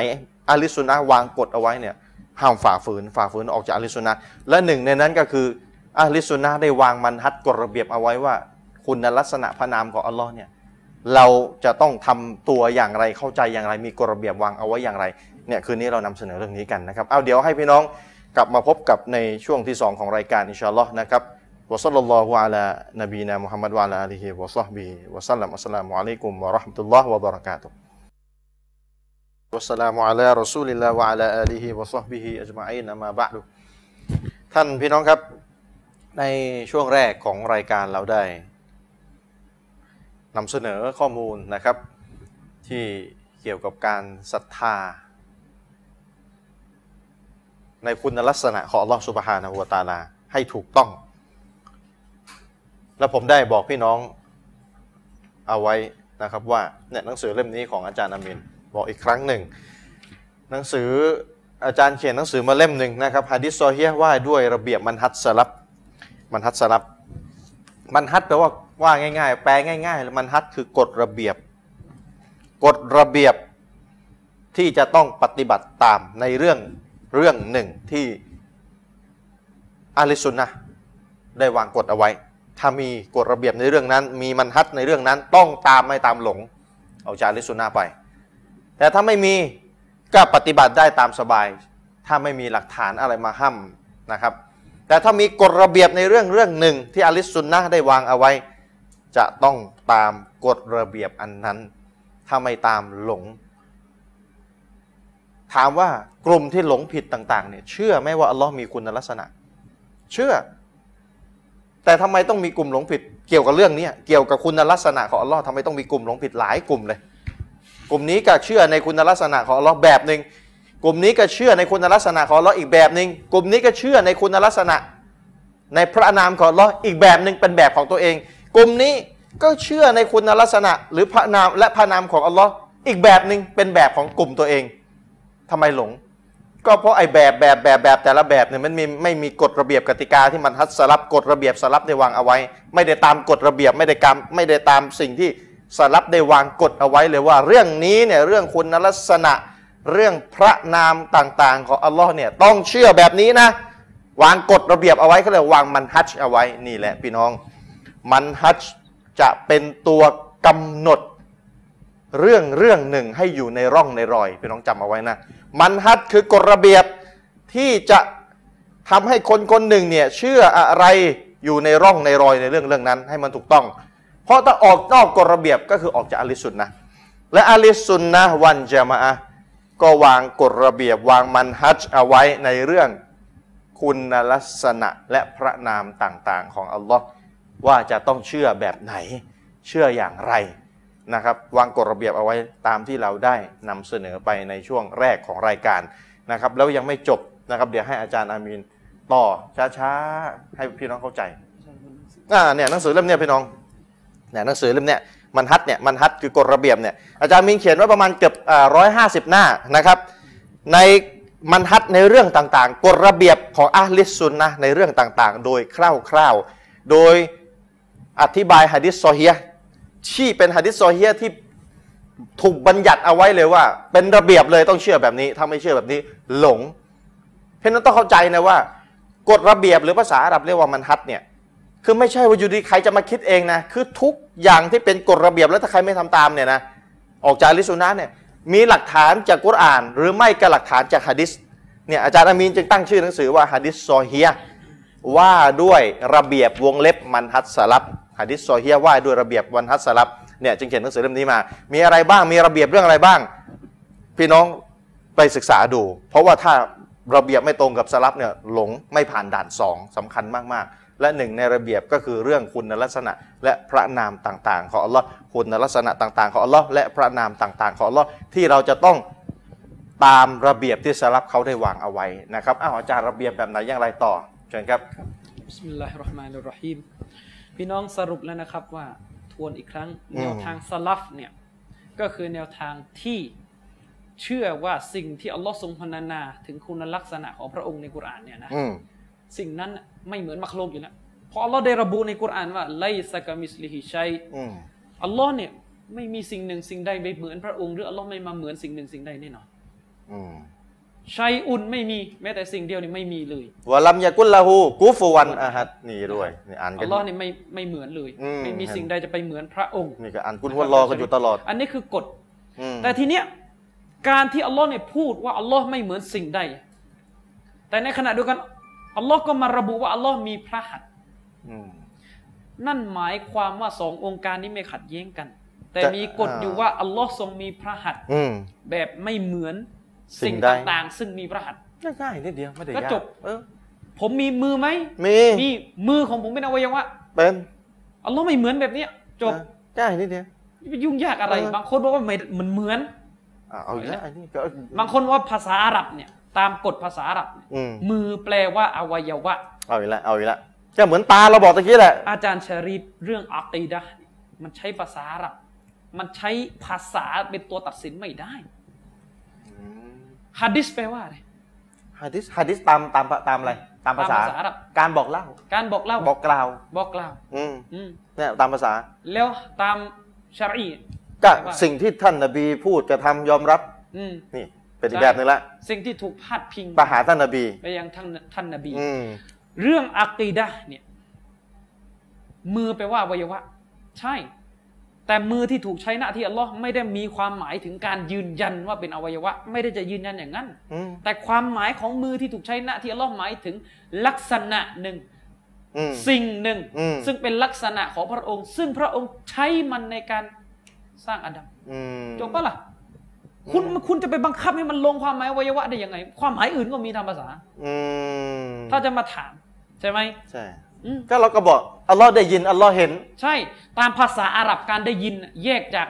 [SPEAKER 1] อาลิสุนนะห์วางกฎเอาไว้เนี่ยห้ามฝ่าฝืนฝ่าฝืนออกจากอาลิสุนนะห์และหนึ่งในนั้นก็คืออาลิสุนนะห์ได้วางมันฮัดกฎระเบียบเอาไว้ว่า คุณลักษณะพระนามของอัลลอฮ์เนี่ยเราจะต้องทำตัวอย่างไรเข้าใจอย่างไร มีกฎระเบียบวางเอาไว้อย่างไรเนี่ยคืนนี้เรานำเสนอเรื่องนี้กันนะครับเอาเดี๋ยวให้พี่น้องกลับมาพบกับในช่วงที่สองของรายการอินชาอัลลอฮ์นะครับ وصلى الله على نبينا محمد وعلى آله وصحبه وسلم السلام عليكم ورحمة الله وبركاته والسلام على رسول الله وعلى آله وصحبه أجمعين أما بعد ท่านพี่น้องครับ ในช่วงแรกของรายการเราได้นำเสนอข้อมูลนะครับ ที่เกี่ยวกับการศรัทธา ในคุณลักษณะของอัลลอฮฺสุบฮานะฮูวะตะอาลาให้ถูกต้อง แล้วผมได้บอกพี่น้องเอาไว้นะครับว่าเนี่ยหนังสือเล่มนี้ของอาจารย์อามินบอกอีกครั้งหนึ่ง หนังสืออาจารย์เขียนหนังสือมาเล่มหนึ่งนะครับฮะดิษซอเฮียว่าด้วยระเบียบมันฮัดสลับมันฮัดสลับมันฮัดแปลว่าว่าง่าย ๆ แปลง่ายๆมันฮัดคือกฎระเบียบกฎระเบียบที่จะต้องปฏิบัติตามในเรื่องเรื่องหนึ่งที่อาลิสุนนะห์ ได้วางกฎเอาไว้ ถ้ามีกฎระเบียบในเรื่องนั้น มีมันฮัดในเรื่องนั้น ต้องตามไม่ตามหลง เอาจาริสุนนาไป แต่ถ้าไม่มีก็ปฏิบัติได้ตามสบาย ถ้าไม่มีหลักฐานอะไรมาห้ำนะครับ แต่ถ้ามีกฎระเบียบในเรื่องเรื่องหนึ่งที่อาลิสซุนนะห์ได้วางเอาไว้ จะต้องตามกฎระเบียบอันนั้น ถ้าไม่ตามหลง ถามว่ากลุ่มที่หลงผิดต่างๆเนี่ยเชื่อไหมว่าอัลลอฮ์มีคุณลักษณะ เชื่อ แต่ทำไมต้องมีกลุ่มหลงผิดเกี่ยวกับเรื่องเนี้ยเกี่ยวกับคุณลักษณะของอัลลอฮ์ทำไมต้องมีกลุ่มหลงผิดหลายกลุ่มเลย กลุ่มนี้ก็เชื่อในคุณลักษณะของอัลลอฮ์แบบหนึ่งกลุ่มนี้ก็เชื่อในคุณลักษณะของอัลลอฮ์อีกแบบหนึ่งกลุ่มนี้ก็เชื่อในคุณลักษณะ ในพระนามของอัลลอฮ์อีกแบบหนึ่งเป็นแบบของตัวเอง กลุ่มนี้ก็เชื่อในคุณลักษณะ หรือพระนามและพระนามของอัลลอฮ์อีกแบบหนึ่งเป็นแบบของกลุ่มตัวเองทำไมหลง ก็เพราะไอ้แบบแบบแบบแบบแต่ละแบบเนี่ยมันมีไม่มีกฎระเบียบกติกาที่มันฮัดสลับกฎระเบียบสลับได้วางเอาไว้ ไม่ได้ตามกฎระเบียบไม่ได้กามไม่ได้ตามสิ่งที่สลับได้วางกฎเอาไว้เลยว่า เรื่องนี้เนี่ยเรื่องคุณลักษณะ เรื่องพระนามต่างๆ ของอัลลอฮ์เนี่ยต้องเชื่อแบบนี้นะ วางกฎระเบียบเอาไว้เขาเรียกวางมันฮัจญ์เอาไว้นี่แหละพี่น้อง มันฮัจญ์จะเป็นตัวกำหนด เรื่องเรื่องหนึ่งให้อยู่ในร่องในรอยพี่น้องจำเอาไว้นะ มันฮัดคือกฎระเบียบที่จะทำให้คนคนหนึ่งเนี่ยเชื่ออะไรอยู่ในร่องในรอยในเรื่องเรื่องนั้นให้มันถูกต้อง เพราะถ้าออกนอกกฎระเบียบก็คือออกจากอะลิสุนนะห์และอะลิสุนนะห์วันจะมาอะห์ก็วางกฎระเบียบวางมันฮัจญ์เอาไว้ในเรื่อง คุณลักษณะและพระนามต่างๆ ของอัลลอฮ์ว่าจะต้องเชื่อแบบไหน เชื่ออย่างไรนะครับ วางกฎระเบียบเอาไว้ตามที่เราได้นำเสนอไปในช่วงแรกของรายการนะครับ แล้วยังไม่จบนะครับ เดี๋ยวให้อาจารย์อามีนต่อช้าๆให้พี่น้องเข้าใจอ่าเนี่ยหนังสือเล่มเนี้ยพี่น้องเนี่ยหนังสือเล่มเนี้ยมันฮัดเนี่ยมันฮัดคือกฎระเบียบเนี่ยอาจารย์มีนเขียนไว้ประมาณเกือบร้อยห้าสิบหน้านะครับ ในมันฮัดในเรื่องต่างๆ กฎระเบียบของอะห์ลิสซุนนะห์ในเรื่องต่างๆ โดยคร่าวๆ โดยอธิบายฮะดิษซอเฮียห์ที่เป็นฮะดิษซอเฮียห์ที่ถูกบัญญัติเอาไว้เลยว่า เป็นระเบียบเลยต้องเชื่อแบบนี้ ถ้าไม่เชื่อแบบนี้หลง เพราะฉะนั้นต้องเข้าใจนะว่ากฎระเบียบหรือภาษาอาหรับเรียกว่ามันฮัดเนี่ยคือไม่ใช่ว่าอยู่ดีใครจะมาคิดเองนะคือทุกอย่างที่เป็นกฎระเบียบแล้วถ้าใครไม่ทำตามเนี่ยนะ ออกจากลิสุนนะเนี่ยมีหลักฐานจากกุรอาน หรือไม่ก็หลักฐานจากฮะดิษเนี่ยอาจารย์อามีนจึงตั้งชื่อหนังสือว่าฮะดิษซอเฮียว่าด้วยระเบียบวงเล็บมันฮัดสลับฮะดิษซอเฮียว่าด้วยระเบียบวันฮัดสลับเนี่ยจึงเขียนหนังสือเล่มนี้มา มีอะไรบ้างมีระเบียบเรื่องอะไรบ้าง พี่น้องไปศึกษาดู เพราะว่าถ้าระเบียบไม่ตรงกับสลับเนี่ยหลงไม่ผ่านด่านสองสำคัญมากๆ และหนึ่งในระเบียบก็คือเรื่องคุณลักษณะ และพระนามต่างๆ ของอัลลอฮ์คุณลักษณะต่างๆ ของอัลลอฮ์และพระนามต่างๆ ของอัลลอฮ์ที่เราจะต้อง ตามระเบียบที่สลับเขาได้วางเอาไว้นะครับอ้าวอาจารย์ระเบียบแบบไหนอย่างไรต่อเชิญครับ
[SPEAKER 2] บิสมิลลาฮิรเราะห์มานิรเราะฮีมพี่น้องสรุปแล้วนะครับว่าทวนอีกครั้ง
[SPEAKER 1] อืม
[SPEAKER 2] แนวทางสลัฟเนี่ยก็คือแนวทางที่เชื่อว่าสิ่งที่อัลลอฮ์ทรงพรรณนาถึงคุณลักษณะของพระองค์ในกุรอานเนี่ยนะ
[SPEAKER 1] อืม
[SPEAKER 2] สิ่งนั้นไม่เหมือนมักโลกอยู่แล้วเพราะอัลลอฮ์ได้ระบุในกุรอานว่าไลซะกะมิสลิฮิชัย
[SPEAKER 1] อืม
[SPEAKER 2] อัลลอฮ์เนี่ยไม่มีสิ่งหนึ่งสิ่งใดไปเหมือนพระองค์หรืออัลลอฮ์ไม่มาเหมือนสิ่งหนึ่งสิ่งใดแน่นอน
[SPEAKER 1] อืม
[SPEAKER 2] ชัยอุนไม่มีแม้แต่สิ่งเดียวนี่ไม่มีเลยว
[SPEAKER 1] ะลัมยากุลลาหูกูฟวันอาฮัดนี่ด้วยนี่อ่านกั
[SPEAKER 2] อั
[SPEAKER 1] น
[SPEAKER 2] ลลอฮ์เนี่ยไม่ไม่เหมือนเลย
[SPEAKER 1] อืม
[SPEAKER 2] ไม่มีสิ่งใดจะไปเหมือนพระองค์
[SPEAKER 1] นี่ก็อ่านกุลวัลลอฮ์กันอยู่ตลอด
[SPEAKER 2] อันนี้คือกฎ
[SPEAKER 1] อืม
[SPEAKER 2] แต่ทีเนี้ยการที่อัลลอฮ์เนี่ยพูดว่าอัลลอฮ์ไม่เหมือนสิ่งใด แต่ในขณะเดียวกันอัลลอฮ์ก็มาระบุว่าอัลลอฮ์มีพระหัตถ์
[SPEAKER 1] อืม
[SPEAKER 2] นั่นหมายความว่าสององค์การนี้ไม่ขัดแย้งกัน แต่
[SPEAKER 1] จะ
[SPEAKER 2] มีกฎ
[SPEAKER 1] อ่า
[SPEAKER 2] อยู่ว่าอัลลอฮ์ทรงมีพระหัตถ์
[SPEAKER 1] อืม
[SPEAKER 2] แบบไม่เหมือน
[SPEAKER 1] สิ่
[SPEAKER 2] สิ่
[SPEAKER 1] ง
[SPEAKER 2] ง
[SPEAKER 1] ใด
[SPEAKER 2] ต่างๆ ซึ่งมีพระหัตถ์
[SPEAKER 1] ง่ายๆนิดเดียวไม่ได้
[SPEAKER 2] ก็
[SPEAKER 1] ยาก
[SPEAKER 2] จบ
[SPEAKER 1] เออ
[SPEAKER 2] ผมมีมือไหม
[SPEAKER 1] มี
[SPEAKER 2] มีมือของผมเป็นอวัยวะ
[SPEAKER 1] เป็น
[SPEAKER 2] อัลลอฮ์ไม่เหมือนแบบเนี้ยจบ
[SPEAKER 1] นะง่ายนิดเดียว
[SPEAKER 2] ไปยุ่งยากอะไร
[SPEAKER 1] เออ
[SPEAKER 2] บางคนบอกว่าไม่เหมือนเหมือน
[SPEAKER 1] อ่ะเอาอีกแล้วอันนี้ก็
[SPEAKER 2] บางคนว่าภาษาอาหรับเนี่ยตามกฎภาษาอาหรับเนี่ย
[SPEAKER 1] อืม
[SPEAKER 2] มือแปลว่าอวัยวะ
[SPEAKER 1] เอาอีกแล้วเอาอีกแล้วก็เหมือนตาเราบอกตะกี้แหละ
[SPEAKER 2] อาจารย์ชะรีฟเรื่องอักีดะห์เนี่ยมันใช้ภาษาอาหรับ มันใช้ภาษาเป็นตัวตัดสินไม่ได้ฮะดิษแปลว่าอะไร
[SPEAKER 1] ฮะดิษฮะดิษตามตามตามอะไร ตามภาษา
[SPEAKER 2] ตามภาษาอาหรับ
[SPEAKER 1] การบอกเล่า
[SPEAKER 2] การบอกเล่า
[SPEAKER 1] บอกกล่าว
[SPEAKER 2] บอกกล่าว
[SPEAKER 1] อืม
[SPEAKER 2] อืม
[SPEAKER 1] เนี่ยตามภาษา
[SPEAKER 2] แล้วตามชะรี
[SPEAKER 1] ก็
[SPEAKER 2] ว่า
[SPEAKER 1] สิ่งที่ท่านนบีพูดกระทำยอมรับ
[SPEAKER 2] อืม
[SPEAKER 1] นี่ เป็นอีกแบบหนึงละ
[SPEAKER 2] สิ่งที่ถูกพาดพิง
[SPEAKER 1] ปะหาท่านนบี
[SPEAKER 2] ไปยังท่านท่านนบี
[SPEAKER 1] อืม
[SPEAKER 2] เรื่องอักีดะห์เนี่ยมือแปลว่าอวัยวะ ใช่ แต่มือที่ถูกใช้หน้าที่อัลลอฮ์ไม่ได้มีความหมายถึงการยืนยันว่าเป็นอวัยวะ ไม่ได้จะยืนยันอย่างนั้น
[SPEAKER 1] อืม
[SPEAKER 2] แต่ความหมายของมือที่ถูกใช้ณที่อัลลอฮ์หมายถึงลักษณะหนึ่ง
[SPEAKER 1] อืม
[SPEAKER 2] สิ่งหนึ่ง
[SPEAKER 1] อืม
[SPEAKER 2] ซึ่งเป็นลักษณะของพระองค์ ซึ่งพระองค์ใช้มันในการสร้างอาดัม
[SPEAKER 1] อืม
[SPEAKER 2] จบปะล่ะคุณคุณจะไปบังคับให้มันลงความหมายอวัยวะได้ยังไง ความหมายอื่นก็มีทางภาษา
[SPEAKER 1] อืม
[SPEAKER 2] ถ้าจะมาถาม ใช่ไหม
[SPEAKER 1] ใช่
[SPEAKER 2] อืม
[SPEAKER 1] ก็เราก็บอกอัลลอฮ์ได้ยินอัลลอฮ์เห็น
[SPEAKER 2] ใช่ตามภาษาอาหรับการได้ยินน่ะแยกจาก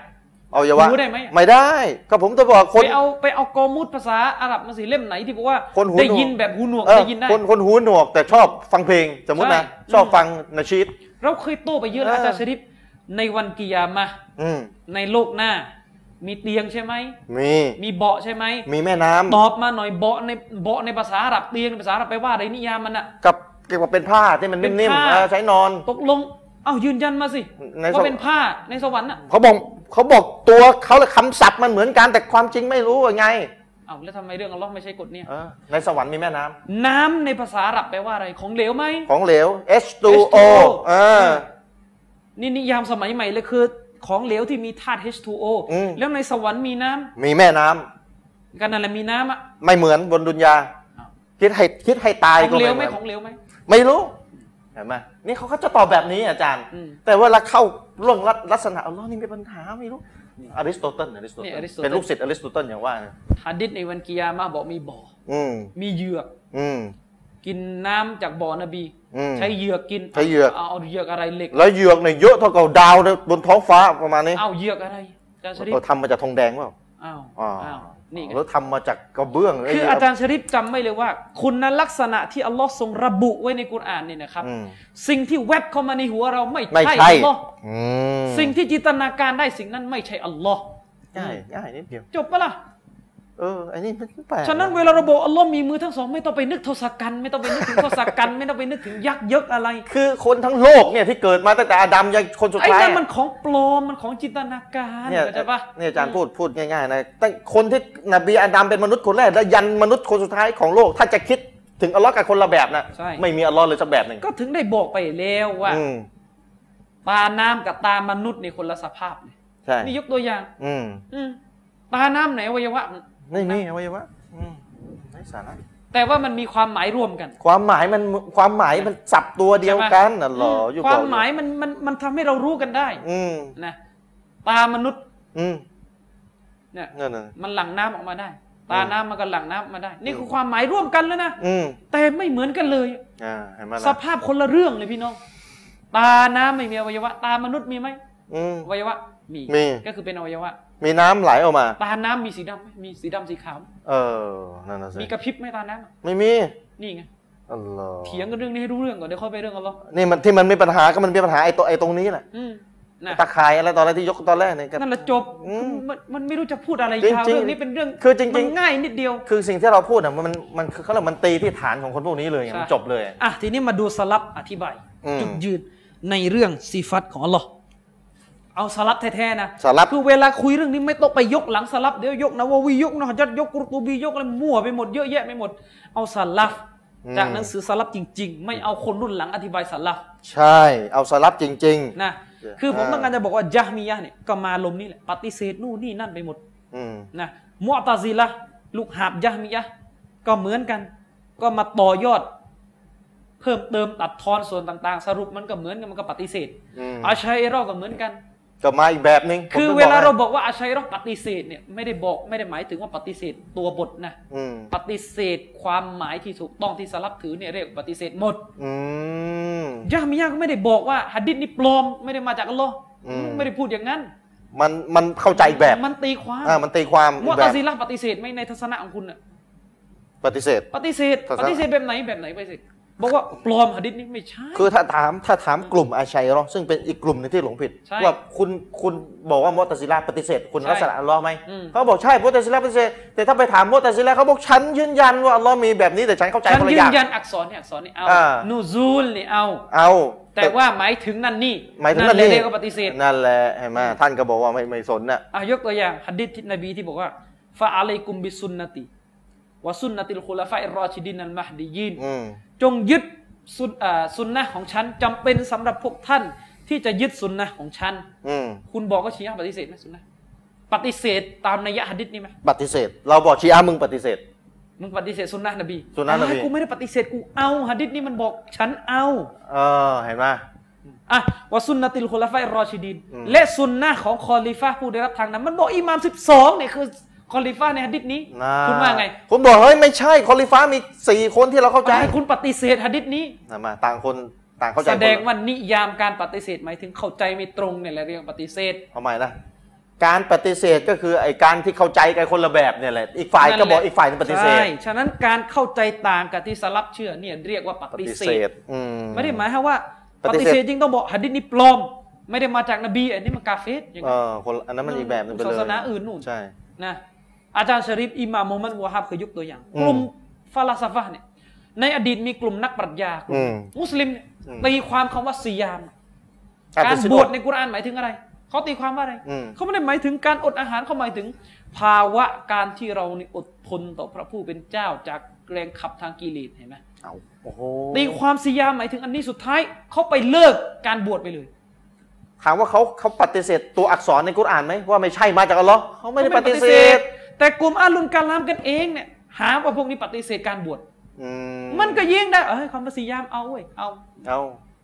[SPEAKER 1] เอาอย่าวะ
[SPEAKER 2] รู้ได้ไหม
[SPEAKER 1] ไม่ได้ ก็ผมจะบอกคน
[SPEAKER 2] ไปเอาไปเอากอมุดภาษาอาหรับมาสิเล่มไหนที่บอกว่า
[SPEAKER 1] คนหู
[SPEAKER 2] ได้
[SPEAKER 1] หนวก
[SPEAKER 2] ยินแบบหูหนวก
[SPEAKER 1] เออ
[SPEAKER 2] ได้ยินได้
[SPEAKER 1] คนคนหูหนวก แต่ชอบฟังเพลงสมมตินะ
[SPEAKER 2] ใช่
[SPEAKER 1] ชอบฟังนาชีด
[SPEAKER 2] เราเคยโต้ไปเยอะแล้วอาจารย์
[SPEAKER 1] เออ
[SPEAKER 2] ชริปในวันกิยามะห์
[SPEAKER 1] อืม
[SPEAKER 2] ในโลกหน้า มีเตียงใช่ไหม
[SPEAKER 1] มี
[SPEAKER 2] มีเบาะใช่ไหม
[SPEAKER 1] มีแม่น้ำ
[SPEAKER 2] ตอบมาหน่อยเบาะในเบาะในภาษาอาหรับเตียงในภาษาอาหรับไปลว่าอะไรนิยามมันอะ
[SPEAKER 1] กับเกี่ยวกับเป็นผ้าที่มัน
[SPEAKER 2] เป็
[SPEAKER 1] นิ่
[SPEAKER 2] น
[SPEAKER 1] มๆ
[SPEAKER 2] ผ้า
[SPEAKER 1] เออใช้นอน
[SPEAKER 2] ตกลง เอายืนยันมาสิ
[SPEAKER 1] ในสวรรค์
[SPEAKER 2] ว่าเป็นผ้าในสวรรค์อะ
[SPEAKER 1] เขาบอกเขาบอกตัวเขาและคำศัพท์มันเหมือนกันแต่ความจริงไม่รู้ว่าไง
[SPEAKER 2] เอาแล้วทำไมเรื่องอัลลอฮ์ไม่ใช่กฎเนี่ย
[SPEAKER 1] เออในสวรรค์มีแม่น้ำ
[SPEAKER 2] น้ำในภาษาอาหรับแปลว่าอะไรของเหลวไหม
[SPEAKER 1] ของเหลว H2O
[SPEAKER 2] H2O
[SPEAKER 1] เออ
[SPEAKER 2] นี่นิยามสมัยใหม่เลยคือ ของเหลวที่มีธาตุ H2O
[SPEAKER 1] อืม
[SPEAKER 2] แล้วในสวรรค์มีน้ำ
[SPEAKER 1] มีแม่น้ำ
[SPEAKER 2] กันนั่นแหละมีน้ำอะ
[SPEAKER 1] ไม่เหมือนบนดุนยา คิดให้คิดให้ตาย
[SPEAKER 2] ข
[SPEAKER 1] ก็
[SPEAKER 2] องเหล
[SPEAKER 1] ไม่เหมือ
[SPEAKER 2] วไหม
[SPEAKER 1] น
[SPEAKER 2] ของเหลวไหม
[SPEAKER 1] ไม่รู้เห็นไหมนี่เขาก็จะตอบแบบนี้อาจารย์
[SPEAKER 2] อืม
[SPEAKER 1] แต่เวลาเข้าเรื่องลักลักษณะอัลลอฮ์นี่มีปัญหาไม่รู้อริสโตเติลอริสโต
[SPEAKER 2] นี่
[SPEAKER 1] เติล
[SPEAKER 2] Aristotle
[SPEAKER 1] เป็นลูกศิษย์อริสโตเติลอย่างว่านะ
[SPEAKER 2] ฮัดดิษในวันกิยามะห์บอกมีบ่อ
[SPEAKER 1] อืม
[SPEAKER 2] มีเหยือก
[SPEAKER 1] อืม
[SPEAKER 2] กินน้ำจากบ่อนบี
[SPEAKER 1] อืม
[SPEAKER 2] ใช้เหยือกกิน
[SPEAKER 1] ใช้เหยือก
[SPEAKER 2] าเอาเหยือกอะไรเหล็ก
[SPEAKER 1] แล้วเหยือกเนี่ยเยอะเท่ากับดาวในบนท้องฟ้าประมาณนี้
[SPEAKER 2] เอาเหยือกอะไรอาจารย์ชริป
[SPEAKER 1] เราทำมาจากทองแดงเปล่า
[SPEAKER 2] อ้าว
[SPEAKER 1] อ๋อ
[SPEAKER 2] อ้าวนี่ไง
[SPEAKER 1] แล้วทำมาจากกระเบื้อง
[SPEAKER 2] คือ
[SPEAKER 1] ไเหี้
[SPEAKER 2] อาจารย์ชริปจำไม่เลยว่า คุณลักษณะที่อัลลอฮ์ทรงระบุไว้ในกุรอานเนี่ยนะครับ
[SPEAKER 1] อืม
[SPEAKER 2] สิ่งที่แวบเข้ามาในหัวเราไม่
[SPEAKER 1] ไม่
[SPEAKER 2] ใช่
[SPEAKER 1] ใช่
[SPEAKER 2] อัลลอฮ์
[SPEAKER 1] อืม
[SPEAKER 2] สิ่งที่จินตนาการได้สิ่งนั้นไม่ใช่อัลลอฮ์
[SPEAKER 1] ง่ายง่ายนิดเดียว
[SPEAKER 2] จบปะล่ะ
[SPEAKER 1] เอออันนี้มันแปลก
[SPEAKER 2] ฉะนั้นเวลาเราบอกอัลลอฮ์มีมือทั้งสอง ไม่ต้องไปนึกทศกัณฐ์ไม่ต้องไปนึกถึงทศกัณฐ์ไม่ต้องไปนึกถึงยักษ์เยกอะไร
[SPEAKER 1] คือคนทั้งโลกเนี่ยที่เกิดมาตั้งแต่อาดัมยันคนสุด
[SPEAKER 2] ไอ้
[SPEAKER 1] ท้าย
[SPEAKER 2] นั่นมันของปลอมมันของจินตนาการ
[SPEAKER 1] เนี่ย
[SPEAKER 2] เข้าใจปะ
[SPEAKER 1] เนี่ยอาจารย์พูดพูดง่ายๆนะตั้งคนที่นบีอาดัมเป็นมนุษย์คนแรกและยันมนุษย์คนสุดท้ายของโลก ถ้าจะคิดถึงอัลลอฮ์กับคนละแบบนะ
[SPEAKER 2] ใช่
[SPEAKER 1] ไม่มีอัลลอฮ์เลยสักแบบหนึ่ง
[SPEAKER 2] ก็ถึงได้บอกไปแล้วว่า
[SPEAKER 1] อืม
[SPEAKER 2] ตาน้ำกับตามนุษย์ในคนละสภาพเลย
[SPEAKER 1] ใช่
[SPEAKER 2] นี่ยกตัวอย่าง
[SPEAKER 1] อืม
[SPEAKER 2] อืมตาน้ำไหนอวัยวะ
[SPEAKER 1] ไม่มีอวัยวะอืมไร้สาระ
[SPEAKER 2] แต่ว่ามันมีความหมายร่วมกัน
[SPEAKER 1] ความหมายมันความหมายมันสับตัวเดียวกันน่ะเหรอ
[SPEAKER 2] ม
[SPEAKER 1] อยู่
[SPEAKER 2] ค
[SPEAKER 1] ก่อ
[SPEAKER 2] วา
[SPEAKER 1] น
[SPEAKER 2] มหมายมันมันมันทำให้เรารู้กันได้
[SPEAKER 1] อืม
[SPEAKER 2] นะตามนุษย์
[SPEAKER 1] อืม
[SPEAKER 2] เนี่ย
[SPEAKER 1] นั่นน่ะ
[SPEAKER 2] มันหลั่งน้ำออกมาได้ ตา
[SPEAKER 1] อืม
[SPEAKER 2] น้ำมันก็หลั่งน้ำมาได้ นี่คือความหมายร่วมกันแล้วนะ
[SPEAKER 1] อืม
[SPEAKER 2] แต่ไม่เหมือนกันเลย
[SPEAKER 1] อ่าเห็นไหม
[SPEAKER 2] ส
[SPEAKER 1] ล่ะ
[SPEAKER 2] ภาพคนละเรื่องเลยพี่น้อง ตาน้ำไม่มีอวัยวะ ตามนุษย์มีไหม
[SPEAKER 1] อืม
[SPEAKER 2] อวัยวะมี
[SPEAKER 1] มี
[SPEAKER 2] ก็คือเป็นอวัยวะ
[SPEAKER 1] มีน้ำไหลออกมา
[SPEAKER 2] ตาน้ำมีสีดำไหมมีสีดำสีขาวไหม
[SPEAKER 1] เออนั่นนะสิ
[SPEAKER 2] มีกระพริบไหมตอนนั้น
[SPEAKER 1] ไม่มี
[SPEAKER 2] นี่ไง
[SPEAKER 1] อัลลอฮ์
[SPEAKER 2] เถียงกันเรื่องนี้ให้รู้เรื่องก่อนเดี๋ยวค่อยไปเรื่องอัลลอฮ์
[SPEAKER 1] นี่มันที่มันมีปัญหาก็มันมีปัญหาไอ้ตัวไอ้ตรงนี้แหละ
[SPEAKER 2] อืมนะ
[SPEAKER 1] ตะข่ายอะไรตอนแรกที่ยกตอนแรกเนี่ยก็
[SPEAKER 2] นั่นแหละจบ
[SPEAKER 1] อืม
[SPEAKER 2] มันมันไม่รู้จะพูดอะไร
[SPEAKER 1] จริง
[SPEAKER 2] ยา
[SPEAKER 1] ๆ
[SPEAKER 2] วเรื่องนี้เป็นเรื่อง
[SPEAKER 1] คือจริงๆ
[SPEAKER 2] มันง่ายนิดเดียว
[SPEAKER 1] คือสิ่งที่เราพูดอ่ะมันมันมันคือเขาเรียกมันตีที่ฐานของคนพวกนี้เลยไง
[SPEAKER 2] ใช่
[SPEAKER 1] มันจบเลย
[SPEAKER 2] อ่ะทีนี้มาดูสลับอธิบาย
[SPEAKER 1] อืม
[SPEAKER 2] จุดยืนในเรื่องซีฟัตของอัลลอฮ์เอาสลับแท้ๆนะ
[SPEAKER 1] สลับ
[SPEAKER 2] คือเวลาคุยเรื่องนี้ไม่ต้องไปยกหลังสลับเดี๋ยวยกนะวาวียกนะจัดยกกุรตูบียกอะไรมั่วไปหมดเยอะแยะไปหมด เอาสลับจากหนังสือสลับจริง ๆ ไม่เอาคนรุ่นหลังอธิบายสลับ
[SPEAKER 1] ใช่ เอาสลับจริง
[SPEAKER 2] นะ
[SPEAKER 1] เออ
[SPEAKER 2] คือผมต้องการจะบอกว่าจาฮ์มียะห์เนี่ยก็มาลมนี่แหละปฏิเสธนู่นนี่นั่นไปหมด
[SPEAKER 1] ๆ อืม
[SPEAKER 2] นะมุอ์ตะซิละห์ลูกหาบยะฮ์มิยะห์ก็เหมือนกัน ก็มาต่อยอด เพิ่มเติมตัดทอนส่วนต่างๆ สรุปมันก็เหมือนกันมันก็ปฏิเสธ
[SPEAKER 1] อืม
[SPEAKER 2] อาชัยเราะห์ก็เหมือนกัน
[SPEAKER 1] ก็มาอีกแบบนึงผม
[SPEAKER 2] คือ
[SPEAKER 1] ถึง
[SPEAKER 2] เวลา
[SPEAKER 1] บกไง
[SPEAKER 2] เราบอกว่าอาชัยเราะห์ปฏิเสธเนี่ยไม่ได้บอกไม่ได้หมายถึงว่าปฏิเสธตัวบทนะ
[SPEAKER 1] อืม
[SPEAKER 2] ปฏิเสธความหมายที่ถูกต้องที่สลับถือเนี่ยเรียกปฏิเสธหมด
[SPEAKER 1] อืม
[SPEAKER 2] ยะฮ์มิยะห์ก็ไม่ได้บอกว่าหัดดิษนี่ปลอมไม่ได้มาจากอัลลอฮ์
[SPEAKER 1] อืม
[SPEAKER 2] ไม่ได้พูดอย่างนั้น
[SPEAKER 1] มันมันเข้าใจอีกแบบ
[SPEAKER 2] มันตีความ
[SPEAKER 1] อ่ามันตีความอี
[SPEAKER 2] มุอก ์
[SPEAKER 1] แบ
[SPEAKER 2] ตะ
[SPEAKER 1] บ
[SPEAKER 2] ซิละห์ปฏิเสธไหมในทัศนะของคุณอะ
[SPEAKER 1] ปฏิเสธ
[SPEAKER 2] ปฏิเสธ
[SPEAKER 1] ศาสนา
[SPEAKER 2] ปฏิเสธแบบไหนแบบไหนไปสิบอกว่าปลอมหะดิษนี่ไม่ใช่
[SPEAKER 1] คือถ้าถามถ้าถามกลุ่มอาชัยเราะห์ซึ่งเป็นอีกกลุ่มหนึงที่หลงผิด
[SPEAKER 2] ใช่
[SPEAKER 1] ว่าคุณคุณบอกว่ามุอ์ตะซิละห์ปฏิเสธ คุณ
[SPEAKER 2] ใช่
[SPEAKER 1] ลักษณะอัลเลอฮ์ไหม
[SPEAKER 2] อืม
[SPEAKER 1] เขาบอกใช่มุอ์ตะซิละห์ปฏิเสธแต่ถ้าไปถามมุอ์ตะซิละห์เขาบอกฉันยืนยันว่าอัลเลอฮ์มีแบบนี้แต่ฉันเข้าใจ
[SPEAKER 2] ฉัน
[SPEAKER 1] คนละ
[SPEAKER 2] ยื
[SPEAKER 1] อน ย่าง
[SPEAKER 2] ยันอักษรเนี่ยอักษรนี่เอา
[SPEAKER 1] อ่า
[SPEAKER 2] นูซูลนี่เอา
[SPEAKER 1] เอา
[SPEAKER 2] แต่ว่าหมายถึงนั่นนี่
[SPEAKER 1] หมายถึงนั่น
[SPEAKER 2] เล
[SPEAKER 1] นี่
[SPEAKER 2] ยเรียกว่าปฏิเสธ
[SPEAKER 1] นั่นแหละเห็นไหมท่านก็บอกว่าไม่ไม่สนน่ะ
[SPEAKER 2] อ่ะยกตัวอย่างหะดิษที่นบีที่บอกว่าฟาอะลัยกุมบิสุนนติวะสุนนติลคุลาฟาอิรรอชิดินอัลมหดียิน
[SPEAKER 1] อืม
[SPEAKER 2] จงยึดสุนอ่าสุนนะของฉันจำเป็นสำหรับพวกท่านที่จะยึดสุนนะของฉัน
[SPEAKER 1] อืม
[SPEAKER 2] คุณบอกว่าชี้ยะห์ปฏิเสธไหมสุนนะปฏิเสธตามนัยยะหะดิษนี่ไหม
[SPEAKER 1] ปฏิเสธ เราบอกชีอะห์มึงปฏิเสธ
[SPEAKER 2] มึงปฏิเสธสุนนะนบี
[SPEAKER 1] สุนนะนบี
[SPEAKER 2] อ้าวกูไม่ได้ปฏิเสธกูเอาหะดิษนี่มันบอกฉันเอา
[SPEAKER 1] เออเห็นไหม
[SPEAKER 2] อ่ะวะสุนนะติลคุลาฟาอิรรอชิดิน
[SPEAKER 1] อืม
[SPEAKER 2] และสุนนะของคอลิฟะห์ผู้ได้รับทางนั้น มันบอกอิหม่าม12เนี่ยคือคอลิฟะห์ในหะดิษนี้
[SPEAKER 1] น่
[SPEAKER 2] คุณว่าไง
[SPEAKER 1] คุณบอกเฮ้ยไม่ใช่คอลิฟ้ามีสี่คนที่เราเข้าใจ
[SPEAKER 2] ทำให้คุณปฏิเสธหะดิษนี้
[SPEAKER 1] นะมาต่างคนต่างเข้าใจ
[SPEAKER 2] แสดง
[SPEAKER 1] คนละ
[SPEAKER 2] ว่านิยามการปฏิเสธหมายถึงเข้าใจไม่ตรงเนี่ยแหละเรียกว่าปฏิเสธ
[SPEAKER 1] เอาใหม่นะการปฏิเสธก็คือไอ้การที่เข้าใจกันคนละแบบเนี่ยแหละอีกฝ่าย
[SPEAKER 2] นั่นแห
[SPEAKER 1] ก็
[SPEAKER 2] ละ
[SPEAKER 1] บอกอีกฝ่ายหนึงปฏิเสธ
[SPEAKER 2] ใช่ ฉะนั้นการเข้าใจต่างกับที่สลับเชื่อเนี่ยเรียกว่าป
[SPEAKER 1] ป
[SPEAKER 2] ฏิ
[SPEAKER 1] ฏิ
[SPEAKER 2] เส
[SPEAKER 1] เส
[SPEAKER 2] ธ
[SPEAKER 1] ธอืม
[SPEAKER 2] ไม่ได้หมายความว่า
[SPEAKER 1] ป
[SPEAKER 2] ป
[SPEAKER 1] ฏิ
[SPEAKER 2] ฏิ
[SPEAKER 1] เสธ
[SPEAKER 2] เสธจริงต้องบอกหะดิษนี้ปลอม ไม่ได้มาจากนบีอันนี้มันกาเฟสอย่างนั้น
[SPEAKER 1] เออคนอันนั้นมันอีกแบบหนึงไปเลย
[SPEAKER 2] ศาสนาอื่นนู่น
[SPEAKER 1] ใช่
[SPEAKER 2] นะอาจารย์ชริฟอิหม่ามมูฮัมหมัดวะฮับเคยยกตัวอย่าง
[SPEAKER 1] อืม
[SPEAKER 2] กลุ่มฟาลาสฟะห์เนี่ยในอดีตมีกลุ่มนักปรัชญากลุ่ม
[SPEAKER 1] อืม
[SPEAKER 2] มุสลิมเนี่ย
[SPEAKER 1] อืม
[SPEAKER 2] ตีความคำว่าสิยาม
[SPEAKER 1] อ่ะ
[SPEAKER 2] การ
[SPEAKER 1] แต่สิ
[SPEAKER 2] บว
[SPEAKER 1] อ
[SPEAKER 2] ช
[SPEAKER 1] ด
[SPEAKER 2] ในกุรอานหมายถึงอะไร เขาตีความว่าอะไร
[SPEAKER 1] อืม
[SPEAKER 2] เขาไม่ได้หมายถึงการอดอาหารเขาหมายถึง ภาวะการที่เรานี่อดทนต่อพระผู้เป็นเจ้าจากแรงขับทางกิเลสเห็นไหม
[SPEAKER 1] เอาโอ้โห
[SPEAKER 2] ตีความสิยามหมายถึงอันนี้สุดท้ายเขาไปเลิกการบวชไปเลย
[SPEAKER 1] ถามว่าเขาเขาปฏิเสธตัวอักษรในกุรอานไหมว่าไม่ใช่มาจากอัลลอฮ์เขาไม่ได้ปฏิเสธ
[SPEAKER 2] แต่กลุ่มอาลุนการลามกันเองเนี่ยหาว่าพวกนี้ปฏิเสธการบวช
[SPEAKER 1] อื
[SPEAKER 2] มันก็ยิงได้เอ้ยความภาษียามเอาเว้ย เอา
[SPEAKER 1] เอา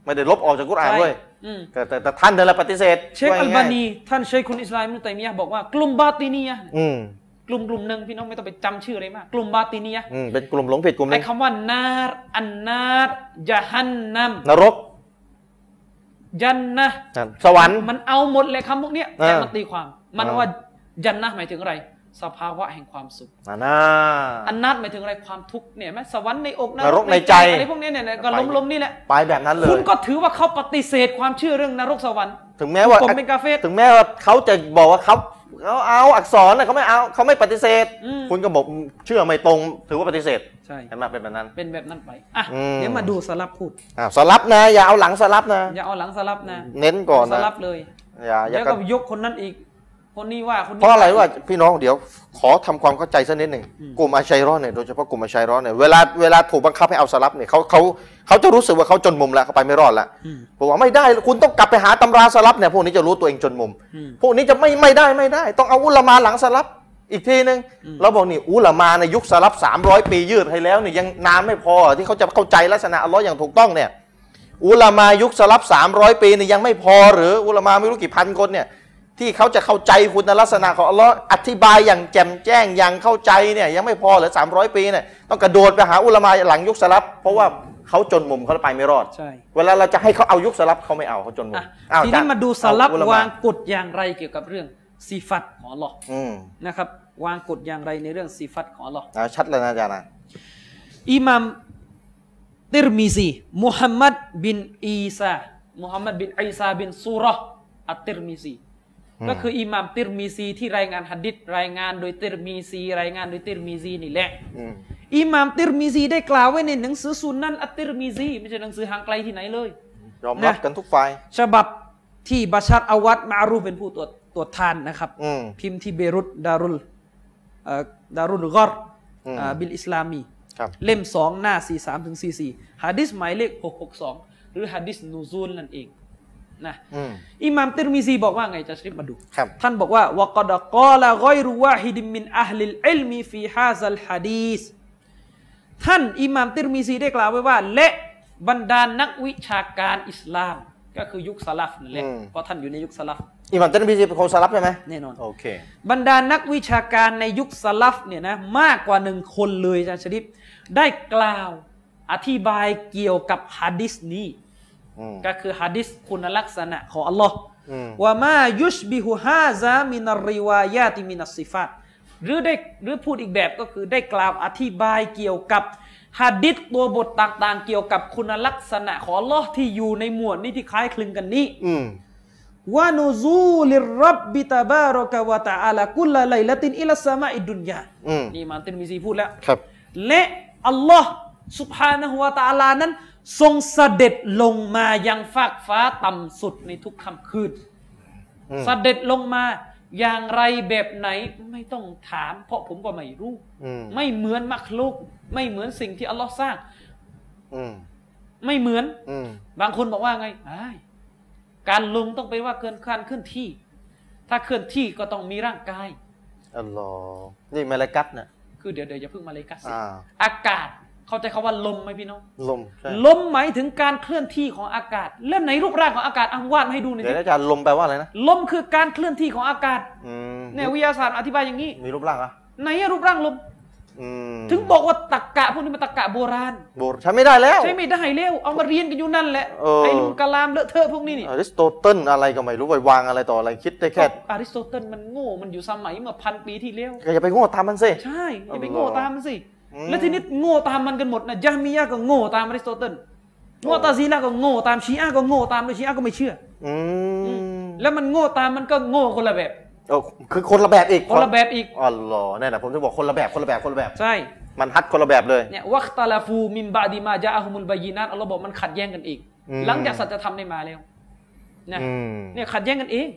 [SPEAKER 1] ไม่ได้ลบออกจากกุรอาน
[SPEAKER 2] ใช่
[SPEAKER 1] เว้ย
[SPEAKER 2] อืม
[SPEAKER 1] แต่แต่แต่ท่านนั่นแหละปฏิเสธ
[SPEAKER 2] เชค
[SPEAKER 1] ว่
[SPEAKER 2] อัล
[SPEAKER 1] ง่ยๆ
[SPEAKER 2] บานี ท่านเชคคุณอิสลามอิบนุตัยมียะห์บอกว่ากลุ่มบาตินียะห์เนี่ย
[SPEAKER 1] อืม
[SPEAKER 2] กลุ่มกลุ่มหนึ่งพี่น้องไม่ต้องไปจำชื่ออะไรมาก กลุ่มบาตินียะห์
[SPEAKER 1] อืมเป็นกลุ่มหลงผิดกลุ่มหนึ
[SPEAKER 2] ไอ้
[SPEAKER 1] ง
[SPEAKER 2] คำว่านาร์อันนาร์ยะฮันนัม
[SPEAKER 1] นรก
[SPEAKER 2] ยันนะ
[SPEAKER 1] นั่นสวรรค์
[SPEAKER 2] มันเอาหมดเลยคำพวกเนี้ย
[SPEAKER 1] เออ
[SPEAKER 2] แต่มันตีความ มัน
[SPEAKER 1] เออ
[SPEAKER 2] ว่ายันนะหมายถึงอะไร สภาวะแห่งความสุข
[SPEAKER 1] อ่าน่า
[SPEAKER 2] อันนาร์หมายถึงอะไรความทุกข์เนี่ยเห็นไหมสวรรค์ในอก
[SPEAKER 1] นรกในใจ
[SPEAKER 2] อะไรพวกเนี้ยเนี่ยเนี่ยก็ล้มๆนี่แหละ
[SPEAKER 1] ไปแบบนั้นเลย
[SPEAKER 2] คุณก็ถือว่าเขาปฏิเสธความเชื่อเรื่องนรกสวรรค์
[SPEAKER 1] ถึงแม้ว่า
[SPEAKER 2] ผมเป็นกาเฟร
[SPEAKER 1] ถึงแม้ว่าเขาจะบอกว่าเขาเขาเอาอักษรนะเขาไม่เอาเขาไม่ปฏิเสธ
[SPEAKER 2] อืม
[SPEAKER 1] คุณก็บอกเชื่อไม่ตรง ถือว่าปฏิเสธ
[SPEAKER 2] ใช่
[SPEAKER 1] เห็นไหมเป็นแบบนั้น
[SPEAKER 2] เป็นแบบนั้นไป อ่ะ
[SPEAKER 1] อืม
[SPEAKER 2] เดี๋ยวมาดูสลับพูด
[SPEAKER 1] อ่าสลับนะ อย่าเอาหลังสลับนะ
[SPEAKER 2] อย่าเอาหลังสลับนะ
[SPEAKER 1] เน้นก่อน
[SPEAKER 2] ส
[SPEAKER 1] นะ
[SPEAKER 2] ลับเลย
[SPEAKER 1] อย่าอย่า
[SPEAKER 2] เดี๋ยว
[SPEAKER 1] กระ
[SPEAKER 2] ก็ยกคนนั้นอีก คนนี้ว่า คนนี้
[SPEAKER 1] เพราะอะไรว่าพี่น้องเดี๋ยวขอทำความเข้าใจสักนิดหนึ่งกลุ่มอาชัยร้อนเนี่ยโดยเฉพาะกลุ่มอาชัยร้อนเนี่ยเวลาเวลาถูกบังคับให้เอาสลับเนี่ยเขาเขาเขาจะรู้สึกว่าเขาจนมุมแล้วเขาไปไม่รอดแล้ว
[SPEAKER 2] อืม
[SPEAKER 1] บอกว่าไม่ได้คุณต้องกลับไปหาตำราสลับเนี่ยพวกนี้จะรู้ตัวเองจนมุม
[SPEAKER 2] อืม
[SPEAKER 1] พวกนี้จะไม่ไม่ได้ไม่ได้ ต้องเอาอุลามาหลังสลับอีกทีหนึ่งเราบอกนี่อุลามาในยุคสลับ 300 ปียืดให้แล้วเนี่ยยังนานไม่พอที่เขาจะเข้าใจลักษณะอัลเลอฮ์อย่างถูกต้องเนี่ยอุลามายุคสลับ 300 ปีเนี่ยยังไม่พอ หรืออุลามาไม่รู้กี่พันคนเนี่ยที่เขาจะเข้าใจคุณลักษณะของอัลเลอฮ์อธิบายอย่างแจ่มแจ้งอย่างเข้าใจเนี่ยยังไม่พอเหรือ300 ปีเนี่ยต้องกระโดดไปหาอุลามาหลังยุคสลับ เพราะว่าเขาจนมุมเขาไปไม่รอด
[SPEAKER 2] ใช่
[SPEAKER 1] เวลาเราจะให้เขาเอายุคสลับเขาไม่เอาเขาจนมุ
[SPEAKER 2] อ่ะ
[SPEAKER 1] มอ้ว
[SPEAKER 2] ทีนี้
[SPEAKER 1] จ้ะ
[SPEAKER 2] มาดูสลับ
[SPEAKER 1] เออุลมะ
[SPEAKER 2] วางกฎอย่างไรเกี่ยวกับเรื่องซีฟัตของอัลลอฮ์
[SPEAKER 1] อืม
[SPEAKER 2] นะครับ วางกฎอย่างไรในเรื่องซีฟัตของอัลลอฮ์
[SPEAKER 1] นะชัดแล้วนะอาจารย์นะ
[SPEAKER 2] อิหมัมติรมิซีมุฮัมมัดบินอีซามุฮัมมัดบินอีซาบินซูเราะห์อัตติรมิซี ก็คืออิหมัมติรมิซีที่รายงานหัดดิษรายงานโดยติรมิซี รายงานโดยติรมิซีนี่แหละ
[SPEAKER 1] ม
[SPEAKER 2] อิหมัมติรมิซีได้กล่าวไว้ในหนังสือซุนนันอัตติรมิซีไม่ใช่หนังสือห่างไกลที่ไหนเลย
[SPEAKER 1] ยอมรับ
[SPEAKER 2] นะ
[SPEAKER 1] กันทุกฝ่าย
[SPEAKER 2] ฉบับที่บาชัดอาวัตมาอารูฟเป็นผู้ตรวจตรวจทานนะครับ
[SPEAKER 1] อืม
[SPEAKER 2] พิมพ์ที่เบรุตดารุลเอ่อดารุลกอร
[SPEAKER 1] อืม
[SPEAKER 2] อ่าบิลอิสลามี
[SPEAKER 1] ครับ
[SPEAKER 2] เล่มสองหน้า 43ถึง44หะดิษหมายเลข 662 หรือหะดิษนูซูลนั่นเองนะ
[SPEAKER 1] อืม
[SPEAKER 2] อิหมัมติรมิซีบอกว่าไงจะชริปมาดู
[SPEAKER 1] ครับ
[SPEAKER 2] ท่านบอกว่าวกดกอลาไกรุวาฮิดมินอัลลิลอิลมีฟีฮาซัลฮะดีสท่านอิหม่ามติรมิซีได้กล่าวไว้ว่า และบรรดานักวิชาการอิสลาม ก็คือยุคสลัฟนั่นแหละ
[SPEAKER 1] อืม
[SPEAKER 2] เพราะท่านอยู่ในยุคสลัฟ
[SPEAKER 1] อิหมัมเตันบีซีเป็นคนสลับใช่ไหม
[SPEAKER 2] แน่นอน
[SPEAKER 1] โอเค
[SPEAKER 2] บรรดานักวิชาการในยุคสลัฟเนี่ยนะมากกว่าหนึ่งคนเลยอาจารย์ชริปได้กล่าวอธิบายเกี่ยวกับฮะดิษนี้
[SPEAKER 1] อืม
[SPEAKER 2] ก็คือฮะดิษคุณลักษณะของอัลลอฮ์
[SPEAKER 1] อืม
[SPEAKER 2] ว่ามายุชบิฮุฮาซามินาริวายาติมินัสซิฟาตหรือได้หรือพูดอีกแบบก็คือได้กล่าวอธิบายเกี่ยวกับฮะดิษตัวบทต่างๆ เกี่ยวกับคุณลักษณะของอัลลอฮ์ที่อยู่ในหมวดนี้ที่คล้ายคลึงกันนี้
[SPEAKER 1] อืม
[SPEAKER 2] วานูซูลิรรับบิตาบารอกะวะตะอาลากุลลาไลละตินอิลัสสามาอิดดุนยา
[SPEAKER 1] อืม
[SPEAKER 2] นี่อิหมันตินมิซีพูดแล้ว
[SPEAKER 1] ครับ
[SPEAKER 2] และอัลลอฮ์สุภานะฮุวาตะอาลานั้น ทรงเสด็จลงมายังฟากฟ้าต่ำสุดในทุกค่ำคืน
[SPEAKER 1] อืม
[SPEAKER 2] เสด็จลงมาอย่างไรแบบไหนไม่ต้องถาม เพราะผมก็ไม่รู้
[SPEAKER 1] อืม
[SPEAKER 2] ไม่เหมือนมักลุก ไม่เหมือนสิ่งที่อัลลอฮ์สร้าง
[SPEAKER 1] อืม
[SPEAKER 2] ไม่เหมือน
[SPEAKER 1] อืม
[SPEAKER 2] บางคนบอกว่าไงอ้ายการลงต้องไปนว่าเกินการเคลื่อนที่ ถ้าเคลื่อนที่ก็ต้องมีร่างกาย
[SPEAKER 1] อัลลอฮ์นี่มาลากัตเนี่ย
[SPEAKER 2] คือเดี๋ยวเดี๋ยวอย่าเพิ่งมาเลยกัสสิ
[SPEAKER 1] อ่า
[SPEAKER 2] อากาศ เข้าใจคำว่าลมไหมพี่น้อง
[SPEAKER 1] ลมใช่
[SPEAKER 2] ลมหมายถึงการเคลื่อนที่ของอากาศ แล้วไหนรูปร่างของอากาศอังวาดมาให้ดูหน่อย
[SPEAKER 1] เดี๋ยว
[SPEAKER 2] สิ
[SPEAKER 1] นะอาจารย์ลมแปลว่าอะไรนะ
[SPEAKER 2] ลมคือการเคลื่อนที่ของอากาศ
[SPEAKER 1] อืม
[SPEAKER 2] เนี่ยวิทยาศาสตร์อธิบายอย่างนี้
[SPEAKER 1] มีรูปร่างเหรอ่ะ
[SPEAKER 2] ไหนอะรูปร่างลม
[SPEAKER 1] อืม
[SPEAKER 2] ถึงบอกว่าตรกกะพวกนี้มันตรกกะโบราณ
[SPEAKER 1] โบราณใช้ไม่ได้แล้ว
[SPEAKER 2] ใช่ไม่ได้เร็วเอามาเรียนกันอยู่นั่นแหละ
[SPEAKER 1] เออ
[SPEAKER 2] ไอ้ลุงกะลามเลอะเทอะพวกนี้นี่
[SPEAKER 1] อริสโตเติลอะไรก็ไม่รู้ไปวางอะไรต่ออะไรคิดได้แค่
[SPEAKER 2] อาริสโตเติลมันโง่มันอยู่สมัยเมื่อพันปีที่แล้ว
[SPEAKER 1] ก็อย่าไปโง่ตามมันสิ
[SPEAKER 2] ใช่อย่าไป
[SPEAKER 1] อัลลอฮ์
[SPEAKER 2] โง่ตามมันสิ
[SPEAKER 1] อืม
[SPEAKER 2] แล้วทีนี้โง่ตามมันกันหมดนะยะมียะห์ก็โง่ตามอาริสโตเติลมุอ์ตะซีละห์ก็โง่ตามชีอะห์ก็โง่ตามด้วยชีอะห์ก็ไม่เชื่อ
[SPEAKER 1] อืม
[SPEAKER 2] แล้วมันโง่ตามมันก็โง่คนละแบบ
[SPEAKER 1] เออคือคนละแบบอีก
[SPEAKER 2] คนละแบบอีก
[SPEAKER 1] อ๋อเหรอนั่นแหละผมจะบอกคนละแบบคนละแบบคนละแบบ
[SPEAKER 2] ใช่
[SPEAKER 1] มันฮัดคนละแบบเลย
[SPEAKER 2] เนี่ยวัคตาลาฟูมิมบาดีมาจาอะฮุมุลบายีนัตอัลลอฮ์บอกมันขัดแย้งกันเอง
[SPEAKER 1] อืม
[SPEAKER 2] หลังจากสัจธรรมได้มาแล้วนะ
[SPEAKER 1] อืม
[SPEAKER 2] เนี่ยขัดแย้งกันเอง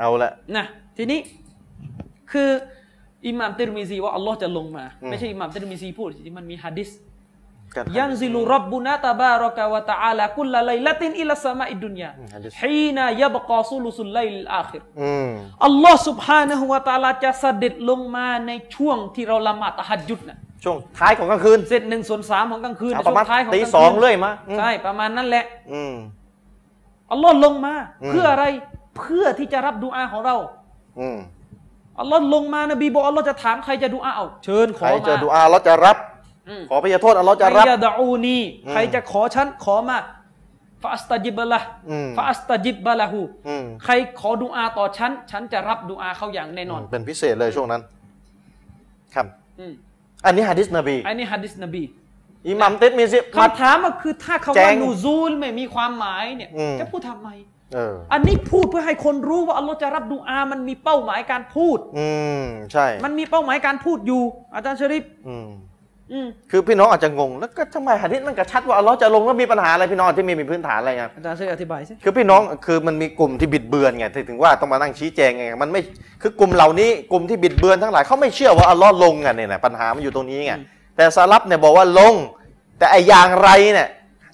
[SPEAKER 1] เอาละ
[SPEAKER 2] นะทีนี้คืออิหม่ามติรมิซีว่าอัลลอฮ์จะลงมา
[SPEAKER 1] อืม
[SPEAKER 2] ไม่ใช่อิหม่ามติรมิซีพูดจริงๆมันมีฮะดิษ
[SPEAKER 1] กัน
[SPEAKER 2] ยันซิลูรับบุนาตาบารอกาวะตะอาลากุลละไลละตินอิลสสามาอิดดุนยา
[SPEAKER 1] อืมฮะดิษ
[SPEAKER 2] ฮีนายะบกอซูลุสุลไลลอาคิร
[SPEAKER 1] อืม
[SPEAKER 2] อัลลอฮ์ سبحانه และ تعالى จะเสด็จลงมาในช่วงที่เราละหมาดตะฮัดยุดนะ
[SPEAKER 1] ช่วงท้ายของกลางคืน
[SPEAKER 2] เสร็จหนึ่งส่วนสามของกลางคืน
[SPEAKER 1] เอา
[SPEAKER 2] ใน
[SPEAKER 1] ป
[SPEAKER 2] ช่
[SPEAKER 1] ระ
[SPEAKER 2] ว
[SPEAKER 1] มาณ
[SPEAKER 2] งท้ายของก
[SPEAKER 1] ตี
[SPEAKER 2] ลาง
[SPEAKER 1] ส
[SPEAKER 2] คื
[SPEAKER 1] อง
[SPEAKER 2] น
[SPEAKER 1] เรื่อยมา
[SPEAKER 2] ใช่ประมาณนั้นแหละ
[SPEAKER 1] อืม
[SPEAKER 2] อัลลอฮ์ลงมา
[SPEAKER 1] อืม
[SPEAKER 2] เพื่ออะไรเพื่อที่จะรับดูอาของเรา
[SPEAKER 1] อืม
[SPEAKER 2] อัลลอฮ์ลงมานบีบอกอัลลอฮ์จะถามใครจะดูอาเอาเชิญข
[SPEAKER 1] ใค
[SPEAKER 2] อ
[SPEAKER 1] ร
[SPEAKER 2] มา
[SPEAKER 1] จะดูอาเราจะรับ
[SPEAKER 2] อืม
[SPEAKER 1] ขอพระยาโทษอัลเลอฮ์
[SPEAKER 2] ใค
[SPEAKER 1] จะ
[SPEAKER 2] ร
[SPEAKER 1] รับ
[SPEAKER 2] จะดะอูนี
[SPEAKER 1] อืม
[SPEAKER 2] ใครจะขอฉันขอมาฟาอัสตาจิบละ
[SPEAKER 1] อืม
[SPEAKER 2] ฟาอัสตาจิบละหู
[SPEAKER 1] อืม
[SPEAKER 2] ใครขอดูอาต่อฉันฉันจะรับดูอาเขาอย่างแน่นอน
[SPEAKER 1] เป็นพิเศษเลยช่วงนั้น ครับ
[SPEAKER 2] อืม
[SPEAKER 1] อันนี้ฮะดิษนบี
[SPEAKER 2] อันนี้ฮะดิษนบี
[SPEAKER 1] อิหมัมเต็ดมีสิมัด
[SPEAKER 2] คำถามก็คือถ้าคำ
[SPEAKER 1] แจ้
[SPEAKER 2] ว่าง นูซูลไม่มีความหมายเนี่ย
[SPEAKER 1] อืม
[SPEAKER 2] จะพูดทำไม
[SPEAKER 1] เออ
[SPEAKER 2] อันนี้พูดเพื่อให้คนรู้ว่าอัลลอฮ์จะรับดูอา มันมีเป้าหมายการพูด
[SPEAKER 1] อืม ใช่
[SPEAKER 2] มันมีเป้าหมายการพูดอยู่ อาจารย์ชริป
[SPEAKER 1] อืม
[SPEAKER 2] อืม
[SPEAKER 1] คือพี่น้องอาจจะงง แล้วก็ทำไมหะดิษมันกระชัดว่าอัลเลอฮ์จะลงแล้วมีปัญหาอะไรพี่น้องที่มีมีพื้นฐานอะไรไง
[SPEAKER 2] อาจารย์ชริปอธิบายสิ
[SPEAKER 1] คือพี่น้องคือมันมีกลุ่มที่บิดเบือนไงที่ถึงว่าต้องมานั่งชี้แจงไงมันไม่คือกลุ่มเหล่านี้กลุ่มที่บิดเบือนทั้งหลายเขาไม่เชื่อว่าอัลเลอฮ์ลงไงเนี่ยนะปัญหามันอยู่ตรงนี้ไงแต่ซาลับเนี่ยบอกว่าลง แต่ไอ้อย่างไรเนี่ย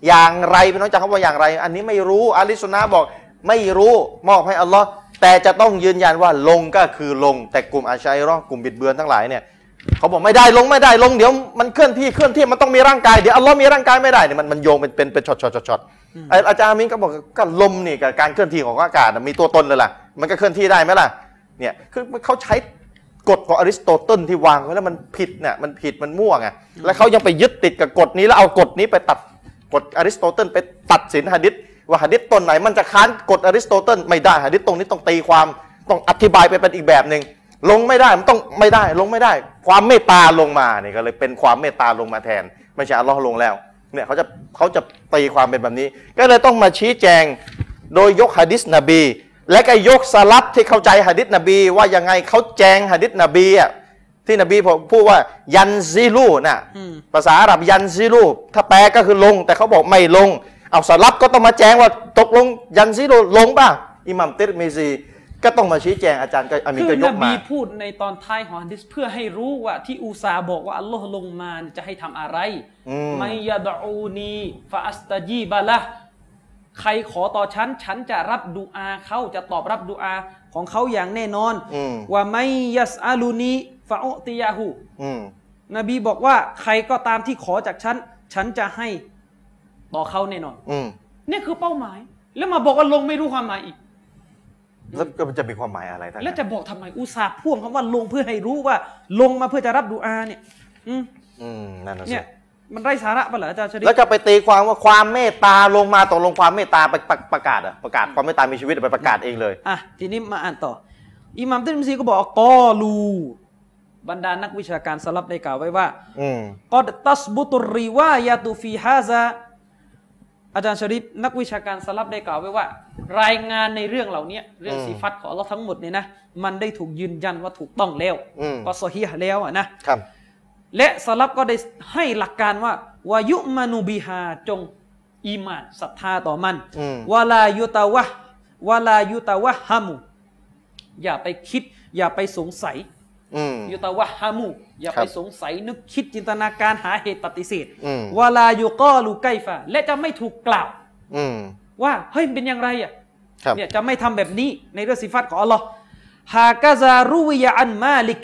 [SPEAKER 1] อย่างไรพี่น้องจะคำว่าอย่างไร อันนี้ไม่รู้อาลิสุนนะห์บอกไม่รู้มอบให้อัลเลอฮ์แต่จะต้องยืนยันว่าลงก็คือลง แต่กลุ่มอาชัยเรอกลุ่มบิดเบือนทั้งหลายเนี่ย เขาบอกไม่ได้ลงไม่ได้ลงเดี๋ยวมันเคลื่อนที่เคลื่อนที่มันต้องมีร่างกายเดี๋ยวอัลลอฮ์มีร่างกายไม่ได้เนี่ยมันมันโยงเป็นเป็นเป็นช็อตช็อตช็อตช็อตไอ้อาจารย์อามินก็บอกก็ลมนี่กับการเคลื่อนที่ของอากาศน่ะมีตัวตนเลยล่ะมันก็เคลื่อนที่ได้ไหมล่ะเนี่ยคือเขาใช้กฎของอริสโตเติลที่วางไว้แล้วมันผิดเนี่ยมันผิดมันมั่วไงแล้วเขายังไปยึดติดกับกฎนี้แล้วเอากฎนี้ไปตัดกฎอริสโตเติลไปตัดสินหะดิษว่าหะดิษตนไหนมันจะค้านกฎอริสโตเติลไม่ได้หะดิษตรงนี้ต้องตีความต้องอธิบายไปเป็นอีกแบบหนึ่ง ลงไม่ได้มันต้องไม่ได้ ลงไม่ได้ ความเมตตาลงมาเนี่ยก็เลยเป็นความเมตตาลงมาแทน ไม่ใช่อัลลอฮ์ลงแล้ว เนี่ยเขาจะเขาจะตีความเป็นแบบนี้ ก็เลยต้องมาชี้แจงโดยยกฮะดิษนบี และก็ยกสลับที่เข้าใจฮะดิษนบี ว่ายังไงเขาแจงฮะดิษนบีอ่ะที่นบีพูดว่ายันซิลูน่ะ
[SPEAKER 2] อืม
[SPEAKER 1] ภาษาอาหรับยันซิลูถ้าแปลก็คือลง แต่เขาบอกไม่ลง เอาสลับก็ต้องมาแจ้งว่าตกลงยันซิลูลงป่ะอิหมัมติรมิซีก็ต้องมาชี้แจงอาจารย์ก็อามี
[SPEAKER 2] คื
[SPEAKER 1] ก็
[SPEAKER 2] อย น
[SPEAKER 1] ก
[SPEAKER 2] บี
[SPEAKER 1] มา
[SPEAKER 2] พูดในตอนท้ายของฮะดิษเพื่อให้รู้ว่าที่อูซาบอกว่า อัลลอฮ์ลงมาเนี่ยจะให้ทำอะไร
[SPEAKER 1] อืม
[SPEAKER 2] ไม่ยาดะอูนีฟาอัสตาจีบะละใครขอต่อฉัน ฉันจะรับดูอาเขาจะตอบรับดูอาของเขาอย่างแน่นอน
[SPEAKER 1] อืม
[SPEAKER 2] ว่าไม่ยัสอาลูนีฟาอุติยาหู
[SPEAKER 1] อืม
[SPEAKER 2] นบีบอกว่าใครก็ตามที่ขอจากฉัน ฉันจะให้ต่อเขาแน่นอน
[SPEAKER 1] อืม
[SPEAKER 2] นี่คือเป้าหมาย แล้วมาบอกว่าลงไม่รู้ความหมายอีก
[SPEAKER 1] แล้วก็มันจะมีความหมายอะไรท่าน
[SPEAKER 2] แล้วจะบอกทำไมอุตส่าห์พ่วงคำว่าลงเพื่อให้รู้ว่า ลงมาเพื่อจะรับดูอาเนี่ยอืม
[SPEAKER 1] อืมนั่นน่ะสิ
[SPEAKER 2] เนี่ย มันไร้สาระปะเหรออาจารย์ชริฟ
[SPEAKER 1] แล้วจะไปตีความว่าความเมตตาลงมาตกลงความเมตตาไปประประกาศเหรอะประกาศความเมตตามีชีวิตไปประกาศเองเลย
[SPEAKER 2] อ่ะทีนี้มาอ่านต่อ อิหมัมติมซีก็บอกกอลู บรรดานักวิชาการสลับได้กล่าวไว้ว่า
[SPEAKER 1] อืม
[SPEAKER 2] กอดตัสบุตุรริวายาตุฟีฮาซาอาจารย์ชริปนักวิชาการสลับได้กล่าวไว้ว่า รายงานในเรื่องเหล่านี้เรื่องสีฟัตของเราทั้งหมดเนี่ยนะ มันได้ถูกยืนยันว่าถูกต้องแล้ว
[SPEAKER 1] อืม
[SPEAKER 2] ก็ซอฮีฮ์แล้วอะนะ
[SPEAKER 1] ครับ
[SPEAKER 2] และสลับก็ได้ให้หลักการว่าวายุมานุบิฮาจงอีหมานศรัทธาต่อมัน
[SPEAKER 1] อืม
[SPEAKER 2] วาลายุตาวะวาลายุตาวะฮามุอย่าไปคิด อย่าไปสงสัย
[SPEAKER 1] อืม
[SPEAKER 2] ยุตาวะฮามูอย่า
[SPEAKER 1] ครั
[SPEAKER 2] ไป
[SPEAKER 1] บ
[SPEAKER 2] สงสัยนึกคิดจินตนาการหาเหตุปฏิเสธ
[SPEAKER 1] อืม
[SPEAKER 2] วาลายุกอลูไกฟะและจะไม่ถูกกล่าว
[SPEAKER 1] อืม
[SPEAKER 2] ว่าเฮ้ยมันเป็นอย่างไรอ่ะ
[SPEAKER 1] ครับ
[SPEAKER 2] เนี่ยจะไม่ทำแบบนี้ในเรื่องสิฟัตของอัลลอฮ์หากาซารุวิยาอันมาลิก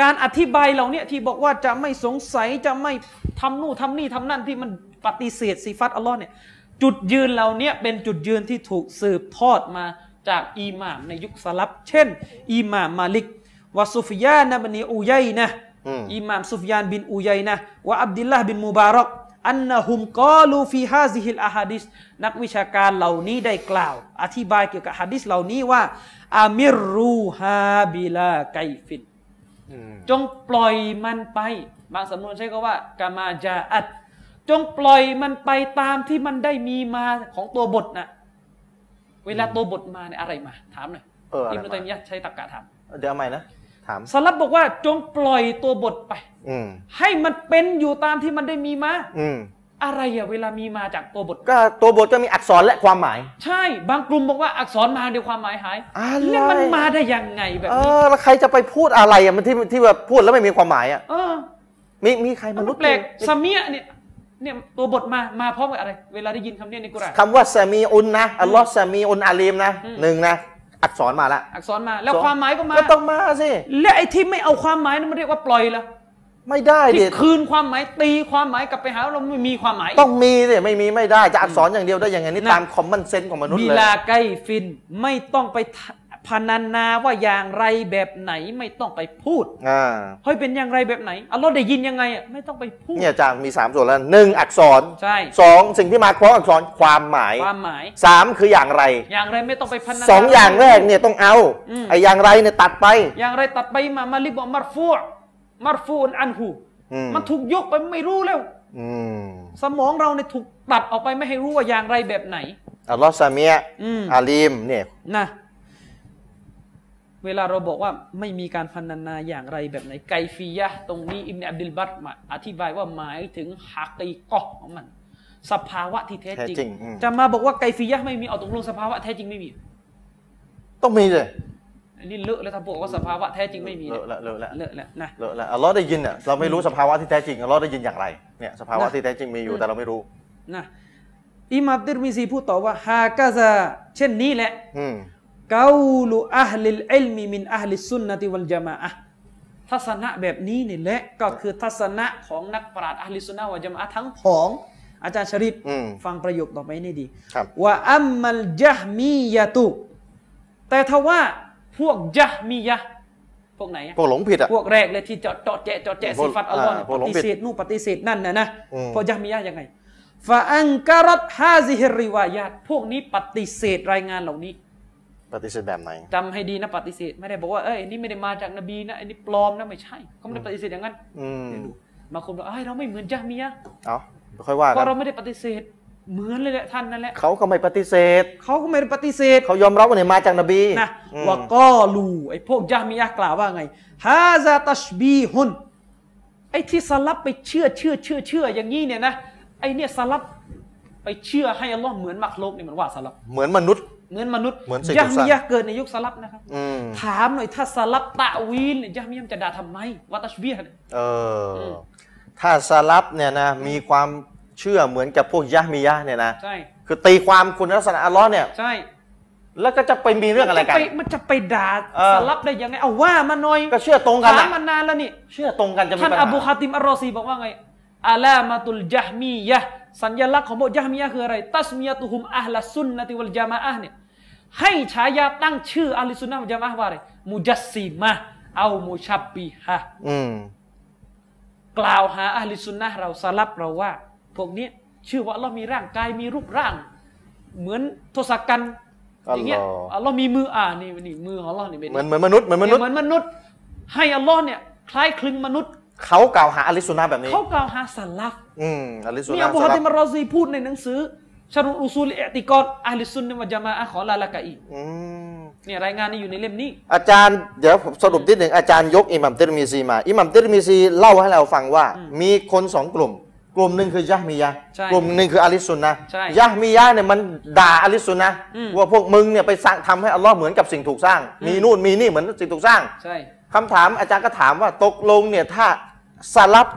[SPEAKER 2] การอธิบายเราเนี่ยที่บอกว่าจะไม่สงสัยจะไม่ทำนู่นทำนี่ทำนั่นที่มันปฏิเสธสิฟัตอัลลอฮ์เนี่ยจุดยืนเราเนี่ยเป็นจุดยืนที่ถูกสืบทอดมาจากอิหม่ามในยุคสลับ เช่นอิหม่ามมาลิกวะซุฟยานะบะนีอุยัยนะห์
[SPEAKER 1] อืม
[SPEAKER 2] อิหม่ามซุฟยานบินอูยัยนะห์วะอับดิลลาห์บินมุบารักอันนะฮุมกอลูฟีฮาซิฮิลอะฮัดิสนักวิชาการเหล่านี้ได้กล่าว อธิบายเกี่ยวกับฮะดิษเหล่านี้ว่าอามิรูฮาบิลาไกฟิน
[SPEAKER 1] อืม
[SPEAKER 2] จงปล่อยมันไป บางสำนวนใช้ก็ว่ากามาจาอัดจงปล่อยมันไปตามที่มันได้มีมาของตัวบทนะเวลาตัวบทมาเนี่ยอะไรมา ถามหน่อย
[SPEAKER 1] เอออะไร
[SPEAKER 2] บนุตัย
[SPEAKER 1] มา
[SPEAKER 2] มียะห์ใช้ตรรกะถาม
[SPEAKER 1] เดี๋ยวเอาใหม่นะถาม
[SPEAKER 2] สลับบอกว่าจงปล่อยตัวบทไป
[SPEAKER 1] อืม
[SPEAKER 2] ให้มันเป็นอยู่ตามที่มันได้มีมา
[SPEAKER 1] อืม
[SPEAKER 2] อะไรอะเวลามีมาจากตัวบท
[SPEAKER 1] ก็ตัวบทก็มีอักษรและความหมาย
[SPEAKER 2] ใช่ บางกลุ่มบอกว่าอักษรมาเดียวความหมายหาย
[SPEAKER 1] อะไร
[SPEAKER 2] แล้วมันมาได้ยังไงแบบ
[SPEAKER 1] เอ
[SPEAKER 2] นี้
[SPEAKER 1] อแล้วใครจะไปพูดอะไรอ่ะมันที่ที่แบบพูดแล้วไม่มีความหมายอ่ะ
[SPEAKER 2] เออ
[SPEAKER 1] มีมีใครม
[SPEAKER 2] มัน
[SPEAKER 1] นุษย์
[SPEAKER 2] แปลกสมียเนี่ยเนี่ยตัวบทมามาพร้อมกับอะไร เวลาได้ยินคำเนี้ยในกุรอาน
[SPEAKER 1] คำว่าสามีอุนนะอัลลอฮ์สามีอุนอาลีมนะ
[SPEAKER 2] อืม
[SPEAKER 1] หนึ่งนะ อักษรมาละ
[SPEAKER 2] อักษรมาแล้ว
[SPEAKER 1] สอง
[SPEAKER 2] ความหมายก็มา
[SPEAKER 1] ก็ต้องมาสิ
[SPEAKER 2] และไอ้ที่ไม่เอาความหมายนั้นมันเรียกว่าปล่อยละ
[SPEAKER 1] ไม่ได้ดิ
[SPEAKER 2] ที่คืนความหมายตีความหมายกลับไปหาเราไม่มีความหมาย
[SPEAKER 1] ต้องมีสิไม่มีไม่ได้จะอักษรอย่างเดียวได้ยังไงนี่
[SPEAKER 2] นะ
[SPEAKER 1] ตามคอมมอนเซนส์ของมนุษย์
[SPEAKER 2] บี
[SPEAKER 1] เลย
[SPEAKER 2] ลาใกล้ฟินไม่ต้องไปทะพนันนาว่าอย่างไรแบบไหนไม่ต้องไปพูด
[SPEAKER 1] อ่า
[SPEAKER 2] เฮ้ยเป็นอย่างไรแบบไหนอัลลอฮ์ได้ยินยังไงอ่ะไม่ต้องไปพูด
[SPEAKER 1] เนี่ยอาจารย์มีสามส่วนแล้วหนึ่งอักษร
[SPEAKER 2] ใช่
[SPEAKER 1] สองสิ่งที่มาพร้อมอักษรความหมาย
[SPEAKER 2] ความหมาย
[SPEAKER 1] สามคืออย่างไร
[SPEAKER 2] อย่างไรไม่ต้องไปพันนา
[SPEAKER 1] สองอย่างแรกเนี่ยต้องเอา
[SPEAKER 2] อืม
[SPEAKER 1] ไอ้อย่างไรเนี่ยตัดไป
[SPEAKER 2] อย่างไรตัดไปมามาลิบบอกมารฟูอะมารฟูอันอันหู
[SPEAKER 1] อืม
[SPEAKER 2] มันถูกยกไปไม่รู้แล้ว
[SPEAKER 1] อืม
[SPEAKER 2] สมองเราเนี่ยถูกตัดออกไปไม่ให้รู้ว่าอย่างไรแบบไหน
[SPEAKER 1] อัลลอฮ์ซาเมียะ
[SPEAKER 2] อืม
[SPEAKER 1] อาลีมเนี่ย
[SPEAKER 2] นะ เวลาเราบอกว่าไม่มีการพันนานาอย่างไรแบบไหนไกฟียะห์ตรงนี้อิมนอับดุลบัตมาอธิบายว่าหมายถึงฮักกีกอฮ์ของมัน สภาวะที่แท้
[SPEAKER 1] แท้
[SPEAKER 2] จริง
[SPEAKER 1] จริงอืม
[SPEAKER 2] จะมาบอกว่าไกฟียะห์ไม่มีเอาตรงลงสภาวะแท้จริงไม่มี
[SPEAKER 1] ต้องมีเลย
[SPEAKER 2] อันนี้เลอะแล้วถ้าบอกว่าสภาวะแท้จริงไม่มี
[SPEAKER 1] เล
[SPEAKER 2] เนี่ย
[SPEAKER 1] อะละเลอะละ
[SPEAKER 2] เลอะแล้วนะ
[SPEAKER 1] เลอะละอัลลอฮ์ได้ยินอ่ะเราไม่รู้สภาวะที่แท้จริงอัลลอฮ์ได้ยินอย่างไรเนี่ยสภาวะ
[SPEAKER 2] นะ
[SPEAKER 1] ที่แท้จริงมีอยู่แต่เราไม่รู้
[SPEAKER 2] นะอิหมามติรมิซีพูดต่อว่าฮากาซาเช่นนี้แหละ
[SPEAKER 1] อืม
[SPEAKER 2] กาลูอัลลิลอิลมีมินอัลลิสซุนนะติวัลจามะอะห์ทัศนะแบบนี้นี่แหละก็คือทัศนะของนักปราชญ์อัลลิสซุนนะวัลจามะอะห์ทั้งผองอาจารย์ชริป
[SPEAKER 1] อืม
[SPEAKER 2] ฟังประโยคต่อไปนี่ดี
[SPEAKER 1] ครับ
[SPEAKER 2] ว่าอัมมัลยะฮ์มียะตุแต่ทว่าพวกยะฮ์มียะฮ์พวกไหนอะ
[SPEAKER 1] พวกหลงผิดอ่ะ
[SPEAKER 2] พวกแรกเลยที่เจาะเจาะแจะเจาะแจะ
[SPEAKER 1] พว
[SPEAKER 2] สิ
[SPEAKER 1] ก
[SPEAKER 2] ฟัตอัลลอฮ์เนี่ย
[SPEAKER 1] อ่าพวกหล
[SPEAKER 2] ป
[SPEAKER 1] ง
[SPEAKER 2] ฏิ
[SPEAKER 1] ผิด
[SPEAKER 2] เสธนู่นปฏิเสธนั่นนะนะ
[SPEAKER 1] อืม
[SPEAKER 2] พวกยะมียะยังไงฟาอังการัตฮาซิฮิริวายาตพวกนี้ปฏิเสธรายงานเหล่านี้
[SPEAKER 1] ปฏิเสธแบบไหน
[SPEAKER 2] จำให้ดีนะปฏิเสธไม่ได้บอกว่าเอ้ยอันนี้ไม่ได้มาจากนบีนะอันนี้ปลอมนะไม่ใช่เขาไม่ได้ปฏิเสธอย่างนั้น
[SPEAKER 1] อืม
[SPEAKER 2] เดี๋ยวดูบางคนบอกเอ้ยเราไม่เหมือนจามียะ
[SPEAKER 1] เอาค่อยว่า
[SPEAKER 2] ก็
[SPEAKER 1] กัน
[SPEAKER 2] เราไม่ได้ปฏิเสธ เหมือนเลยแหละท่านนั่นแหละ
[SPEAKER 1] เขาก็ไม่ปฏิเสธ
[SPEAKER 2] เขาก็ไม่ได้ปฏิเสธ
[SPEAKER 1] เขายอมรับว่าเนี่ยมาจากนบี
[SPEAKER 2] นะ
[SPEAKER 1] อืม
[SPEAKER 2] ว่าก็ลูไอ้พวกจามียะกล่าวว่าไงฮาซาตัชบีฮุนไอ้ที่สลับไปเชื่อเชื่อเชื่อเชื่ออย่างนี้เนี่ยนะไอ้เนี่ยสลับไปเชื่อให้อัลลอฮ์เหมือนมักลุกนี่มันว่าสลับ
[SPEAKER 1] เหมือนมนุษย์
[SPEAKER 2] เหมือนมนุษย์
[SPEAKER 1] เหมือนสิ่ง
[SPEAKER 2] ยะ
[SPEAKER 1] สร้าง
[SPEAKER 2] มียะเกิดในยุคสลับนะครับ
[SPEAKER 1] อืม
[SPEAKER 2] ถามหน่อยถ้าสลับตะวีลเนี่ยยะมียมจะด่าทำไมวัตชเบียเนี่ย
[SPEAKER 1] เอออ
[SPEAKER 2] ม
[SPEAKER 1] ถ้าสลับเนี่ยนะมีความเชื่อเหมือนกับพวกยะมียะห์เนี่ยนะ
[SPEAKER 2] ใช่
[SPEAKER 1] คือตีความคุณลักษณะอัลเลอฮ์เนี่ย
[SPEAKER 2] ใช่
[SPEAKER 1] แล้วก็จะไปมีเรื่องอะไรกัน
[SPEAKER 2] มัจปมันจะไปด่า
[SPEAKER 1] เออ
[SPEAKER 2] สลับได้ยังไงเอาว่ามาหน่อย
[SPEAKER 1] ก็เชื่อตรงกัน
[SPEAKER 2] ถาม
[SPEAKER 1] อะ
[SPEAKER 2] มานานแล้วนี่
[SPEAKER 1] เชื่อตรงกันจะมี
[SPEAKER 2] ท่าน
[SPEAKER 1] ปัญ
[SPEAKER 2] อ
[SPEAKER 1] หา
[SPEAKER 2] บูคาติมอัลรอซีบอกว่าไงอาลามาตุลยะมียะห์สัญญลักษณ์ของพวกยะมียะห์คืออะไร ตัสมียะตุฮุมอัลซุนนะติวัลจามะอะห์เนี่ยให้ฉายาตั้งชื่ออัลซุนนะวัลจามะอะห์ว่าอะไรมุจัสซีมะห์เอามุชับบีฮะห์
[SPEAKER 1] อืม
[SPEAKER 2] กล่าวหาอัลซุนนะห์เราสลับเราว่า พวกเนี้ยชื่อว่าเรามีร่างกายมีรูปร่าง เหมือนทศกัณฐ์
[SPEAKER 1] อั
[SPEAKER 2] อ
[SPEAKER 1] ล
[SPEAKER 2] ย่าง
[SPEAKER 1] เล
[SPEAKER 2] เงี้ย
[SPEAKER 1] อฮ์
[SPEAKER 2] อัลลอฮ์มีมืออ่านี่นี่มือของอัลลอฮ์นี่เป็น
[SPEAKER 1] เหมือนเหมือนมนุษย์เหมือนมนุษย์
[SPEAKER 2] เหมือนมนุษย์ ให้อัลลอฮ์เนี่ยคล้ายคลึงมนุษย์
[SPEAKER 1] เขากล่าวหาอะลิสุนนะห์แบบนี้
[SPEAKER 2] เขากล่าวหาสลับ
[SPEAKER 1] อืมอะลิสุน
[SPEAKER 2] นี่
[SPEAKER 1] นะ
[SPEAKER 2] อ
[SPEAKER 1] ห์
[SPEAKER 2] บู
[SPEAKER 1] ส
[SPEAKER 2] ฮั
[SPEAKER 1] ลั
[SPEAKER 2] ติ
[SPEAKER 1] บ
[SPEAKER 2] มารอซีพูดในหนังสือชารุอุซูลอิอ์ติกอดอัลซุนนะวะจามะอะห์ของลาละกะอี
[SPEAKER 1] อืม
[SPEAKER 2] เนี่ยรายงานนี้อยู่ในเล่มนี้
[SPEAKER 1] อาจารย์เดี๋ยวผมสรุปนิดหนึ่งอาจารย์ยกอิหมัมติรมีซีมา อิหมัมติรมีซีเล่าให้เราฟังว่า มีคนสองกลุ่ม กลุ่มหนึ่งคือยะฮ์มียะห์
[SPEAKER 2] ใช่
[SPEAKER 1] กลุ่มหนึ่งคืออะลิสซุนนะห์
[SPEAKER 2] ใช่
[SPEAKER 1] ยะฮ์มียะห์เนี่ยมันด่าอะลิสซุนนะห์
[SPEAKER 2] อืม
[SPEAKER 1] ว่าพวกมึงเนี่ยไปสร้างทำให้อัลลอฮ์เหมือนกับสิ่งถูกสร้าง มีนู่นมีนี่เหมือนสิ่งถูกสร้าง
[SPEAKER 2] ใช่
[SPEAKER 1] คำถามอาจารย์ก็ถามว่าตกลงเนี่ยถ้าสลับ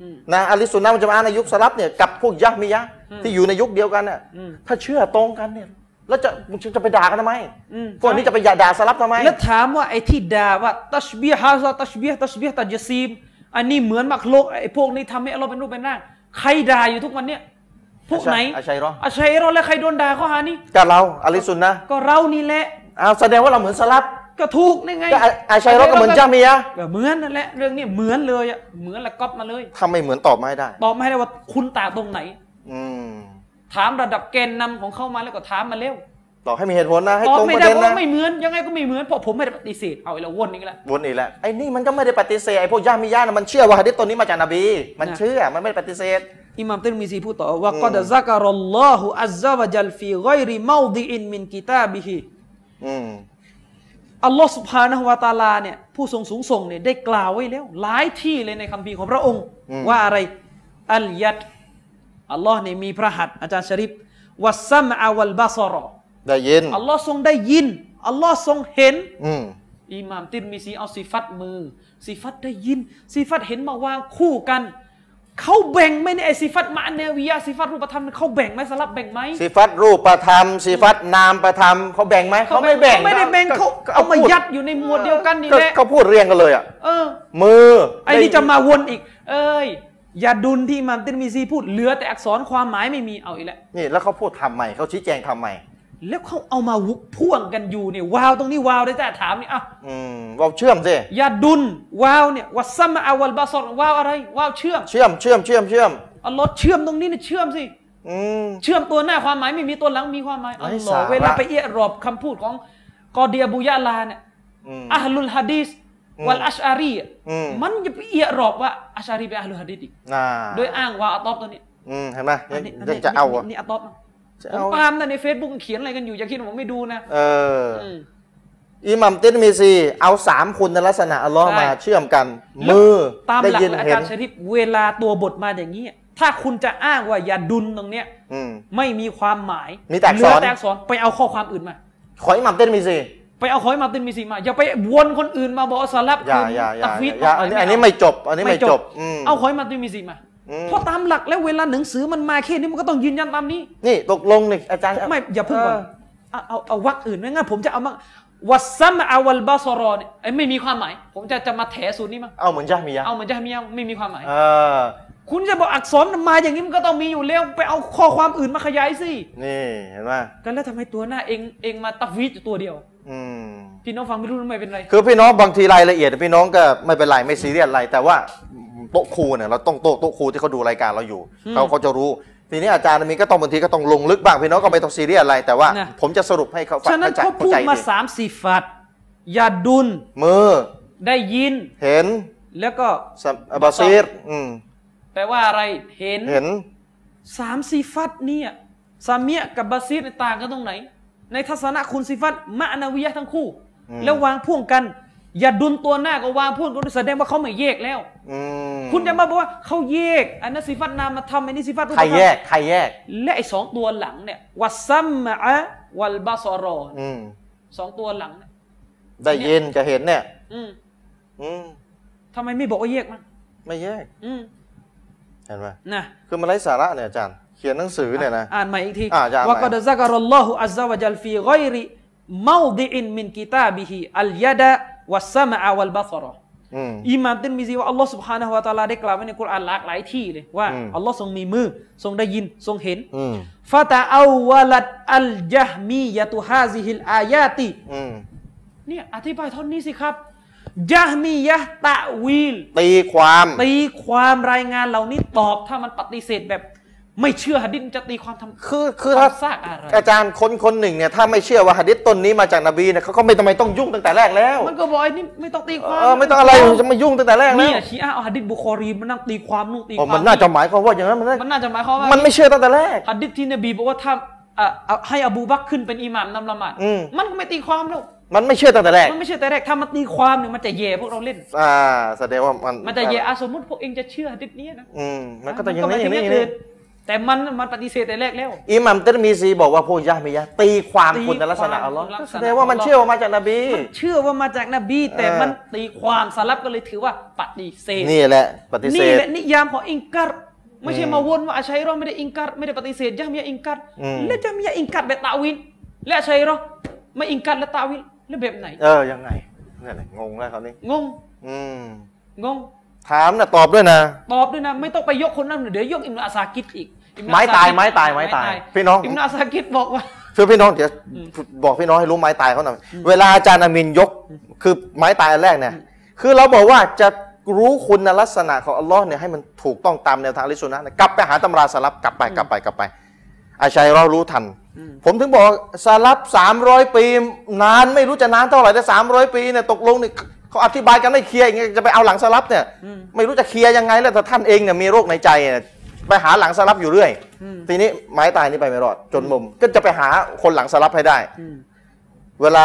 [SPEAKER 2] อืม
[SPEAKER 1] นะอะลิสซุนนะห์มันจะมาในยุคสลับเนี่ยกับพวกยะฮ์มียะห์
[SPEAKER 2] อืม
[SPEAKER 1] ที่อยู่ในยุคเดียวกันน่ะ
[SPEAKER 2] อืม
[SPEAKER 1] ถ้าเชื่อตรงกันเนี่ยแล้วจะจะไปด่ากันทำไม
[SPEAKER 2] อืม
[SPEAKER 1] พวกนี้จะไปด่าสลับทำไม
[SPEAKER 2] แล้วถามว่าไอ้ที่ด่าว่าตัชบีฮาซาตัชบีฮตัชบีฮตัจซีมอันนี้เหมือนมักโลกไอ้พวกนี้ทำให้เราเป็นรูปเป็นร่างใครด่าอยู่ทุกวันเนี่ยพวกไหน
[SPEAKER 1] อาชัยรอ
[SPEAKER 2] อาชัยรอและใครโดนด่าข้อหานี้
[SPEAKER 1] กับเราอะลิสุนนะห์
[SPEAKER 2] ก็เรานี่แหละ
[SPEAKER 1] เอาแสดงว่าเราเหมือนสลับ
[SPEAKER 2] ก็ถูกนี่ไง
[SPEAKER 1] ก็อาอาชัยรอก็เหมือนจามียะห์
[SPEAKER 2] ก็เหมือนนั่นแหละเรื่องนี้เหมือนเลยอะเหมือนละก๊อปมาเลย
[SPEAKER 1] ทำไมเหมือนตอบไม่ได้
[SPEAKER 2] ตอบไม่ได้ว่าคุณต่างตรงไหน
[SPEAKER 1] อืม
[SPEAKER 2] ถามระดับแกนนำของเข้ามาแล้วก็ถามมาเร็ว
[SPEAKER 1] ตอบให้มีเหตุผลนะ ให้
[SPEAKER 2] ตอบ
[SPEAKER 1] ตรง
[SPEAKER 2] ไม่
[SPEAKER 1] ประ
[SPEAKER 2] ได้
[SPEAKER 1] เด็น
[SPEAKER 2] เพ
[SPEAKER 1] นะ
[SPEAKER 2] ราะไม่เหมือนยังไงก็ไม่เหมือนเพราะผมไม่ได้ปฏิเสธเอาไอ้ละวนนี่แหละ
[SPEAKER 1] วนอีกแล้วไอ้นี่มันก็ไม่ได้ปฏิเสธไอ้พวกยามียะห์นะมันเชื่อว่าหะดิษตัวนี้มาจากนบี มัน
[SPEAKER 2] นะ
[SPEAKER 1] เชื่อมันไม่ได้ปฏิเสธ
[SPEAKER 2] อิหม่ามติรมิซีพูดต่อว่าก็ดะซักรลลอฮุอัลซาวะจัลฟีไกริมาดิอินมินกิตาบิฮิ
[SPEAKER 1] อืม
[SPEAKER 2] อัลลอฮ์สุบฮานะฮุวาตะอาลาเนี่ยผู้ทรงสูงส่งเนี่ยได้กล่าวไว้แล้ว หลายที่เลยในคัมภีร์ของพระองค์ ว่าอะไร อัลยัดอัลลอฮ์เนี่ยมีพระหัตถ์อาจารย์ชะริฟวัสซัมอาวัลบาซารอ
[SPEAKER 1] ได้ยิน
[SPEAKER 2] อัลลอฮ์ทรงได้ยิน อัลลอฮ์ทรงเห็น
[SPEAKER 1] อืม
[SPEAKER 2] อิหม่ามติรมิซีเอาสิฟัตมือสิฟัตได้ยินสิฟัตเห็นมาวางคู่กัน เขาแบ่งไหมเนี่ยไอสิฟัตมาเนวิยาสิฟัตรูปธรรมเขาแบ่งไหมสลับแบ่งไหม
[SPEAKER 1] สิฟัตรูปธรรมสิฟัตนามประธรรมเขาแบ่งไหมเขาไม่แบ่ง
[SPEAKER 2] เขาไม่ได้แบ่ง
[SPEAKER 1] ก็
[SPEAKER 2] เขา
[SPEAKER 1] ก็
[SPEAKER 2] เอามา
[SPEAKER 1] พูด
[SPEAKER 2] ยัดอยู่ในหมวดเดียวกันนี่แหละ
[SPEAKER 1] ก็เขาพูดเรียงกันเลยอ่ะ
[SPEAKER 2] เออ
[SPEAKER 1] มือ
[SPEAKER 2] ไอนี่จะมาวนอีก เอ้ยอย่าดุนที่อิหม่ามติรมิซีพูดเหลือแต่อักษรความหมายไม่มีเอาอีกแล้ว
[SPEAKER 1] นี่แล้วเขาพูดทำใหม่เขาชี้แจงทำใหม่
[SPEAKER 2] แล้วเขาเอามาวุกพ่วงกันอยู่เนี่ยวาวตรงนี้วาวได้แต่ถามนี่อ่ะ
[SPEAKER 1] อืมเราเชื่อมสิ
[SPEAKER 2] อย่าดุนวาวเนี่ยวัสซัมอาวัลบาซอรวาวอะไรวาวเชื่อม
[SPEAKER 1] เชื่อมเชื่อมเชื่อมเชื่อม
[SPEAKER 2] อัลลอฮ์เชื่อมตรงนี้เนี่ยเชื่อมสิ
[SPEAKER 1] อืม
[SPEAKER 2] เชื่อมตัวหน้าความหมายไม่มีตัวหลังมีความหมายอัล
[SPEAKER 1] ไร้
[SPEAKER 2] ลอ
[SPEAKER 1] สา
[SPEAKER 2] ฮ์
[SPEAKER 1] ระ
[SPEAKER 2] เวลาไปเอียรอบคำพูดของกอเดียบุยะลาเนี่ย
[SPEAKER 1] อืม
[SPEAKER 2] อัลลุลฮะดีสวัลอัชอารีอะ
[SPEAKER 1] อืม
[SPEAKER 2] มันจะไปเอียรอบว่าอัชอารีเป็นอัลลุลฮะดีสอีก
[SPEAKER 1] น่า
[SPEAKER 2] โดยอ้างว่าอัตตอบตัวนี้
[SPEAKER 1] อืมเห็นไหม
[SPEAKER 2] อันนี้อัน
[SPEAKER 1] ยั
[SPEAKER 2] นี้
[SPEAKER 1] งจะเอา
[SPEAKER 2] นี่
[SPEAKER 1] อ่ะ
[SPEAKER 2] นี่อัตตอบนะ
[SPEAKER 1] จะ
[SPEAKER 2] ผ
[SPEAKER 1] เอา
[SPEAKER 2] มตามนะในเฟซบุ๊กเขียนอะไรกันอยู่อย่าคิดว่าผมไม่ดูนะ
[SPEAKER 1] เอออ
[SPEAKER 2] ม
[SPEAKER 1] อิหมัมตินมีซี เอาสามคุณลักษณะอัลลอฮ์
[SPEAKER 2] ใช่
[SPEAKER 1] มาเชื่อมกัน มือ
[SPEAKER 2] ตาม
[SPEAKER 1] ได้
[SPEAKER 2] หลัก
[SPEAKER 1] ยิน
[SPEAKER 2] อา
[SPEAKER 1] เห็
[SPEAKER 2] จาน รย์ชริปเวลาตัวบทมาอย่างนี้ ถ้าคุณจะอ้างว่าอย่าดุลตรงเนี้ย
[SPEAKER 1] อืม
[SPEAKER 2] ไม่มีความหมาย
[SPEAKER 1] มีแต่อักษร
[SPEAKER 2] เหลืแต่อักษรไปเอาข้อความอื่นมา
[SPEAKER 1] ขออิหมัมตินมีซี
[SPEAKER 2] ไปเอาของอิหม่ามตินมีสีมาอย่าไปวนคนอื่นมาบอกว่าสลับ
[SPEAKER 1] อย่า
[SPEAKER 2] คื
[SPEAKER 1] อย่าอย่า
[SPEAKER 2] ตักฟีด
[SPEAKER 1] อย่าอันนี้อันนี้ไม่จบ อันนี้ไม่จบอืม
[SPEAKER 2] เอาของอิหม่ามตินมีสีมา
[SPEAKER 1] อืม
[SPEAKER 2] เพราะตามหลักแล้วเวลาหนังสือมันมาแค่นี้มันก็ต้องยืนยันตามนี้
[SPEAKER 1] นี่ตกลงนี่อาจารย์
[SPEAKER 2] ไม่อย่าเพิ่งก่อน
[SPEAKER 1] เ
[SPEAKER 2] เอาเอาเอาวักอื่นไม่งั้นผมจะเอามาวัสซัมอาวัลบาซารอเนี่ยไอ้ไม่มีความหมาย ผมจะจะมาแถสูตรนี้มั้ง
[SPEAKER 1] เอาเหมือนยะมียะ
[SPEAKER 2] เอามันจะมียะไม่มีความหมาย
[SPEAKER 1] เออ
[SPEAKER 2] คุณจะบอกอักษรมันมาอย่างนี้มันก็ต้องมีอยู่แล้วไปเอาข้อความอื่นมาขยายสิ
[SPEAKER 1] นี่เห็นไหม
[SPEAKER 2] กันแล้วทำไมตัวหน้าเองเองมาตักฟีดอยู่ตัวเดียว
[SPEAKER 1] อืม
[SPEAKER 2] พี่น้องฟังไม่รู้เรื่องไม่เป็นไร
[SPEAKER 1] คือพี่น้องบางทีรายละเอียด พี่น้องก็ไม่เป็นไรไม่ซีเรียสอะไร แต่ว่าโต๊ะครูเนี่ยเราต้องโต๊ะโต๊ะครูที่เขาดูรายการเราอยู่เขาเขาจะรู้ ทีนี้อาจารย์มีก็ต้องบางทีก็ต้องลงลึกบ้างพี่น้องก็ไม่ต้องซีเรียสอะไร แต่ว่า
[SPEAKER 2] น่ะ
[SPEAKER 1] ผมจะสรุปให้เขาฟัง
[SPEAKER 2] ฉะนั้น
[SPEAKER 1] เข้าใจ
[SPEAKER 2] เขา
[SPEAKER 1] เข้า
[SPEAKER 2] พูด
[SPEAKER 1] ใจ
[SPEAKER 2] มา
[SPEAKER 1] ดี
[SPEAKER 2] สามสี่ฟัดยาดุล
[SPEAKER 1] มือ
[SPEAKER 2] ได้ยิน
[SPEAKER 1] เห็น
[SPEAKER 2] แล้วก็
[SPEAKER 1] สัมบาซีรอืม
[SPEAKER 2] แปลว่าอะไรเห็น
[SPEAKER 1] เห็น
[SPEAKER 2] สามสี่ฟัดเนี่ยสามียะกับบาซีรต่างกันตรงไหน ในทัศนะคุณสิฟัตมะนาวิยะทั้งคู่ แล้ววางพ่วงกันยาดุลตัวหน้าก็วางพ่วงกันด้วยแสดงว่าเขาไม่แยกแล้ว
[SPEAKER 1] อืม
[SPEAKER 2] คุณจะมาบอกว่าเขาแยก อันนั้นสิฟัตนามมาทำอันนี้สิฟัตรูป
[SPEAKER 1] ใคร
[SPEAKER 2] ธม
[SPEAKER 1] แยกใครแยก
[SPEAKER 2] และไอ้สองตัวหลังเนี่ยวัสซัมมะอะวัลบาซอรอ
[SPEAKER 1] อืม
[SPEAKER 2] สองตัวหลังเนี่ย
[SPEAKER 1] ได้ยินจะเห็นเนี่ย
[SPEAKER 2] อืม
[SPEAKER 1] อืม
[SPEAKER 2] ทำไมไม่บอกว่าแยกมัน
[SPEAKER 1] ไม่แยก
[SPEAKER 2] อืม
[SPEAKER 1] เห็นไหม
[SPEAKER 2] นะ
[SPEAKER 1] คือมันไร้สาระเนี่ยอาจารย์ เขียนหนังสือเนี่ยนะ
[SPEAKER 2] อ่านใหม่อีกที
[SPEAKER 1] อ่าจะอ่านใหม่
[SPEAKER 2] วะกอดซักรัลลอฮุอัซซะวะจัลฟีกอยริเมาดิอินมินกิตาบิฮิอัลยะดะวัสซัมะอะวัลบาซอรอ
[SPEAKER 1] อืม
[SPEAKER 2] อิหม่ามติรมิซีว่าอัลลอฮ์ سبحانه และ تعالى ได้กล่าวไว้ในกุรอานหลากหลายที่เลยว่า
[SPEAKER 1] อืม
[SPEAKER 2] อัลลอฮ์ทรงมีมือทรงได้ยินทรงเห็น
[SPEAKER 1] อืม
[SPEAKER 2] ฟาตาอาวะลัดอัลยะฮมียะตุฮาซิฮิลอายาติ
[SPEAKER 1] อืม
[SPEAKER 2] เนี่ยอธิบายท่อนนี้สิครับยะมียะตะวีล
[SPEAKER 1] ตีความ
[SPEAKER 2] ตีความรายงานเหล่านี้ตอบถ้ามันปฏิเสธแบบ ไม่เชื่อหะดิษจะตีความทำ
[SPEAKER 1] คือคือถ้า
[SPEAKER 2] ซากอะไร
[SPEAKER 1] อาจารย์คนคนหนึ่งเนี่ยถ้าไม่เชื่อว่าหะดิษต้นนี้มาจากนบีเนี่ยเขาก็ไม่ทำไมต้องยุ่งตั้งแต่แรกแล้ว
[SPEAKER 2] มันก็บอกไอ้นี่ไม่ต้องตีความ
[SPEAKER 1] เออไม่ต้องอะไรจะมายุ่งตั้งแต่แรกแล้
[SPEAKER 2] เนี่
[SPEAKER 1] วย
[SPEAKER 2] ชีอะห์เอาหะดิษบุคอรีมานั่งตีความนู่นตีค
[SPEAKER 1] อ๋อ
[SPEAKER 2] วาม
[SPEAKER 1] มันน่าจะหมายความว่าอย่างนั้นมันน่า
[SPEAKER 2] มันน่าจะหมายความว่า
[SPEAKER 1] มันไม่เชื่อตั้งแต่แรก
[SPEAKER 2] หะดิษที่นบีบอกว่าถ้าอ่ะเอาให้อบูบักรขึ้นเป็นอิหม่ามนำละหมาด
[SPEAKER 1] อืม
[SPEAKER 2] มันก็ไม่ตีความแล้ว
[SPEAKER 1] มันไม่เชื่อตั้งแต่แรก
[SPEAKER 2] มันไม่ใช่แต่แรกถ้ามันตีความเนี่ยมันจะแย่พวกเราเล่น
[SPEAKER 1] อ่าแสดงว่ามัน
[SPEAKER 2] มันจะแย่อ่ะสมมติพวกเองจะเชื่อหะดิษเนี้ยนะ
[SPEAKER 1] อืมมันก็ต้องอย่างนี้อย่างนี้อย่าง
[SPEAKER 2] มัก็ไม่
[SPEAKER 1] นี้
[SPEAKER 2] ใช่เรื่อื่แต่มันมันปฏิเสธแต่แรกแล้ว
[SPEAKER 1] อิหมัมติรมีซีบอกว่าพวกยะมียะตีความคุณลักษณะอัลลอฮ์
[SPEAKER 2] ตีความคุณลักษณะ
[SPEAKER 1] แสดงว่ามันเชื่อว่ามาจากนบี
[SPEAKER 2] มันเชื่อว่ามาจากนบีแต่
[SPEAKER 1] เออ
[SPEAKER 2] มันตีความสลับก็เลยถือว่าปฏิเสธ
[SPEAKER 1] นี่แหละปฏิเส
[SPEAKER 2] นี่
[SPEAKER 1] ธ
[SPEAKER 2] แหละนิยามของอิงกัรไม่ใช่มาวนว่าอาชัยเรอไม่ได้อิงกัรไม่ได้ปฏิเสธยะมียะอิงกัร
[SPEAKER 1] อืม
[SPEAKER 2] และยะมียะอิงกัรแบบตาวินและอาชัยเรอไม่อิงกัรและตาวินแล้วแบบไหน
[SPEAKER 1] เออยังไงนั่นแหละงงแล้วคราวนี้
[SPEAKER 2] งง
[SPEAKER 1] อืม
[SPEAKER 2] งง
[SPEAKER 1] ถามนะตอบด้วยนะ
[SPEAKER 2] ตอบด้วยนะไม่ต้องไปยกคนนั้นเดี๋ยวยกอิมนุอาซากิดอีกอินุ
[SPEAKER 1] ไม้ตาย
[SPEAKER 2] อซกิด
[SPEAKER 1] ไม้ตายไม้ตายพี่น้อง
[SPEAKER 2] อิมนุอาซากิดบอกว่า
[SPEAKER 1] ช่วยพี่น้องเดี๋ยวบอกพี่น้องให้รู้ไม้ตายเขาหน่อยเวลาอาจารย์อามินยกคือไม้ตายอันแรกเนี่ยคือเราบอกว่าจะรู้คุณลักษณะของอัลลอฮ์เนี่ยให้มันถูกต้องตามแนวทางลิสุนนะห์เนี่ยกลับไปหาตำราสลับกลับไปกลับไปกลับไป อาชัยเรารู้ทัน
[SPEAKER 2] อืม
[SPEAKER 1] ผมถึงบอกสลับ300 ปี นานไม่รู้จะนานเท่าไหร่แต่300 ปีเนี่ยตกลงเนี่ยเขาอธิบายกันไม่เคลียร์อย่างเงี้ยจะไปเอาหลังสลับเนี่ยไม่รู้จะเคลียร์ยังไงแล้วแต่ท่านเองเนี่ยมีโรคในใจเนี่ยไปหาหลังสลับอยู่เรื่อย ทีนี้ไม้ตายนี่ไปไม่รอดจนมุม ก็จะไปหาคนหลังสลับให้ได้
[SPEAKER 2] อืม
[SPEAKER 1] เวลา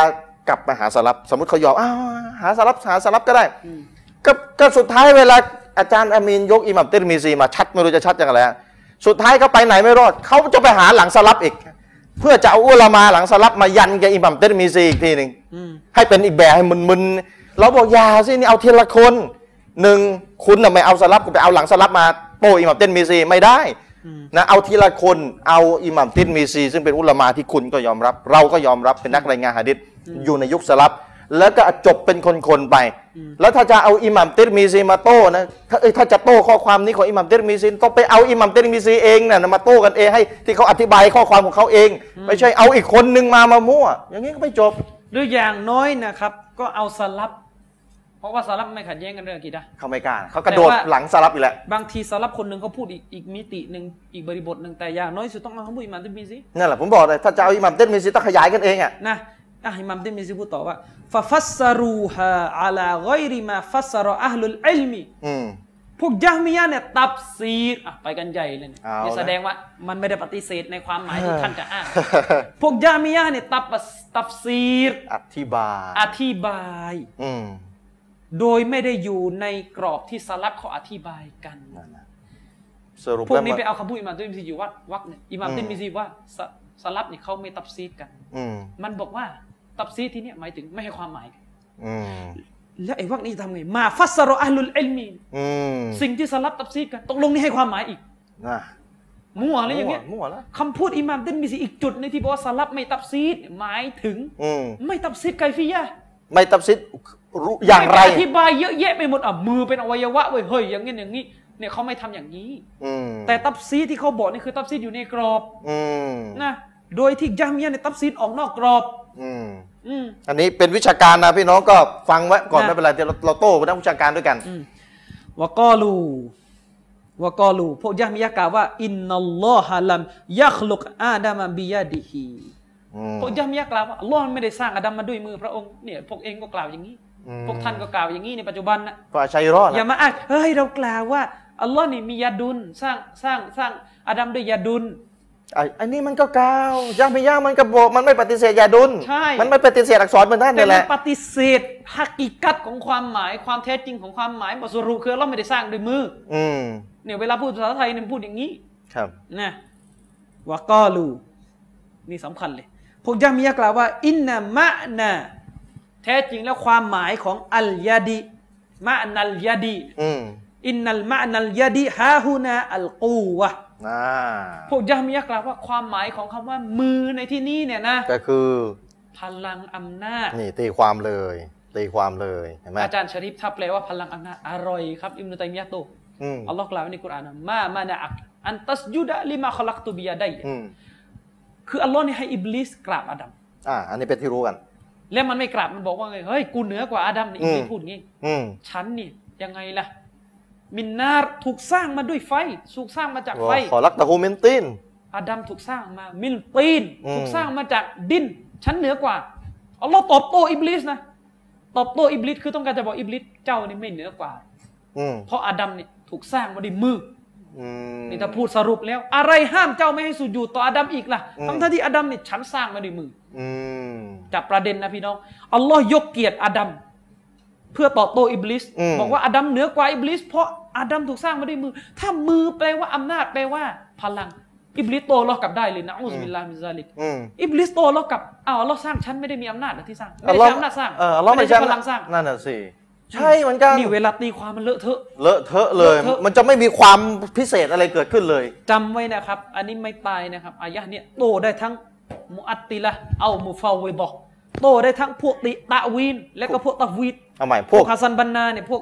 [SPEAKER 1] กลับมาหาสลับ สมมติเขายอมอ้าวหาสลับหาสลับก็ได้
[SPEAKER 2] อืม
[SPEAKER 1] ก็ก็สุดท้ายเวลาอาจารย์อามีนยกอิหมัมติรมีซีมาชัดไม่รู้จะชัดยังไงแล้วสุดท้ายเขาไปไหนไม่รอดเขาจะไปหาหลังสลับอีก เพื่อจะเอาอุลามาหลังสลับมายันกับอิหมัมติรมีซีอีกทีหนึ่ง
[SPEAKER 2] อืม
[SPEAKER 1] ให้เป็นอีกแบบให้มึนๆเราบอกอยาสินี่เอาทีละคนหนึ่งคุณน่ะไม่เอาสลับก็ไปเอาหลังสลับมาโปะอิหมัมเต้นมีซีไม่ได้
[SPEAKER 2] อืม
[SPEAKER 1] นะเอาทีละคนเอาอิหมัมเต้นมีซี ซึ่งเป็นอุลามะที่คุณก็ยอมรับ เราก็ยอมรับเป็นนักรายงานหะดิษอยู่ในยุคสลับ แล้วก็จบเป็นคนๆไป แล้วถ้าจะเอาอิหมัมเต้นมีซีมาโต้นะถ้าเอ้ยถ้าจะโต้ข้อความนี้ของอิหมัมเต้นมีซีต้องไปเอาอิหมัมเต้นมีซีเองน่ะนะมาโต้กันเองให้ที่เขาอธิบายข้อความของเขาเอง ไม่ใช่เอาอีกคนนึงมามามั่ว อย่างนี้ก็ไม่จบ
[SPEAKER 2] หรืออย่างน้อยนะครับ ก็เอาสลับ เพราะว่าสลับไม่ขัดแย้งกันเรื่องอากีดะห์
[SPEAKER 1] เขาไม่กล้าเขากระโดด
[SPEAKER 2] แต่ว่า
[SPEAKER 1] หลังสลับอีกแหละ
[SPEAKER 2] บางทีสลับคนหนึ่งเขาพูดอีกอีกมิติหนึ่งอีกบริบทหนึ่งแต่อย่างน้อยสุดต้องเอาคำพูดอิหม่ามติมีซี
[SPEAKER 1] นั่นแหละผมบอกเลยถ้าจะเอาอิหมัมเต้นมิซิต้องขยายกันเองอ่ะ
[SPEAKER 2] นะอ่ะอิหม่ามติมีซีพูดต่อว่าฟาฟัสซารูฮาอาลาไกอริมาฟัสซารออัลลุลอิลมี
[SPEAKER 1] อืม
[SPEAKER 2] พวกยะฮ์มียะห์เนี่ยตับซีรอ่ะไปกันใหญ่เลยเนี่ย
[SPEAKER 1] เอา
[SPEAKER 2] นี่
[SPEAKER 1] ละ
[SPEAKER 2] แสดงว่ามันไม่ได้ปฏิเสธในความหมายที่ท่านจะอ้างพวกยะฮ์มียะห์เนี่ยตับตับซีร
[SPEAKER 1] อธิบาย
[SPEAKER 2] อธิบาย
[SPEAKER 1] อืม
[SPEAKER 2] โดยไม่ได้อยู่ในกรอบที่สลับเขาอธิบายกัน
[SPEAKER 1] นั่นน่ะสรุป
[SPEAKER 2] พวก
[SPEAKER 1] แล้ว
[SPEAKER 2] นี้
[SPEAKER 1] มัน
[SPEAKER 2] ไปเอาคำพูดอิหม่ามติมิซีอยู่วัดวักเนี่ยอิหม่ามติมิซีว่าสสลับเนี่ยเขาไม่ตับซีดกัน
[SPEAKER 1] อืม
[SPEAKER 2] มันบอกว่าตับซีดที่เนี่ยหมายถึงไม่ให้ความหมายกัน
[SPEAKER 1] อืม
[SPEAKER 2] แล้วไอ้วักนี้ทำไงมาฟัสซารออัลลุลอิลมี
[SPEAKER 1] อืม
[SPEAKER 2] สิ่งที่สลับตับซีดกันตกลงนี่ให้ความหมายอีก
[SPEAKER 1] นะ
[SPEAKER 2] มั่วอะไรอย่างเงี้ย
[SPEAKER 1] มั่วแล้ว
[SPEAKER 2] คำพูดอิหม่ามติมิซีอีกจุดหนึงที่บอกว่าสลับไม่ตับซีดหมายถึง
[SPEAKER 1] อืม
[SPEAKER 2] ไม่ตับซีดไกฟียะห์
[SPEAKER 1] ไม่ตับซิดรู้อย่างไร
[SPEAKER 2] ม่ปอธิบายเยอะแยะไปหมดอ่ะมือเป็นอวัยวะเว้ยเฮ้ยอย่างเงี้ยอย่างงี้เนี่ยเขาไม่ทำอย่างนี้
[SPEAKER 1] อืม
[SPEAKER 2] แต่ตับซีดที่เขาบอกนี่คือตับซีดอยู่ในกรอบ
[SPEAKER 1] อืม
[SPEAKER 2] นะโดยที่ยะฮ์มียะห์ในตับซีดออกนอกกรอบ
[SPEAKER 1] อืม
[SPEAKER 2] อืม
[SPEAKER 1] อันนี้เป็นวิชาการนะพี่น้องก็ฟังไว้ก่อน
[SPEAKER 2] นะ
[SPEAKER 1] ไม่เป็นไรเดี๋ยวเราเราโต้เป็นนักวิชาการด้วยกัน
[SPEAKER 2] วะกอลูว วกอลูพวกยะมียะกล่าวว่า อินนัลลอฮะลัมยัคลุกอาดามะบิยาดิฮี
[SPEAKER 1] อืม
[SPEAKER 2] พวกยะมียะกล่าวว่าอัลลอฮ์ไม่ได้สร้างอาดัมมาด้วยมือพระองค์เนี่ยพวกเองก็กล่าวอย่างนี้
[SPEAKER 1] อืม
[SPEAKER 2] พวกท่านก็กล่าวอย่างนี้ในปัจจุบันนะ
[SPEAKER 1] ก็ชัยรอด
[SPEAKER 2] อย่ามาอ้างเฮ้ยเรากล่าวว่าอัลลอฮ์นี่มียาดุลสร้างสร้างสร้างอาดัมด้วยยาดุล
[SPEAKER 1] ไอ้ไอ้นี่มันก็กล่าวยังไม่ยากมันก็บอกมันไม่ปฏิเสธยาดุล
[SPEAKER 2] ใช่
[SPEAKER 1] มันไม่ปฏิเสธอักษรเหมือนท่าน
[SPEAKER 2] แต่
[SPEAKER 1] นี่แห
[SPEAKER 2] มั
[SPEAKER 1] ละ
[SPEAKER 2] นปฏิเสธฮักกิกัตของความหมายความแท้จริงของความหมายบทสรุปคือเราไม่ได้สร้างด้วยมือ
[SPEAKER 1] อืม
[SPEAKER 2] เนี่ยเวลาพูดภาษาไทยเนี่ยพูดอย่างนี้
[SPEAKER 1] ครับ
[SPEAKER 2] นะวะกอลูนี่สำคัญเลยพวกยามียะกล่าวว่า อินนามะนาแท้จริงแล้วความหมายของอัลยาดีมะนัลยาดี
[SPEAKER 1] อืม
[SPEAKER 2] อินนัลมะนัลยาดีฮาฮูนาอัลกูวะ
[SPEAKER 1] อ่า
[SPEAKER 2] พวกยามียะกล่าวว่าความหมายของคำว่ามือในที่นี้เนี่ยนะ
[SPEAKER 1] ก็คือ
[SPEAKER 2] พลังอำนาจ
[SPEAKER 1] นี่ตีความเลยตีความเลยเห็นไหม
[SPEAKER 2] อาจารย์ชะริฟถ้าแปลว่าพลังอำนาจอร่อยครับอิมนุตัยมียะห์โต
[SPEAKER 1] อืม
[SPEAKER 2] อัลลอฮ์กล่าวไว้ในกุรอานนะมามานะอักอันตัสยุดะลิมาคอลักตุบิยาไดยะ
[SPEAKER 1] อืม
[SPEAKER 2] คืออัลลอฮ์เนี่ยให้อิบลิสกราบอาดัม
[SPEAKER 1] อ่า อันนี้เป็นที่รู้กัน
[SPEAKER 2] แล้วมันไม่กราบมันบอกว่าไงเฮ้ยกูเหนือกว่าอาดัมเนี่ยอิบลิส
[SPEAKER 1] อืม
[SPEAKER 2] พูดงี้
[SPEAKER 1] อืม
[SPEAKER 2] ฉันนี่ยังไงล่ะ มินนาร์ถูกสร้างมาด้วยไฟถูกสร้างมาจากไฟ
[SPEAKER 1] ขอรักตะฮูมินติน
[SPEAKER 2] อาดัมถูกสร้างมามิลตีน
[SPEAKER 1] อืม
[SPEAKER 2] ถูกสร้างมาจากดินฉันเหนือกว่าอัลลอฮ์ตอบโต้อิบลิสนะตอบโต้อิบลิสคือต้องการจะบอกอิบลิสเจ้านี่ไม่เหนือกว่า
[SPEAKER 1] อืม
[SPEAKER 2] เพราะอาดัมเนี่ยถูกสร้างมาด้วยมือ
[SPEAKER 1] อืม
[SPEAKER 2] นี่ถ้าพูดสรุปแล้ว อะไรห้ามเจ้าไม่ให้สุญอยู่ต่ออาดัมอีกล่ะ
[SPEAKER 1] อืม
[SPEAKER 2] ทั้งทที่อาดัมเนี่ยฉันสร้างมาด้วยมือ
[SPEAKER 1] อืม
[SPEAKER 2] จากประเด็นนะพี่น้องอัลลอฮ์ยกเกียรติอาดัมเพื่อต่อโต้อิบลิส
[SPEAKER 1] อืม
[SPEAKER 2] บอกว่าอาดัมเหนือกว่าอิบลิสเพราะอาดัมถูกสร้างมาด้วยมือ ถ้ามือแปลว่าอำนาจแปลว่าพลังอิบลิสโตล้อกลับได้เลยนะอูซบิลลาฮิมินซาลิก
[SPEAKER 1] อืม
[SPEAKER 2] อิบลิสโตล้อกลับอ้าวเราสร้างฉันไม่ได้มีอำนาจเหรอที่สร้างไม่
[SPEAKER 1] อัล
[SPEAKER 2] ได้
[SPEAKER 1] ลอฮ์
[SPEAKER 2] ใช้อำนาจสร้าง
[SPEAKER 1] เอออัลลอฮ์
[SPEAKER 2] ไม่
[SPEAKER 1] ไม่
[SPEAKER 2] ได้
[SPEAKER 1] ใช่
[SPEAKER 2] ใช้พลังสร้าง
[SPEAKER 1] นั่นน่ะสิใช่เหมือนกัน
[SPEAKER 2] นี่เวลาตีความมันเลอะเทอะ
[SPEAKER 1] เลอะเทอะเลย
[SPEAKER 2] เลอะเทอะ
[SPEAKER 1] มันจะไม่มีความพิเศษอะไรเกิดขึ้นเลย
[SPEAKER 2] จำไว้นะครับ อันนี้ไม่ตายนะครับอายะห์เนี่ยโตได้ทั้งมุอัตติละห์เอามุฟาววบอก โตได้ทั้งพวกติตะวีน และก็พวกตัฟวีด
[SPEAKER 1] เอาใหม่พ
[SPEAKER 2] พ
[SPEAKER 1] ว
[SPEAKER 2] ว
[SPEAKER 1] ก
[SPEAKER 2] กฮัสซันบันนาเนี่ยพวก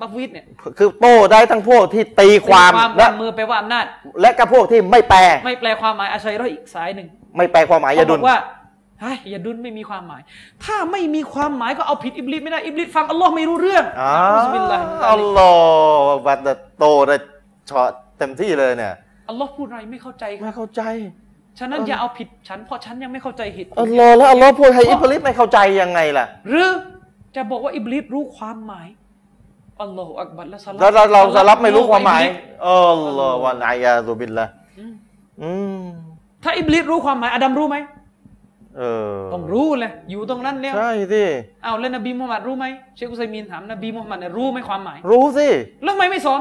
[SPEAKER 2] ตัฟวีดเนี่ย
[SPEAKER 1] คือโต้ได้ทั้งพวกที่ตีความ
[SPEAKER 2] เป็น
[SPEAKER 1] และ
[SPEAKER 2] วามมือแปลว่าอำนาจ
[SPEAKER 1] และก็พวกที่ไม่แปล
[SPEAKER 2] ไม่แปลความหมายอาชัยร้อยอีกสายหนึ่ง
[SPEAKER 1] ไม่แปลความหมาย
[SPEAKER 2] เขา
[SPEAKER 1] ยา
[SPEAKER 2] บ
[SPEAKER 1] ดุ
[SPEAKER 2] อ
[SPEAKER 1] ล
[SPEAKER 2] กว่าเฮ้ยอย่าดุลไม่มีความหมาย ถ้าไม่มีความหมายก็เอาผิดอิบลิสไม่ได้อิบลิสฟังอัลลอฮ์ไม่รู้เรื่อง
[SPEAKER 1] อ๋อ
[SPEAKER 2] อุสบิลลาฮิมินซา
[SPEAKER 1] อัล
[SPEAKER 2] ลิก
[SPEAKER 1] ลอฮ์บัตโตได้ช็อตเต็มที่เลยเนี่ย
[SPEAKER 2] อัลลอฮ์พูดอะไรไม่เข้าใจครับ
[SPEAKER 1] ไม่เข้าใจ
[SPEAKER 2] ฉะนั้นอย่าเอาผิดฉันเพราะฉันยังไม่เข้าใจเหตุผล
[SPEAKER 1] อัลลอฮ์แล้วอัลลอฮ์พูดให้อิบลิสไม่เข้าใจยังไงล่ะ
[SPEAKER 2] หรือจะบอกว่าอิบลิสรู้ความหมายอัลลอฮฺอักบัรและสลับ
[SPEAKER 1] แล้วเราเราสลับไม่รู้ความหมาย
[SPEAKER 2] อิบลิส
[SPEAKER 1] เออลอวันอายาตุบินละอืม
[SPEAKER 2] ถ้าอิบลิสรู้ความหมายอาดัมรู้ไหม
[SPEAKER 1] เออ
[SPEAKER 2] ต้องรู้เลยอยู่ตรงนั้นแล้ว
[SPEAKER 1] ใช่สิ
[SPEAKER 2] เอาวแล้วนบีมุฮัมมัดรู้ไหมเชคอุซัยมีนถามนบีมุฮัมมัดเนี่ยรู้ไหมความหมาย
[SPEAKER 1] รู้สิ
[SPEAKER 2] แล้วทำไมไม่สอน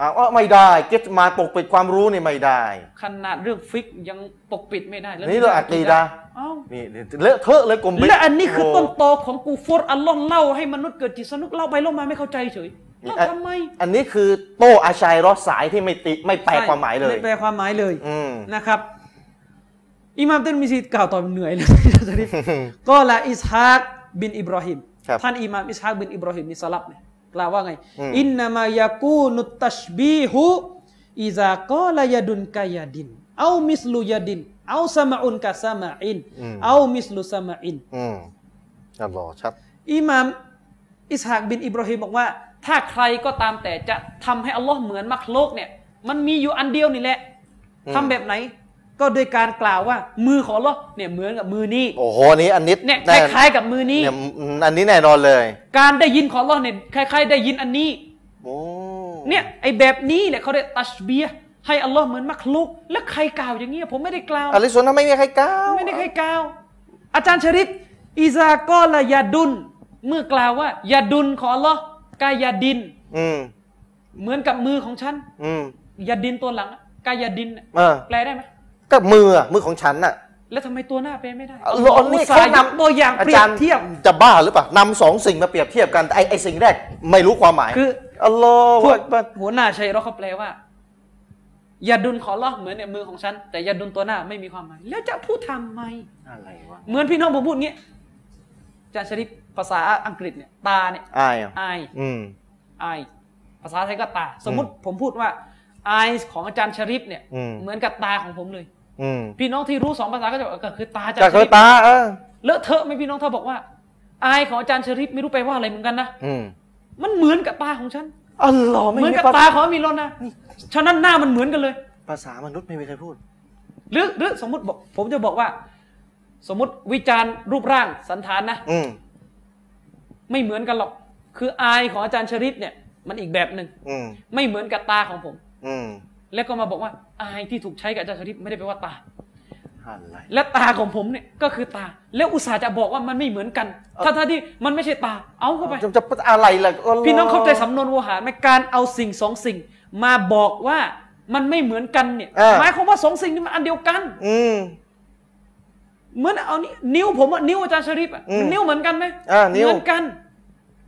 [SPEAKER 1] อ้าวเอ้าไม่ได้เก็ตมาปกปิดความรู้นี่ไม่ได้
[SPEAKER 2] ขนาดเรื่องฟิกยังปกปิดไม่ได้แล้ว
[SPEAKER 1] นี่เรื่องอะกีดะห์
[SPEAKER 2] เอ้า
[SPEAKER 1] นี่นี่เลอะเทอะเลยกลม
[SPEAKER 2] และอันนี้คือต้น
[SPEAKER 1] โ
[SPEAKER 2] ตอของกูฟอร์อัลลอฮ์เล่าให้มนุษย์เกิดจิตสำนุกเล่าไปเล่ามาไม่เข้าใจเฉยแล้วทำไม
[SPEAKER 1] อันนี้คือโตอาชัยรอดสายที่ไม่ติไม่แปลความหมายเลย
[SPEAKER 2] ไม่แปลความหมายเลย
[SPEAKER 1] อืม
[SPEAKER 2] นะครับอิหม่ามเตนมิซีกล่าวต่อเหนื่อยเลย จะรีบก็ละอิสฮากบินอิบรอฮิม
[SPEAKER 1] ครับ Hmm.
[SPEAKER 2] ท่านอิหม่ามอิสฮากบินอิบรอฮิมนี่สลับเนี่ยกล่าวว่าไง
[SPEAKER 1] อืม
[SPEAKER 2] อินนามายากูนุตตัชบีหุอิซากอลายาดุนกายาดินเอามิสลุยาดินเอาสมาอุนกะสมาอิน
[SPEAKER 1] Hmm.
[SPEAKER 2] เอามิสลุสมาอิน
[SPEAKER 1] อืมอัลลอฮ์ชัด
[SPEAKER 2] อิหม่ามอิสฮากบินอิบรอฮิมบอกว่า ถ้าใครก็ตามแต่จะทำให้อัลลอฮ์เหมือนมักโลกเนี่ยมันมีอยู่อันเดียวนี่แหละ
[SPEAKER 1] อืม
[SPEAKER 2] ทำแบบไหน ก็โดยการกล่าวว่ามือของอัลลอฮ์เนี่ยเหมือนกับมือนี้
[SPEAKER 1] โอ้โหอันนี้อันนี้
[SPEAKER 2] เนี่ยค
[SPEAKER 1] แน่
[SPEAKER 2] ล้ายๆกับมือนี้
[SPEAKER 1] เนี่ยอืมอันนี้แน่นอนเลย
[SPEAKER 2] การได้ยินของอัลลอฮ์เนี่ยคล้ายๆได้ยินอันนี้
[SPEAKER 1] โอ้
[SPEAKER 2] เนี่ยไอแบบนี้เนี่ยเขาเรียกตัชเบียห์ให้อัลลอฮ์เหมือนมักลุก แล้วใครกล่าวอย่างเงี้ยผมไม่ได้กล่าว
[SPEAKER 1] อะลิสุนนะไม่มีใครกล้า
[SPEAKER 2] ไม่ได้ใครกล่าว อาจารย์ชริฟอิซากอลายาดุน เมื่อกล่าวว่ายาดุนของอัลลอฮ์กายาดิน
[SPEAKER 1] อืม
[SPEAKER 2] เหมือนกับมือของฉัน
[SPEAKER 1] อืม
[SPEAKER 2] ยาดินตัวหลังอะกายาดินอะ
[SPEAKER 1] เออ
[SPEAKER 2] แปลได้ไหม
[SPEAKER 1] ก็มืออะมือของฉันน่ะ
[SPEAKER 2] แล้วทำไมตัวหน้าแปลไม่ได้
[SPEAKER 1] เอาเอา
[SPEAKER 2] อุ
[SPEAKER 1] นี่
[SPEAKER 2] ตส่าห์ยกตัวอย่าง
[SPEAKER 1] อา
[SPEAKER 2] เปรีย
[SPEAKER 1] จา
[SPEAKER 2] บ
[SPEAKER 1] รย์
[SPEAKER 2] เทียบ
[SPEAKER 1] จะบ้าหรือเปล่านำสองสิ่งมาเปรียบเทียบกันแต่ไอ้ไอ้สิ่งแรกไม่รู้ความหมาย
[SPEAKER 2] คือ
[SPEAKER 1] อัลลอฮ
[SPEAKER 2] พวก
[SPEAKER 1] ฺ
[SPEAKER 2] หัวหน้าชัยเราะห์เขาแปลว่าอย่าดุลขอลอเหมือนเนี่ยมือของฉัน แต่อย่าดุลตัวหน้าไม่มีความหมาย แล้วจะพูดทำไม
[SPEAKER 1] อะไรวะ
[SPEAKER 2] เหมือนพี่น้องผมพูดงี้อาจารย์ชริปภาษาอังกฤษเนี่ย ตาเนี่ย
[SPEAKER 1] อายอะ
[SPEAKER 2] อาย
[SPEAKER 1] อืม
[SPEAKER 2] อายภาษาไทยก็ตา สมมติผมพูดว่าอายของอาจารย์ชริปเนี่ย
[SPEAKER 1] อืม
[SPEAKER 2] เหมือนกับตาของผมเลย
[SPEAKER 1] อืม
[SPEAKER 2] พี่น้องที่รู้สองภาษาก็จะบอกเออก็คือตาอาจาร
[SPEAKER 1] จาก
[SPEAKER 2] ย์
[SPEAKER 1] เค
[SPEAKER 2] ช
[SPEAKER 1] ย
[SPEAKER 2] ริป
[SPEAKER 1] ตาเออ
[SPEAKER 2] เลอะเทอะไหมพี่น้องถ้าบอกว่าอายของอาจารย์ชริปไม่รู้ไปว่าอะไรเหมือนกันนะ
[SPEAKER 1] อืม
[SPEAKER 2] มันเหมือนกับตาของฉัน
[SPEAKER 1] อัลลอฮ์ไม่
[SPEAKER 2] เหมือน
[SPEAKER 1] มี
[SPEAKER 2] กับ
[SPEAKER 1] ภา
[SPEAKER 2] ตาของอามีรอนนะฉะนั้นหน้ามันเหมือนกันเลย
[SPEAKER 1] ภาษามนุษย์ไม่มีใครพูด
[SPEAKER 2] หรือหรือสมมติบอกผมจะบอกว่า สมมติวิจารณ์รูปร่างสันฐานนะ
[SPEAKER 1] อืม
[SPEAKER 2] ไม่เหมือนกันหรอก คืออายของอาจารย์ชริตเนี่ย มันอีกแบบหนึ่ง
[SPEAKER 1] อืม
[SPEAKER 2] ไม่เหมือนกับตาของผม
[SPEAKER 1] อืม
[SPEAKER 2] แล้วก็มาบอกว่าอายที่ถูกใช้กับอาจารย์ชริตไม่ได้แปลว่าตา
[SPEAKER 1] อะไร
[SPEAKER 2] และตาของผมเนี่ยก็คือตา แล้วอุตส่าห์จะบอกว่ามันไม่เหมือนกันถ้าถ้าที่มันไม่ใช่ตา เอาเข้าไป
[SPEAKER 1] จะจะอะไรล่ะลล
[SPEAKER 2] พี่น้องเข้าใจสำนวนโวหารไหมการเอาสิ่งสองสิ่ง มาบอกว่ามันไม่เหมือนกันเนี่ยหมายความว่าสองสิ่งนี้มันอันเดียวกัน
[SPEAKER 1] อืม
[SPEAKER 2] เหมือนเอานี่นิ้วผมอะนิ้วอาจารย์ชริปอะ
[SPEAKER 1] อืม
[SPEAKER 2] มันนิ้วเหมือนกันไหม
[SPEAKER 1] อ่านิ้ว
[SPEAKER 2] เหมือนกัน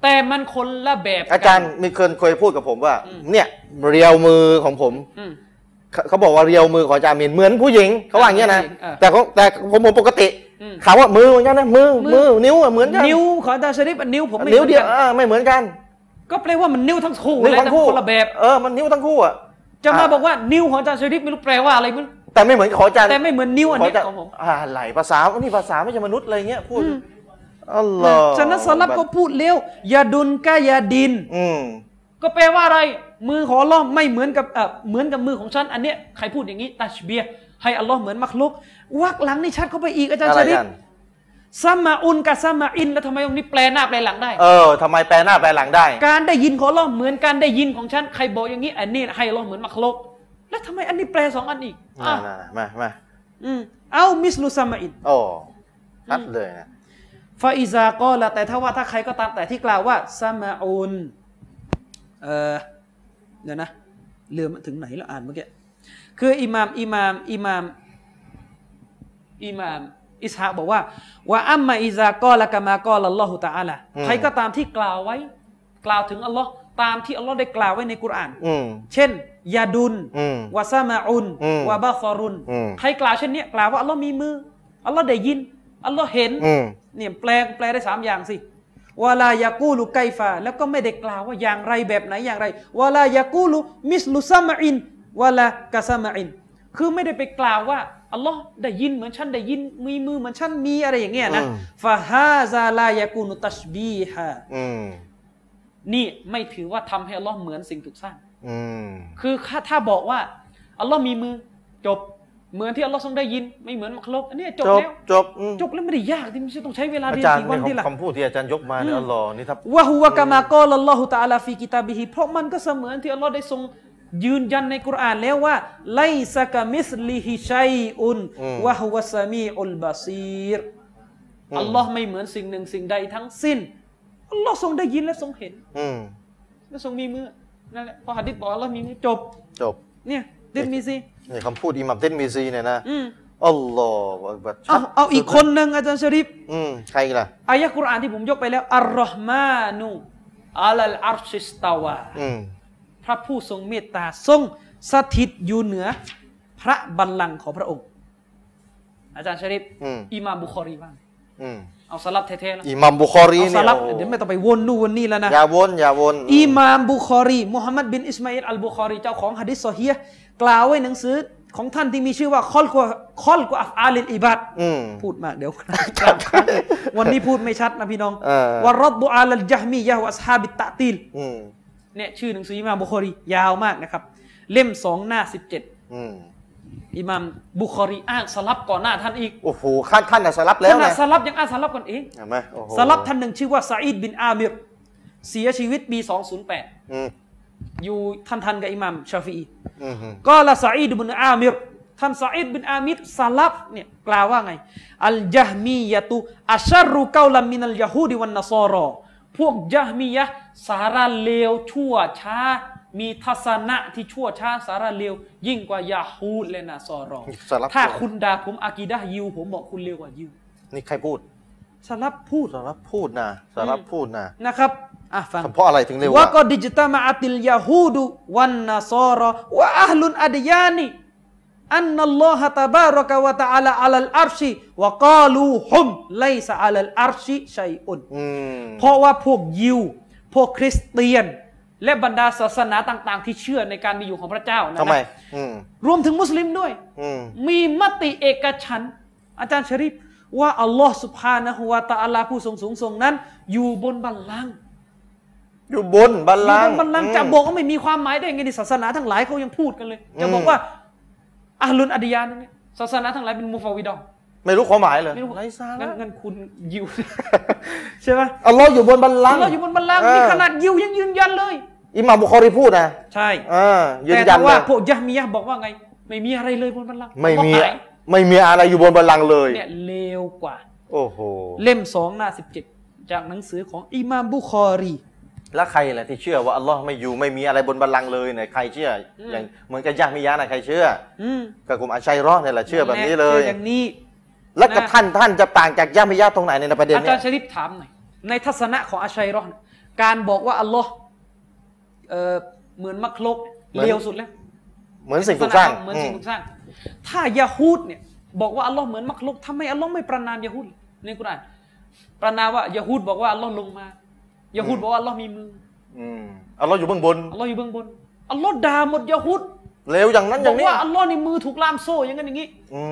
[SPEAKER 2] แต่มันคนละแบบกัน
[SPEAKER 1] อาจารย์มีคนเคยพูดกับผมว่า
[SPEAKER 2] อืม
[SPEAKER 1] เนี่ย เรียวมือของผม
[SPEAKER 2] อืม
[SPEAKER 1] เขาเขาบอกว่าเรียวมือของอาจารย์มีนเหมือนผู้หญิงเขาว่าอย่างเงี้ยนะ
[SPEAKER 2] เหมือนผู้หญิงอ่ะ
[SPEAKER 1] แต่เขาแต่ผมผมปกติ
[SPEAKER 2] อืม
[SPEAKER 1] ถามว่ามือเหมือนกันนะมือ
[SPEAKER 2] มื
[SPEAKER 1] มื
[SPEAKER 2] อ
[SPEAKER 1] อนิ้วอะเหมือนกัน
[SPEAKER 2] นิ้วของอาจารย์ชริปอะนิ้วผมไม่
[SPEAKER 1] นิ้ว
[SPEAKER 2] เหมือ
[SPEAKER 1] เดี
[SPEAKER 2] น
[SPEAKER 1] ย
[SPEAKER 2] กั
[SPEAKER 1] วน เออไม่เหมือนกัน
[SPEAKER 2] ก็แปลว่ามันนิ้วทั้งคู่
[SPEAKER 1] นิ้ว
[SPEAKER 2] เลย
[SPEAKER 1] ทั้งคู่
[SPEAKER 2] แต่คนละแบบ
[SPEAKER 1] เออมันนิ้วทั้งคู่อ่ะ
[SPEAKER 2] จะมา
[SPEAKER 1] ะ
[SPEAKER 2] บอกว่านิ้วของอาจารย์ชริปไม่รู้แปลว่าอะไรไมัน
[SPEAKER 1] แต่ไม่เหมือนของอาจารย์
[SPEAKER 2] แต่ไม่เหมือนนิ้วอัน
[SPEAKER 1] ของ
[SPEAKER 2] นี้
[SPEAKER 1] อาจารย์
[SPEAKER 2] ของผม
[SPEAKER 1] อะไรภาษาอันนี้ภาษาไม่ใช่มนุษย์อะไรเงี้ยพูดอัลลอฮ์
[SPEAKER 2] ฉะนั้นสลับก็พูดเร็วอยาดุนกายาดิน
[SPEAKER 1] อืม
[SPEAKER 2] ก็แปลว่าอะไร มือของอัลลอฮ์ไม่เหมือนกับเอ่อเหมือนกับมือของฉัน อันเนี้ยใครพูดอย่างนี้ตัชเบียร์ให้อัลลอฮ์เหมือนมักลุกวักหลังนี่ชัดเข้าไปอีกอาจารย์
[SPEAKER 1] อะไร
[SPEAKER 2] ชริป
[SPEAKER 1] กัน
[SPEAKER 2] สมมาอุนกับสมมาอินแล้วทำไมตรงนี้แปลหน้าแปลหลังได้
[SPEAKER 1] เออทำไมแปลหน้าแปลหลังได้
[SPEAKER 2] การได้ยินของอัลเราะห์เหมือนการได้ยินของฉัน ใครบอกอย่างนี้ อันนี้ให้อัลเราะห์เหมือนมักลก แล้วทำไมอันนี้แปลสองอันอีกอ่ะ
[SPEAKER 1] น่าๆๆมามา
[SPEAKER 2] อืมเอามิสลุสมมาอิน
[SPEAKER 1] โอ้ชัดเลยนะ
[SPEAKER 2] ฟาอิซากอละแต่ถ้าว่าถ้าใครก็ตามแต่ที่กล่าวว่าสมมาอุนเออเดี๋ยวนะลืมถึงไหนแล้วอ่านเมื่อกี้คืออิหมามอิหมามอิหมามอิหมามอิสฮะบอกว่าว่าอัมมาอิซากอละกามากอลัลลอฮุตะอาลา
[SPEAKER 1] อืม
[SPEAKER 2] ใครก็ตามที่กล่าวไว้ กล่าวถึงอัลลอฮ์ตามที่อัลลอฮ์ได้กล่าวไว้ในกุรอาน
[SPEAKER 1] อืม
[SPEAKER 2] เช่นยาดุล
[SPEAKER 1] อืม
[SPEAKER 2] วาซามาอุน
[SPEAKER 1] อืม
[SPEAKER 2] วาบาฟอรุน
[SPEAKER 1] อืม
[SPEAKER 2] ใครกล่าวเช่นเนี้ยกล่าวว่าอัลลอฮ์มีมือ อัลลอฮ์ได้ยิน อัลลอฮ์เห็น
[SPEAKER 1] อืม
[SPEAKER 2] เนี่ยแปลงแปลได้สามอย่างสิวาลายากูลุไกฟาแล้วก็ไม่ได้กล่าวว่าอย่างไรแบบไหนอย่างไรวาลายากูลุมิสลุซามาอินวาลากาซามาอิน คือไม่ได้ไปกล่าวว่าอัลลอฮ์ได้ยินเหมือนฉันได้ยินมีมือเหมือนฉันมีอะไรอย่างเงี้ยนะ
[SPEAKER 1] อืม
[SPEAKER 2] ฟาฮาซาลายากูนุตัชบีฮะ
[SPEAKER 1] อืม
[SPEAKER 2] นี่ไม่ถือว่าทำให้อัลลอฮ์เหมือนสิ่งถูกสร้าง
[SPEAKER 1] อืม
[SPEAKER 2] คือถ้าถ้าบอกว่าอัลลอฮ์มีมือจบ เหมือนที่อัลลอฮ์ทรงได้ยิน ไม่เหมือนมักลกอันเนี้ยจบ
[SPEAKER 1] จบ
[SPEAKER 2] แล้ว
[SPEAKER 1] จบอืม
[SPEAKER 2] จบแล้วไม่ได้ยากที่มันจะต้องใช้เวลา
[SPEAKER 1] อา
[SPEAKER 2] เรียน
[SPEAKER 1] จารย์
[SPEAKER 2] กี่
[SPEAKER 1] ใน
[SPEAKER 2] วัน
[SPEAKER 1] ของ
[SPEAKER 2] ที่ละ
[SPEAKER 1] คำพูดที่อาจารย์ยกมาเนี่ยอัลลอฮ์นี่ถ้าว
[SPEAKER 2] ะฮุวะกามากอลัลลอฮุตะอาลาฟีกิตาบิฮิเพราะมันก็เสมือนที่อัลลอฮ์ได้ทรงยืนยันในกุรอานแล้วว่าไลซะกะมิสลิฮิชัยอุนวะฮุวะสามีอุลบาซีรอัลลอฮ์ไม่เหมือนสิ่งหนึ่งสิ่งใดทั้งสิ้นอัลลอฮ์ทรงได้ยินและทรงเห็น
[SPEAKER 1] อืม
[SPEAKER 2] และทรงมีมือนั่นแหละพอหะดิษบอกอัลลอฮ์มีมือจบ
[SPEAKER 1] จบ
[SPEAKER 2] เนี่ยดิษมีสิ
[SPEAKER 1] นี่คำพูดอิหมัมเต้นมีซีเนี่ยนะ
[SPEAKER 2] อืม
[SPEAKER 1] อัลลอฮ์อักบัร
[SPEAKER 2] เอา
[SPEAKER 1] ชัด
[SPEAKER 2] เอาอีกคนหนึ่งอาจารย์ชริฟ
[SPEAKER 1] อืมใครอีกล่ะ
[SPEAKER 2] อายะกุรอานที่ผมยกไปแล้วอัลรอฮ์มานุอัลลอัรชิสตาวา
[SPEAKER 1] อืม
[SPEAKER 2] พระผู้ทรงเมตตาทรงสถิตอยู่เหนือ พระบัลลังก์ของพระองค์ อาจารย์ชริฟ
[SPEAKER 1] อืม
[SPEAKER 2] อิหมามบุคอรีบ้าง
[SPEAKER 1] อืม
[SPEAKER 2] เอาสลับเท่ๆแล้ว
[SPEAKER 1] อิหมัมบุคอรี
[SPEAKER 2] เอาส
[SPEAKER 1] เนี่ย
[SPEAKER 2] ลับ
[SPEAKER 1] โอ้
[SPEAKER 2] เดี๋ยวไม่ต้องไปวนนู่นวนนี่แล้วนะ
[SPEAKER 1] อย่าวนอย่าวน
[SPEAKER 2] อิหม่ามบุคอรีมุฮัมมัดบินอิสมาอิลอัลบุคอรีเจ้าของฮะดิษซอฮีฮ์กล่าวไว้หนังสือของท่านที่มีชื่อว่าคอลกัวคอลกัวอัฟอาลิลอิบัด
[SPEAKER 1] อืม
[SPEAKER 2] พูดมากเดี๋ยว วันนี้พูดไม่ชัดนะพี่น้อง
[SPEAKER 1] เออ
[SPEAKER 2] วารดดุอาลัลจาฮมียะฮ์วะอัสฮาบิตตะตีล
[SPEAKER 1] อืม
[SPEAKER 2] เนี่ยชื่อหนังสืออิหม่ามบุคอรียาวมากนะครับ เล่มสองหน้าสิบเจ็ด
[SPEAKER 1] อืม
[SPEAKER 2] อิหม่ามบุคอรีอ้างสลับก่อนหน้าท่านอีก
[SPEAKER 1] โอ้โหขั้นขั้นอะสลับแล้
[SPEAKER 2] ข
[SPEAKER 1] ว
[SPEAKER 2] นาด
[SPEAKER 1] นะ
[SPEAKER 2] สลับยังอ้างสลับกันเอง
[SPEAKER 1] เห็นไหมโอ้โห
[SPEAKER 2] สลับท่านหนึ่งชื่อว่าซาอิดบินอามิรเสียชีวิตปี 208
[SPEAKER 1] อืม
[SPEAKER 2] อยู่ทันทันๆกับอิหม่ามชาฟีอี
[SPEAKER 1] อืมอืม
[SPEAKER 2] ก็ละซาอิดบินอามิรท่านซาอิดบินอามิรสลับเนี่ยกล่าวว่าไง อัลยะฮมียะตุอัชรรุเกาลามินัลยะฮูดิวันนัสอรอพวกยะฮมียะห์สาระเลวชั่วช้า มีทัศนะที่ชั่วช้าสาระเลวยิ่งกว่ายะฮูดและนัสอรอ
[SPEAKER 1] สลับ
[SPEAKER 2] ถ้าคุณด่าผมอากีดะห์ยิว ผมบอกคุณเลวกว่ายิว
[SPEAKER 1] นี่ใครพูด
[SPEAKER 2] สลับพูด
[SPEAKER 1] สารพัดพูดนะสารพัดพูดนะ
[SPEAKER 2] นะครับอ่ะฟัง
[SPEAKER 1] เพราะอะไรถึงเร็ว
[SPEAKER 2] ว่า
[SPEAKER 1] อะ
[SPEAKER 2] ก็ดิจิตามาอัติลยาฮูดูวันนาซอรอว่าอัลลุนอัดยานีอันนัลลอฮะตะบารกะวะตะอาลาอัลลอัรชีวะกาลูฮุมไลซะอัลลอัรชีชัยอุน
[SPEAKER 1] อืม
[SPEAKER 2] เพราะว่าพวกยิว พวกคริสเตียน และบรรดาศาสนาต่าง ๆ ที่เชื่อในการมีอยู่ของพระเจ้านะนะ
[SPEAKER 1] ทำไม อืม
[SPEAKER 2] รวมถึงมุสลิมด้วย
[SPEAKER 1] อืม
[SPEAKER 2] มีมติเอกฉันท์อาจารย์ชริปว่าอัลลอฮ์สุภานะฮุวาตะอาลาผู้ทรงสูงส่งนั้น อยู่บนบัลลังก์
[SPEAKER 1] อยู่บนบัลลังก์
[SPEAKER 2] มันลังก์
[SPEAKER 1] อืม
[SPEAKER 2] จะบอกว่าไม่มีความหมายได้ไงในศาสนาทั้งหลายเขายังพูดกันเลย จะบอก
[SPEAKER 1] อืม
[SPEAKER 2] ว่าอาลุนอดียานเนี่ยศาสนาทั้งหลายเป็นมูฟาวิดอง
[SPEAKER 1] ไม่รู้ความหมายเลย
[SPEAKER 2] ไม่รู้
[SPEAKER 1] ไร้สา
[SPEAKER 2] งั้
[SPEAKER 1] ระ
[SPEAKER 2] นงั้นคุณยิว ใช่ไหม
[SPEAKER 1] อัลลอฮ์อยู่บนบัลลังก์
[SPEAKER 2] เราอยู่บนบัลลังก์
[SPEAKER 1] เออ
[SPEAKER 2] นี่ขนาดยิวยังยืนยันเลย
[SPEAKER 1] อิหม่ามบุคอรีพูดนะ
[SPEAKER 2] ใช่
[SPEAKER 1] เออยืน
[SPEAKER 2] แต่
[SPEAKER 1] ยั
[SPEAKER 2] ถ้านว่า
[SPEAKER 1] นะ
[SPEAKER 2] พวกยะมียะห์บอกว่าไง ไม่มีอะไรเลยบนบัลลังก์
[SPEAKER 1] ไม่มี
[SPEAKER 2] ก็หาย
[SPEAKER 1] ไม่มีอะไรอยู่บนบัลลังก์เลย
[SPEAKER 2] เนี่ยเลวกว่า
[SPEAKER 1] โอ้โห
[SPEAKER 2] เล่มสองหน้าสิบเจ็ดจากหนังสือของอิหม่ามบุคอรี
[SPEAKER 1] แล้วใครล่ะที่เชื่อว่าอัลลอฮ์ไม่อยู่ไม่มีอะไรบนบัลลังก์เลยเนี่ยใครเชื่ออ
[SPEAKER 2] ม
[SPEAKER 1] อย่างเหมือนกับยะมิยะนะใครเชื่อ
[SPEAKER 2] อืม
[SPEAKER 1] กับกลุ่มอาชัยเร้อเนี่ยแหละเชื่อแบบนี้เลย
[SPEAKER 2] ชื่ออย่างนี้
[SPEAKER 1] แล้วกับ
[SPEAKER 2] นะ
[SPEAKER 1] ท่านท่านจะต่างจากยะมิยะตรงไหนในประเด็น
[SPEAKER 2] อา
[SPEAKER 1] เนี้
[SPEAKER 2] จาย รย์ชริปถามหน่อยในทัศนะของอาชัยเรอห์เนี่ยการบอกว่าอัลลอฮ์เอ่อเหมือนมักลกเลวสุดแล้ว
[SPEAKER 1] เหมือนสิ่งถูกสร้าง
[SPEAKER 2] เหมือน
[SPEAKER 1] อื
[SPEAKER 2] สิ่
[SPEAKER 1] ม
[SPEAKER 2] งถูกสร้าง ถ้ายาฮูดเนี่ยบอกว่าอัลลอฮ์เหมือนมักลุกทำไมอัลลอฮ์ไม่ประนามยาฮูดในกุรอานประนามว่ายาฮูดบอกว่าอัลลอฮ์ลงมายาฮูดบอกว่าอัลลอฮ์มีมือ
[SPEAKER 1] อืมอัลลอฮ์อยู่เบื้องบน
[SPEAKER 2] อัลลอฮ์อยู่เบื้องบนอัลลอฮ์ด่าหมดยาฮูด
[SPEAKER 1] เร็วอย่างนั้นอบ
[SPEAKER 2] อย่าง ก
[SPEAKER 1] นี้
[SPEAKER 2] ว่าอัลลอฮ์ในมือถูกล่ามโซ่อย่างนั้นอย่างนี้
[SPEAKER 1] อื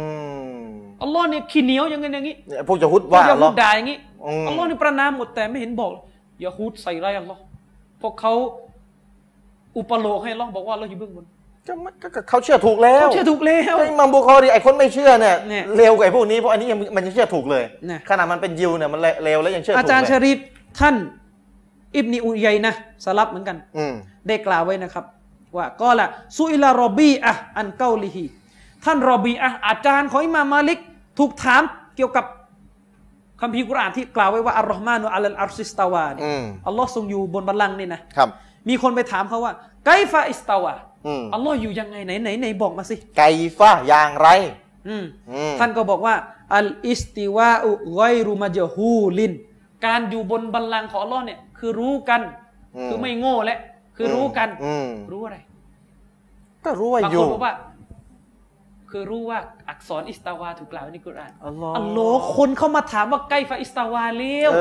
[SPEAKER 1] ม
[SPEAKER 2] อัลลอฮ์เนี่ยขี้เหนียวอย่างนั้นอย่างนี้
[SPEAKER 1] เนี่ยพวกยะฮุดว่าอั
[SPEAKER 2] ยา
[SPEAKER 1] ลล
[SPEAKER 2] ฮู
[SPEAKER 1] อฮ์
[SPEAKER 2] ดด่าอย่างนี้
[SPEAKER 1] อืม
[SPEAKER 2] อัลลอฮ์เนี่ยประนามหมดแต่ไม่เห็นบอกยาฮูดใส่ร้ายอัลลอฮ์พวกเขาอุปโลกให้อัลลอฮ์บอกว่าอัลลอฮ์อยู่เบื้องบน
[SPEAKER 1] ก็มันก็ก็เขาเชื่อถูกแล้ว
[SPEAKER 2] เขาเชื่อถูกแล้ว
[SPEAKER 1] ไอ้มัมบุคอรีไอ้คนไม่เชื่อเนี่ย
[SPEAKER 2] เนี่ย
[SPEAKER 1] เร็วกว่าไอ้พวกนี้เพราะอันนี้ยังมันยังเชื่อถูกเลย
[SPEAKER 2] เนี่ย
[SPEAKER 1] ขนาดมันเป็นยิวเนี่ยมันเร็วแล้วยังเชื่อถูก
[SPEAKER 2] อาจารย์
[SPEAKER 1] เล
[SPEAKER 2] ช
[SPEAKER 1] ย
[SPEAKER 2] ริฟท่าน อิบนีอุยัยนะสลับเหมือนกัน
[SPEAKER 1] อืม
[SPEAKER 2] ได้กล่าวไว้นะครับ ว่าก็ละซุอิลารอบีอะห์อันเกาลิฮีท่านรอบีอะห์อาจารย์ของอิหม่ามมาลิก ถูกถามเกี่ยวกับคัมภีร์กุรอานที่กล่าวไว้ว่าอัลลอฮ์มานุอัลลอัลซิสตาวาเนี่ย
[SPEAKER 1] อืม
[SPEAKER 2] อัลลอฮ์ทรงอยู่บนบัลลังก์นี่นะครับ มีคนไปถามเขาว่า ไกฟาอิสตาวา
[SPEAKER 1] อืม
[SPEAKER 2] อัลลอฮ์อยู่ยังไงไหนไหนไหนบอกมาสิ
[SPEAKER 1] ไก่ฟ้าอย่างไร
[SPEAKER 2] อืม
[SPEAKER 1] อืม
[SPEAKER 2] ท่านก็บอกว่า อัลอิสติวาอุไกรุมาจฮูลิน การอยู่บนบัลลังก์ของอัลลอฮ์เนี่ยคือรู้กัน
[SPEAKER 1] อืม
[SPEAKER 2] คือไม่โง่และ คือรู้กัน
[SPEAKER 1] อืม
[SPEAKER 2] รู้อะไร
[SPEAKER 1] ก็รู้ว่า
[SPEAKER 2] บาง
[SPEAKER 1] อ
[SPEAKER 2] ค
[SPEAKER 1] ยู่
[SPEAKER 2] นบอกว่า คือรู้ว่าอักษรอิสตาวาถูกกล่าวไว้ในกุรอาน
[SPEAKER 1] อัลลอฮ์
[SPEAKER 2] ลลอฮ์คนเข้ามาถามว่าใกล้ฟาอิสตาวาเร็ว
[SPEAKER 1] เอ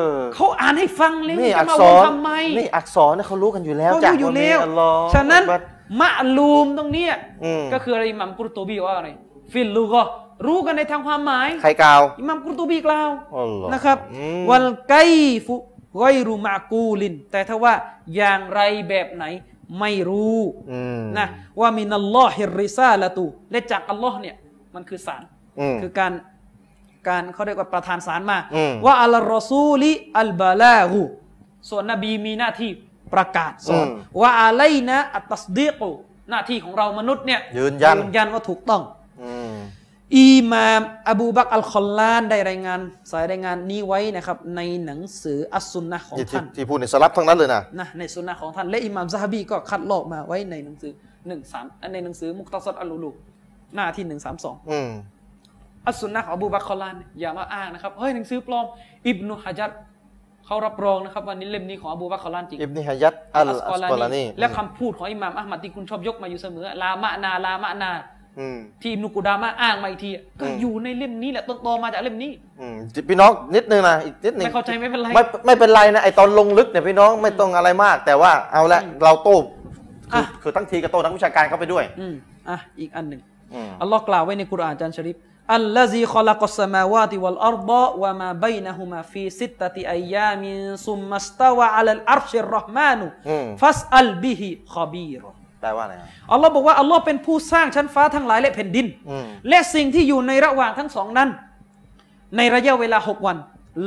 [SPEAKER 1] อ
[SPEAKER 2] เขาอ่านให้ฟังเร็ว
[SPEAKER 1] นี่
[SPEAKER 2] จะ
[SPEAKER 1] อัก
[SPEAKER 2] มา
[SPEAKER 1] ษ
[SPEAKER 2] วน
[SPEAKER 1] ร
[SPEAKER 2] ทำไม
[SPEAKER 1] นี่อักษรเนี่ยเขารู้กันอยู่แล้ว
[SPEAKER 2] เขา
[SPEAKER 1] จาก
[SPEAKER 2] รู้อยู่
[SPEAKER 1] วันนี้
[SPEAKER 2] แล้ว
[SPEAKER 1] อัลลอฮ์
[SPEAKER 2] ฉะนั้น
[SPEAKER 1] อักบัร
[SPEAKER 2] มะลูมตรงเนี้ย
[SPEAKER 1] อืม
[SPEAKER 2] ก็คืออะไรอิหมัมกุรตูบีว่าอะไรฟิลลูก็รู้กันในทางความหมาย
[SPEAKER 1] ใครกล่าว
[SPEAKER 2] อิหมัมกุรตูบีกล่าว
[SPEAKER 1] อัลลอฮ์
[SPEAKER 2] นะครับ
[SPEAKER 1] อืม
[SPEAKER 2] วัลไกฟุไกรุมากูลิน แต่ถ้าว่าอย่างไรแบบไหนไม่รู้
[SPEAKER 1] อืม
[SPEAKER 2] นะว่ามินัลลอฮิรริซาละตูและจากอัลลอฮ์เนี่ยมันคือสาร
[SPEAKER 1] อืม
[SPEAKER 2] คือการการเขาเรียกว่าประธานสารมา
[SPEAKER 1] อืม
[SPEAKER 2] ว่าอัลรอซูลิอัลบาลาหูส่วนนบีมีหน้าที่ประกาศสอนว่าอะไรนะอัตตัสดีกูหน้าที่ของเรามนุษย์เนี่ย
[SPEAKER 1] ยืนยัน
[SPEAKER 2] ยืนยันว่าถูกต้อง
[SPEAKER 1] อืม
[SPEAKER 2] อิหม่ามอบูบักรอัลคอลลานได้รายงาน สายรายงานนี้ไว้นะครับ ในหนังสืออัสซุนนะห์ของ
[SPEAKER 1] นี่ที่
[SPEAKER 2] ท่าน
[SPEAKER 1] ที่พูดในสลับทั้งนั้นเลยนะ
[SPEAKER 2] นะในสุนนะห์ของท่าน และอิหม่ามซะฮาบีก็คัดลอกมาไว้ในหนังสือหนึ่งสามในหนังสือมุกตะซัดอัลลูลูหน้าที่หนึ่งสามสอง
[SPEAKER 1] อืม
[SPEAKER 2] อัสซุนนะห์ของอบูบักรคอลลานเนี่ยอย่ามาอ้างนะครับเฮ้ยหนังสือปลอม อิบนุฮะจัดเขารับรองนะครับว่านี่เล่มนี้ของอบูบักรคอลลานจริง
[SPEAKER 1] อิบนิฮะยัตอัลอัสกอลานี
[SPEAKER 2] และคำพูดของอิหม่ามอะห์มัดที่คุณชอบยกมาอยู่เสมอลามะนาลามะนา
[SPEAKER 1] อืม
[SPEAKER 2] ที่อิบนุกูดามะอ้างมาอีกทีอะก็
[SPEAKER 1] อืม
[SPEAKER 2] อยู่ในเล่มนี้แหละต้นตอมาจากเล่มนี้
[SPEAKER 1] อืมพี่น้องนิดนึงนะอีกนิดนึง
[SPEAKER 2] ไม่เข้าใจไม่เป็นไร
[SPEAKER 1] ไม่ไม่เป็นไรนะไอตอนลงลึกเนี่ยพี่น้องไม่ต้องอะไรมาก แต่ว่าเอาละเราโต้คือ
[SPEAKER 2] อ่ะ
[SPEAKER 1] คือทั้งทีก็โต้ทั้งวิชาการเข้าไปด้วย
[SPEAKER 2] อืมอ่ะอีกอันหนึ่ง
[SPEAKER 1] อืม
[SPEAKER 2] อัลลอฮ์กล่าวไว้ในกุรอานอาจารย์ชะริฟอัลลซีคอลักอสสมาวาติวัลอัรดะวะมาบัยนะฮุมาฟีซิตตะติอัยยามินซุมมัสตะวะอะลัลอัรชิรเราะห์มานุ
[SPEAKER 1] อืม
[SPEAKER 2] ฟัสอัลบิฮิคอบีร
[SPEAKER 1] แปลว่าอะไรอ่ะ
[SPEAKER 2] อัลลอฮ์บอกว่าอัลลอฮ์เป็นผู้สร้างชั้นฟ้าทั้งหลายและแผ่นดิน
[SPEAKER 1] อืม
[SPEAKER 2] และสิ่งที่อยู่ในระหว่างทั้งสองนั้น ในระยะเวลาหกวัน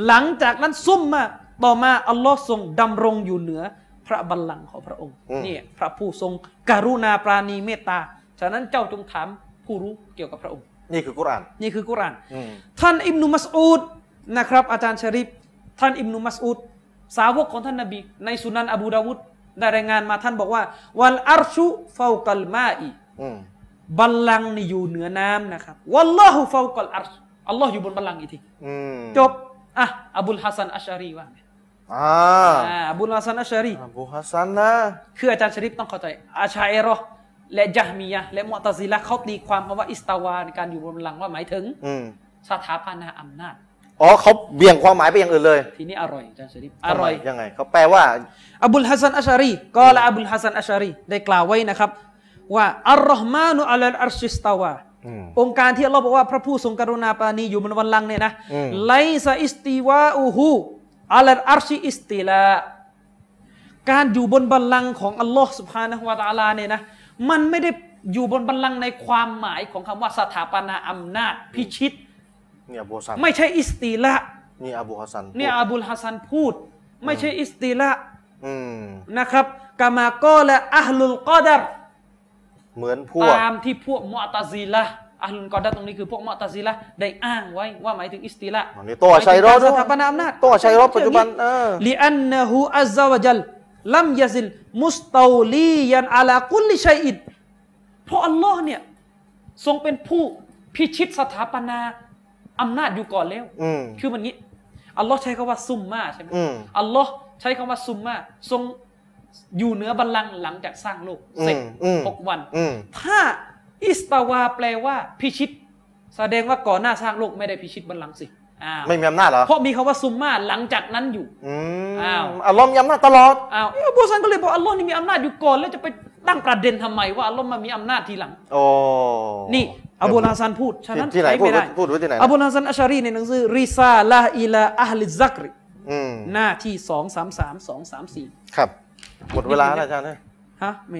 [SPEAKER 2] หลังจากนั้นซุ่มมาต่อมาอัลลอฮ์ทรงดำรงอยู่เหนือพระบัลลังก์ของพระองค์เนี่ยพระผู้ทรงกรุณาปราณีเมตตา ฉะนั้นเจ้าจงถามผู้รู้เกี่ยวกับพระองค์
[SPEAKER 1] นี่คือกุรอาน
[SPEAKER 2] นี่คือกุรอาน
[SPEAKER 1] อืม
[SPEAKER 2] ท่านอิบนุมัสอูดนะครับอาจารย์ชะริฟท่านอิบนุมัสอูดสาวกของท่านนบี ในสุนันอบูดาวุดได้รายงานมาท่านบอกว่า วัลอัรชุฟาวกัลมาอี
[SPEAKER 1] อืม
[SPEAKER 2] บัลลังก์นี่อยู่เหนือน้ำนะครับวัลลอฮุฟาวกัลอัรชอัลลอฮ์อยู่บนบัลลังก์อีกที
[SPEAKER 1] อืม
[SPEAKER 2] จบอ่ะอบุลฮัสซันอัชอารีว่าไง
[SPEAKER 1] อ่า
[SPEAKER 2] อ่าอบุลฮัสซันอัชอารี
[SPEAKER 1] อบูฮัสซันนะ
[SPEAKER 2] คืออาจารย์ชริปต้องเข้าใจอาชาเอรอห์และจาฮมียะห์และมุอ์ตะซิละห์เขาตีความคำว่าอิสตาวาในการอยู่บนบัลลังก์ว่าหมายถึง
[SPEAKER 1] อืม
[SPEAKER 2] สถาปนาอำนาจ
[SPEAKER 1] อ๋อเขาเบี่ยงความหมายไปอย่างอื่นเลย
[SPEAKER 2] ทีนี้อร่อยอาจารย์ชริปอร่อย
[SPEAKER 1] ทำไมยังไงเขาแปลว่า
[SPEAKER 2] อบุลฮัสซันอัชอารีกอละอบุลฮัสซันอัชอารีได้กล่าวไว้นะครับ ว่าอัลลอฮ์มานุอัลลอัรชิสตาวา
[SPEAKER 1] อืม
[SPEAKER 2] องค์การที่อัลลอฮ์บอกว่าพระผู้ทรงกรุณาปรานีอยู่บนวันลังก์เนี่ยนะ
[SPEAKER 1] อืม
[SPEAKER 2] ไลซาอิสติวาอูฮูอัลลอัรชิอิสติลา การอยู่บนบัลลังก์ของอัลลอฮ์สุภานะฮุวาตะอาลาเนี่ยนะมันไม่ได้อยู่บนบัลลังก์ในความหมายของคำว่าสถาปนาอำนาจพิชิต
[SPEAKER 1] นี่อบูฮัสซัน
[SPEAKER 2] ไม่ใช่อิสติละ
[SPEAKER 1] นี่อบูฮัสซัน
[SPEAKER 2] เนี่ยอับุลฮัสซันพูด ไม่ใช่อิสติละ
[SPEAKER 1] อืม
[SPEAKER 2] นะครับกามากอและอัลลุลกอดัร
[SPEAKER 1] เหมือนพวก
[SPEAKER 2] ตามที่พวกมอตะซีละห์อัลลุนกอดัตตรงนี้คือพวกมอตะซีละห์ได้อ้างไว้ว่าหมายถึงอิสติละห์
[SPEAKER 1] อ๋อนี่โตชัยรอด
[SPEAKER 2] หมายถึงกาสถาปนาอำนาจ
[SPEAKER 1] โตชัยรอดปัจจุบันเออ
[SPEAKER 2] ลิอันนะฮูอัลซาวะจัลลัมยะซิลมุสตาวลียันอาลากุลลิชัยอินเพราะอัลลอฮ์เนี่ยทรงเป็นผู้พิชิตสถาปนาอำนาจอยู่ก่อนแล้ว
[SPEAKER 1] อืม
[SPEAKER 2] คือมันงี้อัลลอฮ์ใช้คำว่าซุมมาใช่ไหม
[SPEAKER 1] อืม
[SPEAKER 2] อัลลอฮ์ใช้คำว่าซุมมาทรงอยู่เหนือบัลลังก์หลังจากสร้างโลกเสร็จ
[SPEAKER 1] อืมอืม
[SPEAKER 2] หกวัน
[SPEAKER 1] อืม
[SPEAKER 2] ถ้าอิสตาวาแปลว่าพิชิต แสดงว่าก่อนหน้าสร้างโลกไม่ได้พิชิตบัลลังก์สิอ้าว
[SPEAKER 1] ไม่มีอำนาจเหรอ
[SPEAKER 2] เพราะมีคาว่าซุมมาหลังจากนั้นอยู่
[SPEAKER 1] อืม
[SPEAKER 2] อ้าว
[SPEAKER 1] อัลลอฮ์มีอำนาจตลอด
[SPEAKER 2] อ้าวอับดุลซันก็เลยบอกอัลลอฮ์นี่มีอำนาจอยู่ก่อน แล้วจะไปตั้งประเด็นทำไมว่าอัลลอฮ์มามีอำนาจทีหลัง
[SPEAKER 1] โอ้
[SPEAKER 2] นี่อับูลฮัสซันพูดฉะนั้น
[SPEAKER 1] ที่ไหน
[SPEAKER 2] ใช้ไม่ได้
[SPEAKER 1] พูดพูดไว้ที่ไหนนะ
[SPEAKER 2] อับูลฮัสซันอัชชารีในหนังสือริซาลาอิลาอัลลิซักริ
[SPEAKER 1] อืม
[SPEAKER 2] หน้าที่สองสามสามสองสามสี่
[SPEAKER 1] ครับ หมดเวลาแล้วอาจารย์นะ
[SPEAKER 2] ฮะแหม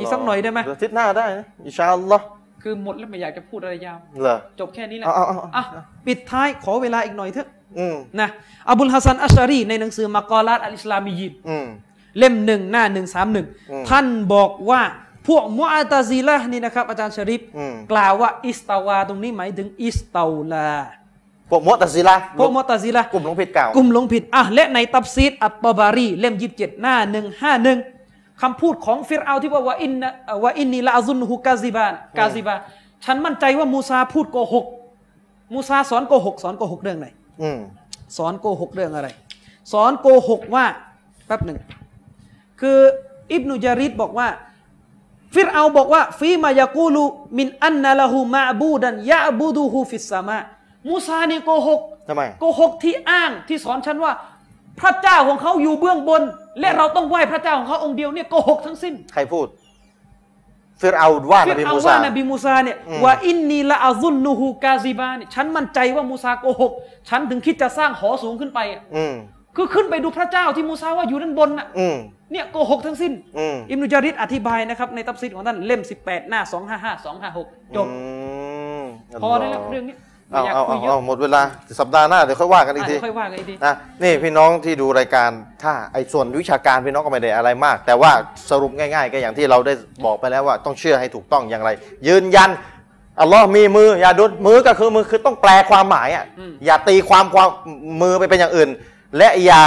[SPEAKER 2] อีกสักหน่อยได้ไหม
[SPEAKER 1] เวอาทิตย์หน้าได้นะอินชาอัลลอฮ์
[SPEAKER 2] คือหมดแล้วไม่อยากจะพูดอะไรยาว
[SPEAKER 1] เหรอ
[SPEAKER 2] จบแค่นี้แหละ
[SPEAKER 1] เอาเอาเอา
[SPEAKER 2] อ่ะปิดท้ายขอเวลาอีกหน่อยเถอะ
[SPEAKER 1] อืม
[SPEAKER 2] นะอับุลฮัสซันอัชชารีในหนังสือมากอลาตอัลอิสลามียิน
[SPEAKER 1] อืม
[SPEAKER 2] เล่มหนึ่งหน้าหนึ่งสามหนึ่ง
[SPEAKER 1] อืม
[SPEAKER 2] ท่านบอกว่าพวกมุอาตาซีละห์นี่นะครับ อาจารย์ชะริฟ
[SPEAKER 1] อืม
[SPEAKER 2] กล่าวว่าอิสตาวาตรงนี้หมายถึงอิสตาวลา
[SPEAKER 1] พวกมุตัซิละห์
[SPEAKER 2] พวกมุอาตาซีละห์
[SPEAKER 1] กลุ่มหลงผิดเก่าก
[SPEAKER 2] ลุ่มหลงผิดอ่ะและในตับซีดอัตตอบารี เล่มยีิบเจ็ดหน้าหนึ่งห้าหนึ่งคำพูดของฟิรเอาที่ว่าว่าอินนะว่าอินนีละอาซุนฮุกาซิบานกาซิบาฉันมั่นใจว่ามูซาพูดโกหกมูซาสอนโกหกสอนโกหกเรื่องไหน
[SPEAKER 1] อืม
[SPEAKER 2] สอนโกหกเรื่องอะไร สอนโกหกว่าแป๊บหนึ่ง คืออิบนุจาริดบอกว่า ฟิรเอาบอกว่า ฟีมายากูลูมินอันนาละหูมาบูดันยะบูดูฮูฟิสสามะมูซานี่โกหก
[SPEAKER 1] ทำไม
[SPEAKER 2] โกหกที่อ้างที่สอนฉันว่า พระเจ้าของเขาอยู่เบื้องบน และเราต้องไหว้พระเจ้าของเขาองค์เดียวเนี่ยโกหกทั้งสิ้น
[SPEAKER 1] ใครพูด ฟิรเอาว่าน
[SPEAKER 2] ฟิร
[SPEAKER 1] บี
[SPEAKER 2] เอา
[SPEAKER 1] มูซา
[SPEAKER 2] ว่านบีมูซาเนี่ย
[SPEAKER 1] อืม
[SPEAKER 2] ว่าอินนีละอาซุนนูฮูกาซิบาเนี่ยฉันมั่นใจว่ามูซาโกหกฉันถึงคิดจะสร้างหอสูงขึ้นไปอะ
[SPEAKER 1] อืม
[SPEAKER 2] คือขึ้นไปดูพระเจ้าที่มูซาว่าอยู่ด้านบนน่ะ
[SPEAKER 1] อืม
[SPEAKER 2] เนี่ยโกหกทั้งสิ้น
[SPEAKER 1] อืม
[SPEAKER 2] อิมนุจาริดอธิบายนะครับ ในตับซิดของท่านเล่ม 18 หน้า 255 256 จบ
[SPEAKER 1] ม
[SPEAKER 2] พอได้แล้วเรื่องนี้ไม่
[SPEAKER 1] เอา
[SPEAKER 2] อยาก
[SPEAKER 1] เอา
[SPEAKER 2] คุ
[SPEAKER 1] เอา
[SPEAKER 2] ยเย
[SPEAKER 1] เอา
[SPEAKER 2] อะ
[SPEAKER 1] หมดเวลา สัปดาห์หน้าเดี๋ยวค่อยว่ากันอี
[SPEAKER 2] อ่ะ
[SPEAKER 1] กที
[SPEAKER 2] เดี๋ยวค่อยว่ากันอีกที
[SPEAKER 1] นะนี่พี่น้องที่ดูรายการถ้าไอ้ส่วนวิชาการพี่น้องก็ไม่ได้อะไรมาก แต่ว่าสรุปง่ายๆ ก็อย่างที่เราได้บอกไปแล้วว่าต้องเชื่อให้ถูกต้องอย่างไร ยืนยันอัลลอฮ์มีมืออย่าดุดมือก็คือมือคือต้องแปลความหมายอ่ะ
[SPEAKER 2] อืม
[SPEAKER 1] อย่าตีความความมือไปเป็นอย่างอื่น และอย่า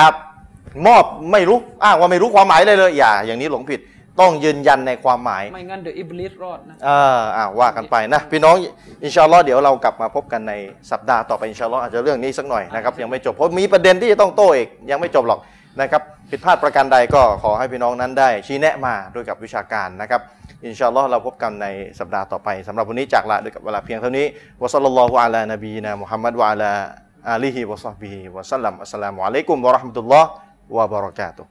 [SPEAKER 1] มอบไม่รู้อ้างว่าไม่รู้ความหมายเลยเลยอย่า อย่างนี้หลงผิดต้องยืนยันในความหมาย
[SPEAKER 2] ไม่งั้นเดี๋ยวอิบลิสรอดนะ
[SPEAKER 1] เอออ่าว่ากันไปนะ พี่น้องอินชาอัลลอฮ์เดี๋ยวเรากลับมาพบกันในสัปดาห์ต่อไปอินชาอัลลอฮ์อาจจะเรื่องนี้สักหน่อยนะครับ ยังไม่จบเพราะมีประเด็นที่จะต้องโต้อีกยังไม่จบหรอกนะครับผิดพลาดประการใดก็ขอให้พี่น้องนั้นได้ ชี้แนะมาด้วยกับวิชาการนะครับอินชาอัลลอฮ์เราพบกันในสัปดาห์ต่อไปสำหรับวันนี้จากลาด้วยกับเวลาเพียงเท่านี้วะซัลลัลลอฮุอะลานบีนะมุฮัมมัดวะอะลาอาลีฮิวะซอฮบิฮิวะสัลลัมอัสสลามุอะลัยกุมวะเราะห์มะตุลลอฮ์วะบะเราะกาตุฮ์